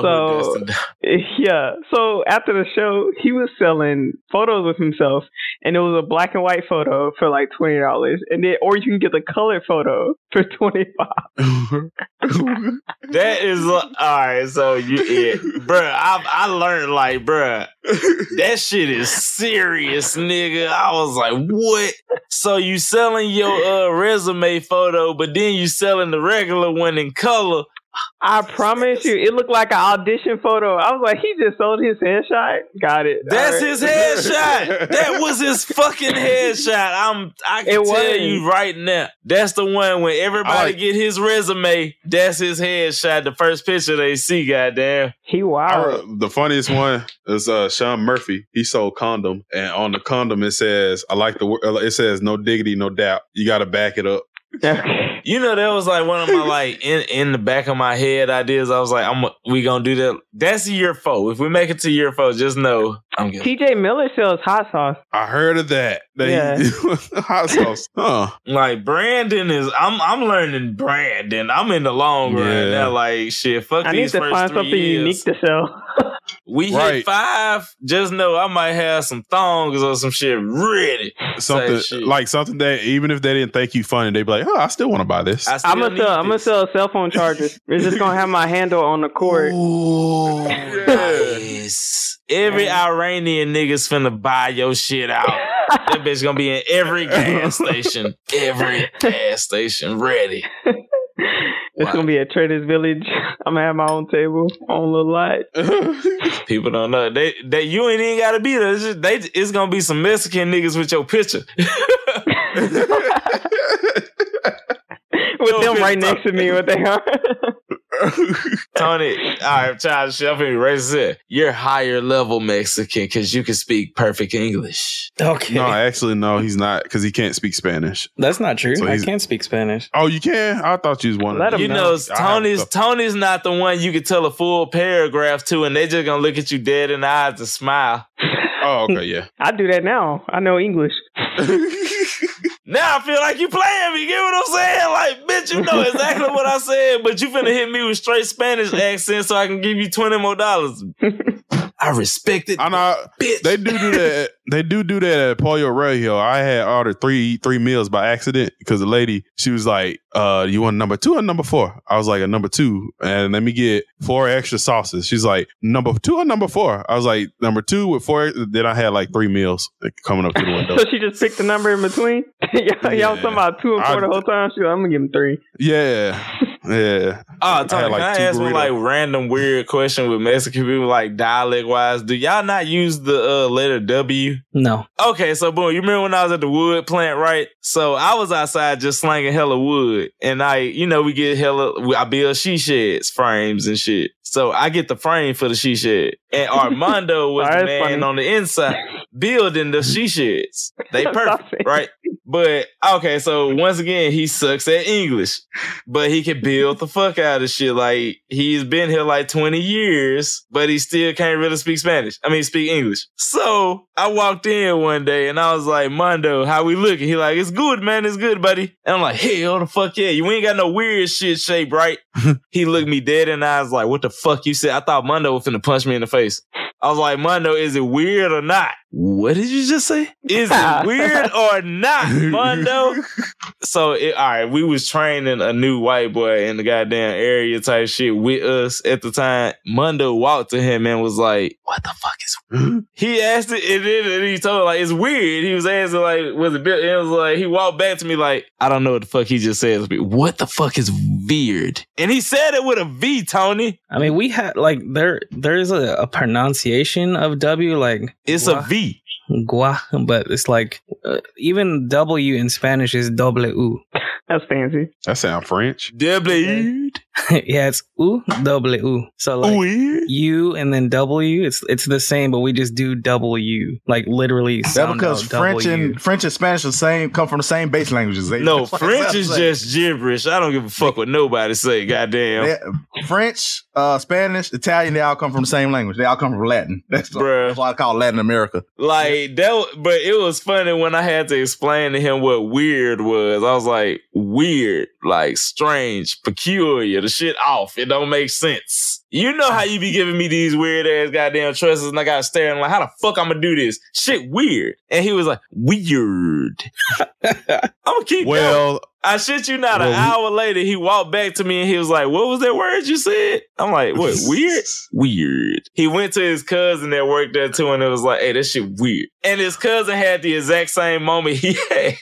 Speaker 12: So
Speaker 4: who
Speaker 12: yeah, so after the show, he was selling photos of himself, and it was a black and white photo for like twenty dollars, and then or you can get the color photo for twenty five.
Speaker 4: That is all right. So you, yeah, bruh, I I learned like, bruh, that shit is serious, nigga. I was like, what? So you selling your uh, resume photo, but then you selling the regular one in color.
Speaker 12: I promise you, it looked like an audition photo. I was like, he just sold his headshot. Got it.
Speaker 4: That's
Speaker 12: All right.
Speaker 4: his headshot. that was his fucking headshot. I'm I can
Speaker 12: It
Speaker 4: tell
Speaker 12: was.
Speaker 4: you right now. That's the one when everybody get his resume. That's his headshot. The first picture they see. Goddamn.
Speaker 12: He wild.
Speaker 3: The funniest one is uh, Sean Murphy. He sold condom, and on the condom it says, "I like the word." It says, "No diggity, no doubt." You got to back it up.
Speaker 4: You know, that was like one of my like in in the back of my head ideas. I was like, I'm we gonna do that. That's year four. If we make it to year four, just know I'm good.
Speaker 12: T.J. Miller sells hot sauce.
Speaker 3: I heard of that. They- hot sauce. Huh.
Speaker 4: Like Brandon is. I'm I'm learning Brandon. I'm in the long run now. Like shit. Fuck
Speaker 12: I need
Speaker 4: these
Speaker 12: to
Speaker 4: first
Speaker 12: find
Speaker 4: three
Speaker 12: something
Speaker 4: years.
Speaker 12: unique to sell.
Speaker 4: We
Speaker 3: Right.
Speaker 4: hit five. Just know I might have some thongs or some shit ready.
Speaker 3: Something like something that even if they didn't think you funny, they'd be like, "Oh, I still want to buy this."
Speaker 12: I'm gonna sell. I'm gonna sell cell phone chargers. it's just gonna have my handle on the cord.
Speaker 4: Nice. Every Iranian nigga's finna buy your shit out. that bitch gonna be in every gas station. Every gas station ready.
Speaker 12: It's gonna be at Trader's Village. I'm gonna have my own table, own little lot.
Speaker 4: People don't know. They they you ain't even gotta be there. It's, just- they, it's gonna be some Mexican niggas with your picture.
Speaker 12: With them right next to me, what they are.
Speaker 4: Tony, all right, child, shit, I'm finna raise it. You're higher level Mexican because you can speak perfect English.
Speaker 3: okay. No, actually, no, he's not because he can't speak Spanish.
Speaker 13: That's not true.
Speaker 3: So
Speaker 13: I
Speaker 3: he's-
Speaker 13: can't speak Spanish.
Speaker 3: Oh, you can? I thought you was one. of them.
Speaker 4: you know, Tony's Tony's not the one you can tell a full paragraph to, and they just gonna look at you dead in the eyes and smile.
Speaker 3: Oh, okay, yeah.
Speaker 12: I do that now. I know English.
Speaker 4: Now I feel like you playing me. Get what I'm saying? Like, bitch, you know exactly what I said, but you finna hit me with straight Spanish accent so I can give you twenty more dollars. I respect it.
Speaker 3: I know they do do that. they do do that at Pollo Radio. I had ordered three three meals by accident because the lady she was like, "Uh, you want number two or number four? I was like, "A number two, and let me get four extra sauces." She's like, "Number two or number four? I was like, "Number two with four. Then I had like three meals like, coming up to the window.
Speaker 12: So she just picked the number in between. y'all, y'all was talking about two and four the whole time. She, like, I'm gonna give him three.
Speaker 3: yeah, Yeah.
Speaker 4: Oh, Tony, can I
Speaker 3: two
Speaker 4: ask one
Speaker 3: burritos.
Speaker 4: like random weird question with Mexican people, like dialect wise? Do y'all not use the uh, letter W?
Speaker 5: No.
Speaker 4: Okay, so boom, you remember when I was at the wood plant, right? So I was outside just slanging hella wood, and I, you know, we get hella. I build she sheds frames and shit. So I get the frame for the she shed, and Armando was the
Speaker 12: Alright,
Speaker 4: man
Speaker 12: that's funny.
Speaker 4: on the inside building the she sheds. They perfect, right? But okay, so once again, he sucks at English, but he can build the fuck out of shit. Like he's been here like twenty years, but he still can't really speak Spanish. I mean, speak English. So I walked in one day and I was like, "Mondo, how we looking?" He like, "It's good, man. It's good, buddy." And I'm like, "Hell, the fuck yeah! You ain't got no weird shit shape, right?" he looked me dead in the eyes like, "What the fuck you said?" I thought Mondo was finna punch me in the face. I was like, "Mondo, is it weird or not?" What did you just say? Is it weird or not, Mondo? so it, all right, we was training a new white boy in the goddamn area type shit with us at the time. Mondo walked to him and was like, "What the fuck is?" he asked it, and then and he told like it's weird. He was asking like, "Was it?" Built? It was like he walked back to me like, "I don't know what the fuck he just said." What the fuck is weird? And he said it with a V, Tony.
Speaker 5: I mean, we had like there there's a, a pronunciation of W like
Speaker 4: It's a V.
Speaker 5: Gua, but it's like uh, even W in Spanish is W.
Speaker 12: That's fancy.
Speaker 3: That sound French.
Speaker 4: W.
Speaker 5: yeah, it's U W. So like U and then W. It's it's the same, but we just do W. Like literally.
Speaker 2: That
Speaker 5: sound
Speaker 2: because
Speaker 5: out
Speaker 2: French
Speaker 5: W.
Speaker 2: and French and Spanish are same come from the same base languages. They-
Speaker 4: No,
Speaker 2: that's what
Speaker 4: French
Speaker 2: I'm
Speaker 4: is
Speaker 2: saying.
Speaker 4: just gibberish. I don't give a fuck what nobody say. Goddamn.
Speaker 2: They- French, uh, Spanish, Italian. They all come from the same language. They all come from Latin. That's, why- that's why I call Latin America.
Speaker 4: Like that, wa- but it was funny when I had to explain to him what weird was. I was like, weird, like strange, peculiar, the shit off. It don't make sense. You know how you be giving me these weird ass goddamn choices, and I got staring like, how the fuck I'm gonna do this? Shit weird. And he was like, weird. I'm gonna keep
Speaker 3: well.
Speaker 4: I shit you not. an
Speaker 3: well,
Speaker 4: hour later, he walked back to me and he was like, "What was that word you said?" I'm like, "What weird?" Weird. He went to his cousin that worked there too, and it was like, "Hey, that shit weird." And his cousin had the exact same moment. He had.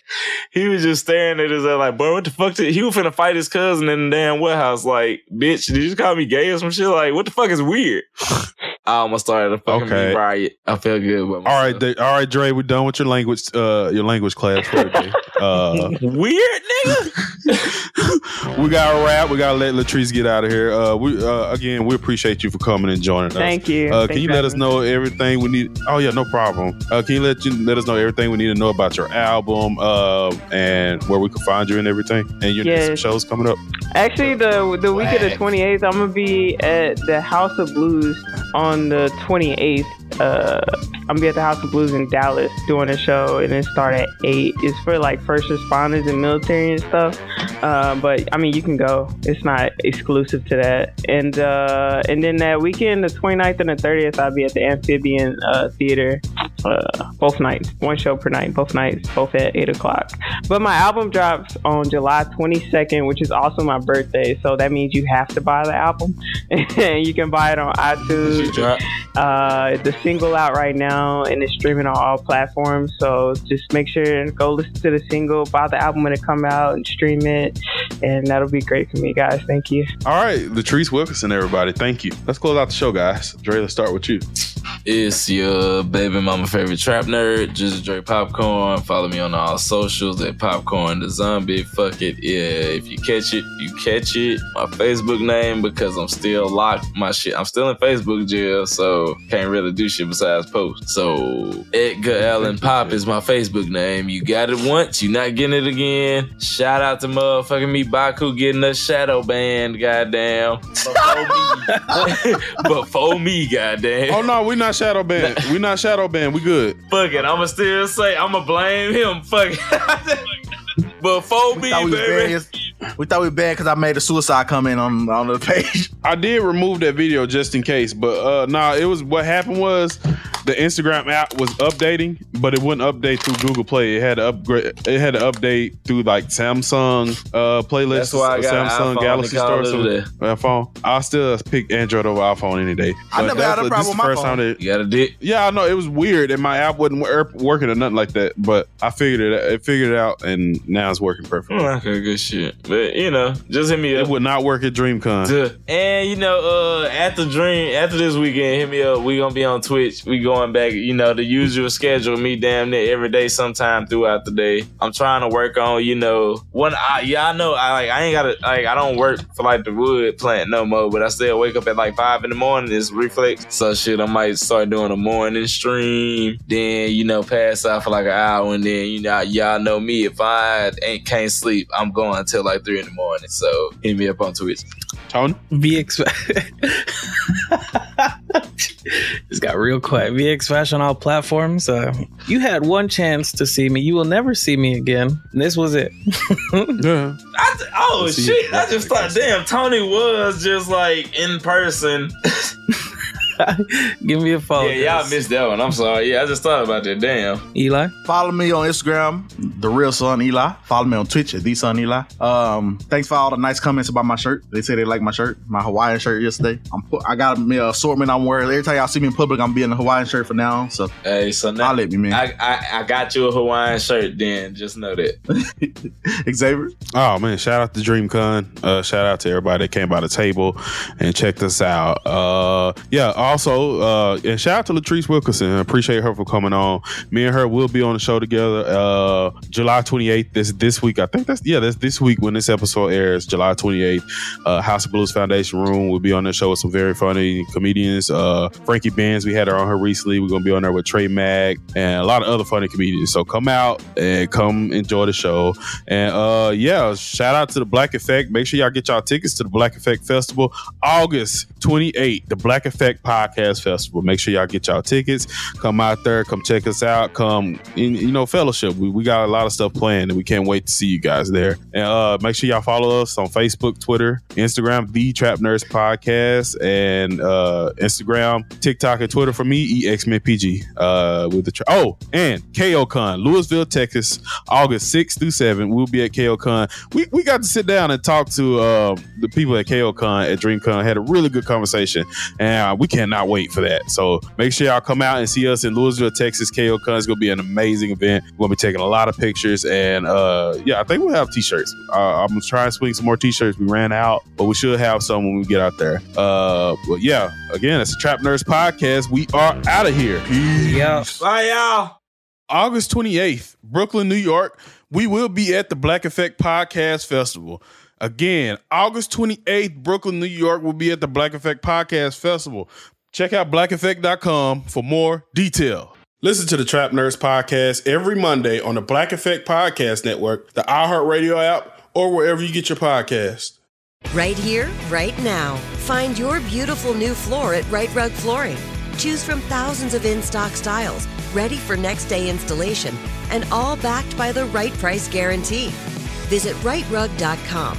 Speaker 4: He was just staring at his ass like, "Boy, what the fuck?" Did, he was finna fight his cousin in the damn warehouse. Like, bitch, did you call me gay or some shit? Like, what the fuck is weird? I almost started a fucking
Speaker 3: Okay.
Speaker 4: riot. I feel good. About
Speaker 3: All right, they, all right, Dre. We're done with your language, uh, your language class for today. Uh,
Speaker 4: weird
Speaker 3: nigga. we got to wrap. We got to let Latrice get out of here. Uh, we uh, again, we appreciate you for coming and joining us.
Speaker 12: Thank you.
Speaker 3: Uh,
Speaker 12: Thanks
Speaker 3: can you
Speaker 12: for
Speaker 3: let us
Speaker 12: having
Speaker 3: know everything we need? Oh yeah, no problem. Uh, can you let you let us know everything we need to know about your album uh, and where we can find you and everything and your
Speaker 12: Yes.
Speaker 3: next shows coming up?
Speaker 12: Actually, the the week of the 28th, I'm gonna be at the House of Blues on the 28th. Uh, I'm gonna be at the House of Blues in Dallas doing a show, and it start at eight. It's for like first responders and military and stuff. Uh, but I mean, you can go. It's not exclusive to that. And uh, and then that weekend, the 29th and the 30th, I'll be at the Amphibian uh, Theater. Uh, both nights, one show per night, both nights, both at eight o'clock. But my album drops on July 22nd, which is also my birthday. So that means you have to buy the album, and you can buy it on iTunes. Uh, the single out right now, and it's streaming on all platforms. So just make sure and go listen to the single, buy the album when it come out, and stream it, and that'll be great for me, guys. Thank you.
Speaker 3: All right, Latrice Wilkinson, everybody. Thank you. Let's close out the show, guys. Dre, let's start with you.
Speaker 14: It's your baby mama favorite trap nerd, Just Dre Popcorn. Follow me on all socials at Popcorn the Zombie. Fuck it. Yeah, if you catch it, you catch it. My Facebook name, because I'm still locked. My shit, I'm still in Facebook jail, so can't really do shit besides post. So Edgar Allen Pop is my Facebook name. You got it once, you not getting it again. Shout out to motherfucking me Baku getting a shadow band, goddamn. but for me, goddamn.
Speaker 3: Oh no, we not shadow banned. we not shadow banned. We good.
Speaker 4: Fuck it, I'ma still say I'ma blame him. Fuck it. but for me,
Speaker 2: thought we was
Speaker 4: baby.
Speaker 2: banned yes- We thought we bad because I made a suicide comment on on the page.
Speaker 3: I did remove that video just in case, but uh nah, it was what happened was the Instagram app was updating, but it wouldn't update through Google Play. It had to upgrade. It had to update through like Samsung uh, playlists,
Speaker 4: That's why I got an iPhone
Speaker 3: Samsung
Speaker 4: to
Speaker 3: Galaxy
Speaker 4: call
Speaker 3: Store.
Speaker 4: it a
Speaker 3: So
Speaker 4: day.
Speaker 3: my phone. I still pick Android over iPhone any day.
Speaker 4: I never had a
Speaker 3: that's-
Speaker 4: problem
Speaker 3: this is
Speaker 4: with my
Speaker 3: the first
Speaker 4: phone.
Speaker 3: time that
Speaker 4: you got a dick.
Speaker 3: Yeah, I know it was weird, and my app wasn't wor- working or nothing like that. But I figured it. It figured it out, and now it's working perfect.
Speaker 4: Okay, good shit. But you know, just hit me
Speaker 3: It would not work at DreamCon.
Speaker 4: Duh. And you know, uh, after dream, after this weekend, hit me up. We gonna be on Twitch. We going back. You know, the usual schedule. Me damn near every day, sometime throughout the day. I'm trying to work on. You know, one. I, yeah, I know. I like. I ain't gotta. Like, I don't work for like the wood plant no more. But I still wake up at like five in the morning. It's reflex. So shit, I might start doing a morning stream. Then you know, pass out for like an hour, and then you know, y'all know me. If I ain't can't sleep, I'm going until like three in the morning. So hit me up on Twitch.
Speaker 3: Tone?
Speaker 5: VX. It's got real quiet. VX Flash on all platforms. Uh, you had one chance to see me. You will never see me again. And this was it.
Speaker 4: I th- oh
Speaker 5: Let's see
Speaker 4: shit! I just thought, damn, Tony was just like in person.
Speaker 5: Give me a follow.
Speaker 4: Yeah, y'all missed that one. I'm sorry. Yeah, I just thought about that. Damn.
Speaker 5: Eli?
Speaker 2: Follow me on Instagram, the real son Eli. Follow me on Twitch at the son Eli. Um, thanks for all the nice comments about my shirt. They say they like my shirt, my Hawaiian shirt yesterday. I'm put, I got me an assortment I'm wearing. Every time y'all see me in public, I'm being a Hawaiian shirt for now. on, So
Speaker 4: hey, so now
Speaker 2: holla at me, man.
Speaker 4: I, I I got you a Hawaiian shirt. Then just know that.
Speaker 2: Xavier.
Speaker 3: Oh man, shout out to DreamCon. Uh, shout out to everybody that came by the table and checked us out. Uh, yeah, also, uh, and shout out to Latrice Wilkinson. I appreciate her for coming on. Me and her will be on the show together uh, July 28th. This this week, I think that's yeah, that's this week when this episode airs, July 28th. Uh, House of Blues Foundation Room. We'll be on the show with some very funny comedians. Uh, Frankie Benz, we had her on her recently. We're gonna be on there with Trey Mag and a lot of other funny comedians. So come out and come enjoy the show. And uh yeah, shout out to the Black Effect. Make sure y'all get y'all tickets to the Black Effect Festival, August 28th, the Black Effect Podcast Festival. Make sure y'all get y'all tickets. Come out there, come check us out. Come in, you know, fellowship. We, we got a lot of stuff planned and we can't wait to see you guys there. And uh make sure y'all follow us on Facebook, Twitter, Instagram, the Trap Nurse Podcast, and uh Instagram, TikTok, and Twitter for me, EXMenPG. Uh with the tra- oh, and KOCon, Louisville, Texas, August 6th through 7th. We'll be at KOCon. We we got to sit down and talk to uh the people at KOCon at DreamCon. Had a really good conversation. And uh, we cannot wait for that. So make sure y'all come out and see us in Louisville, Texas. KOCon is gonna be an amazing event. We're gonna be taking a lot of pictures and uh yeah, I think we'll have t-shirts. Uh, I'm gonna try and swing some more t-shirts. We ran out, but we should have some when we get out there. Uh but yeah, again, it's a Trap Nurse Podcast. We are out of here.
Speaker 5: Yeah.
Speaker 4: Bye y'all.
Speaker 3: August 28th, Brooklyn, New York. We will be at the Black Effect Podcast Festival. Again, August 28th, Brooklyn, New York will be at the Black Effect Podcast Festival. Check out blackeffect.com for more detail. Listen to the Trap Nurse Podcast every Monday on the Black Effect Podcast Network, the iHeartRadio app, or wherever you get your podcast.
Speaker 15: Right here, right now. Find your beautiful new floor at Right Rug Flooring. Choose from thousands of in stock styles, ready for next day installation, and all backed by the right price guarantee. Visit rightrug.com.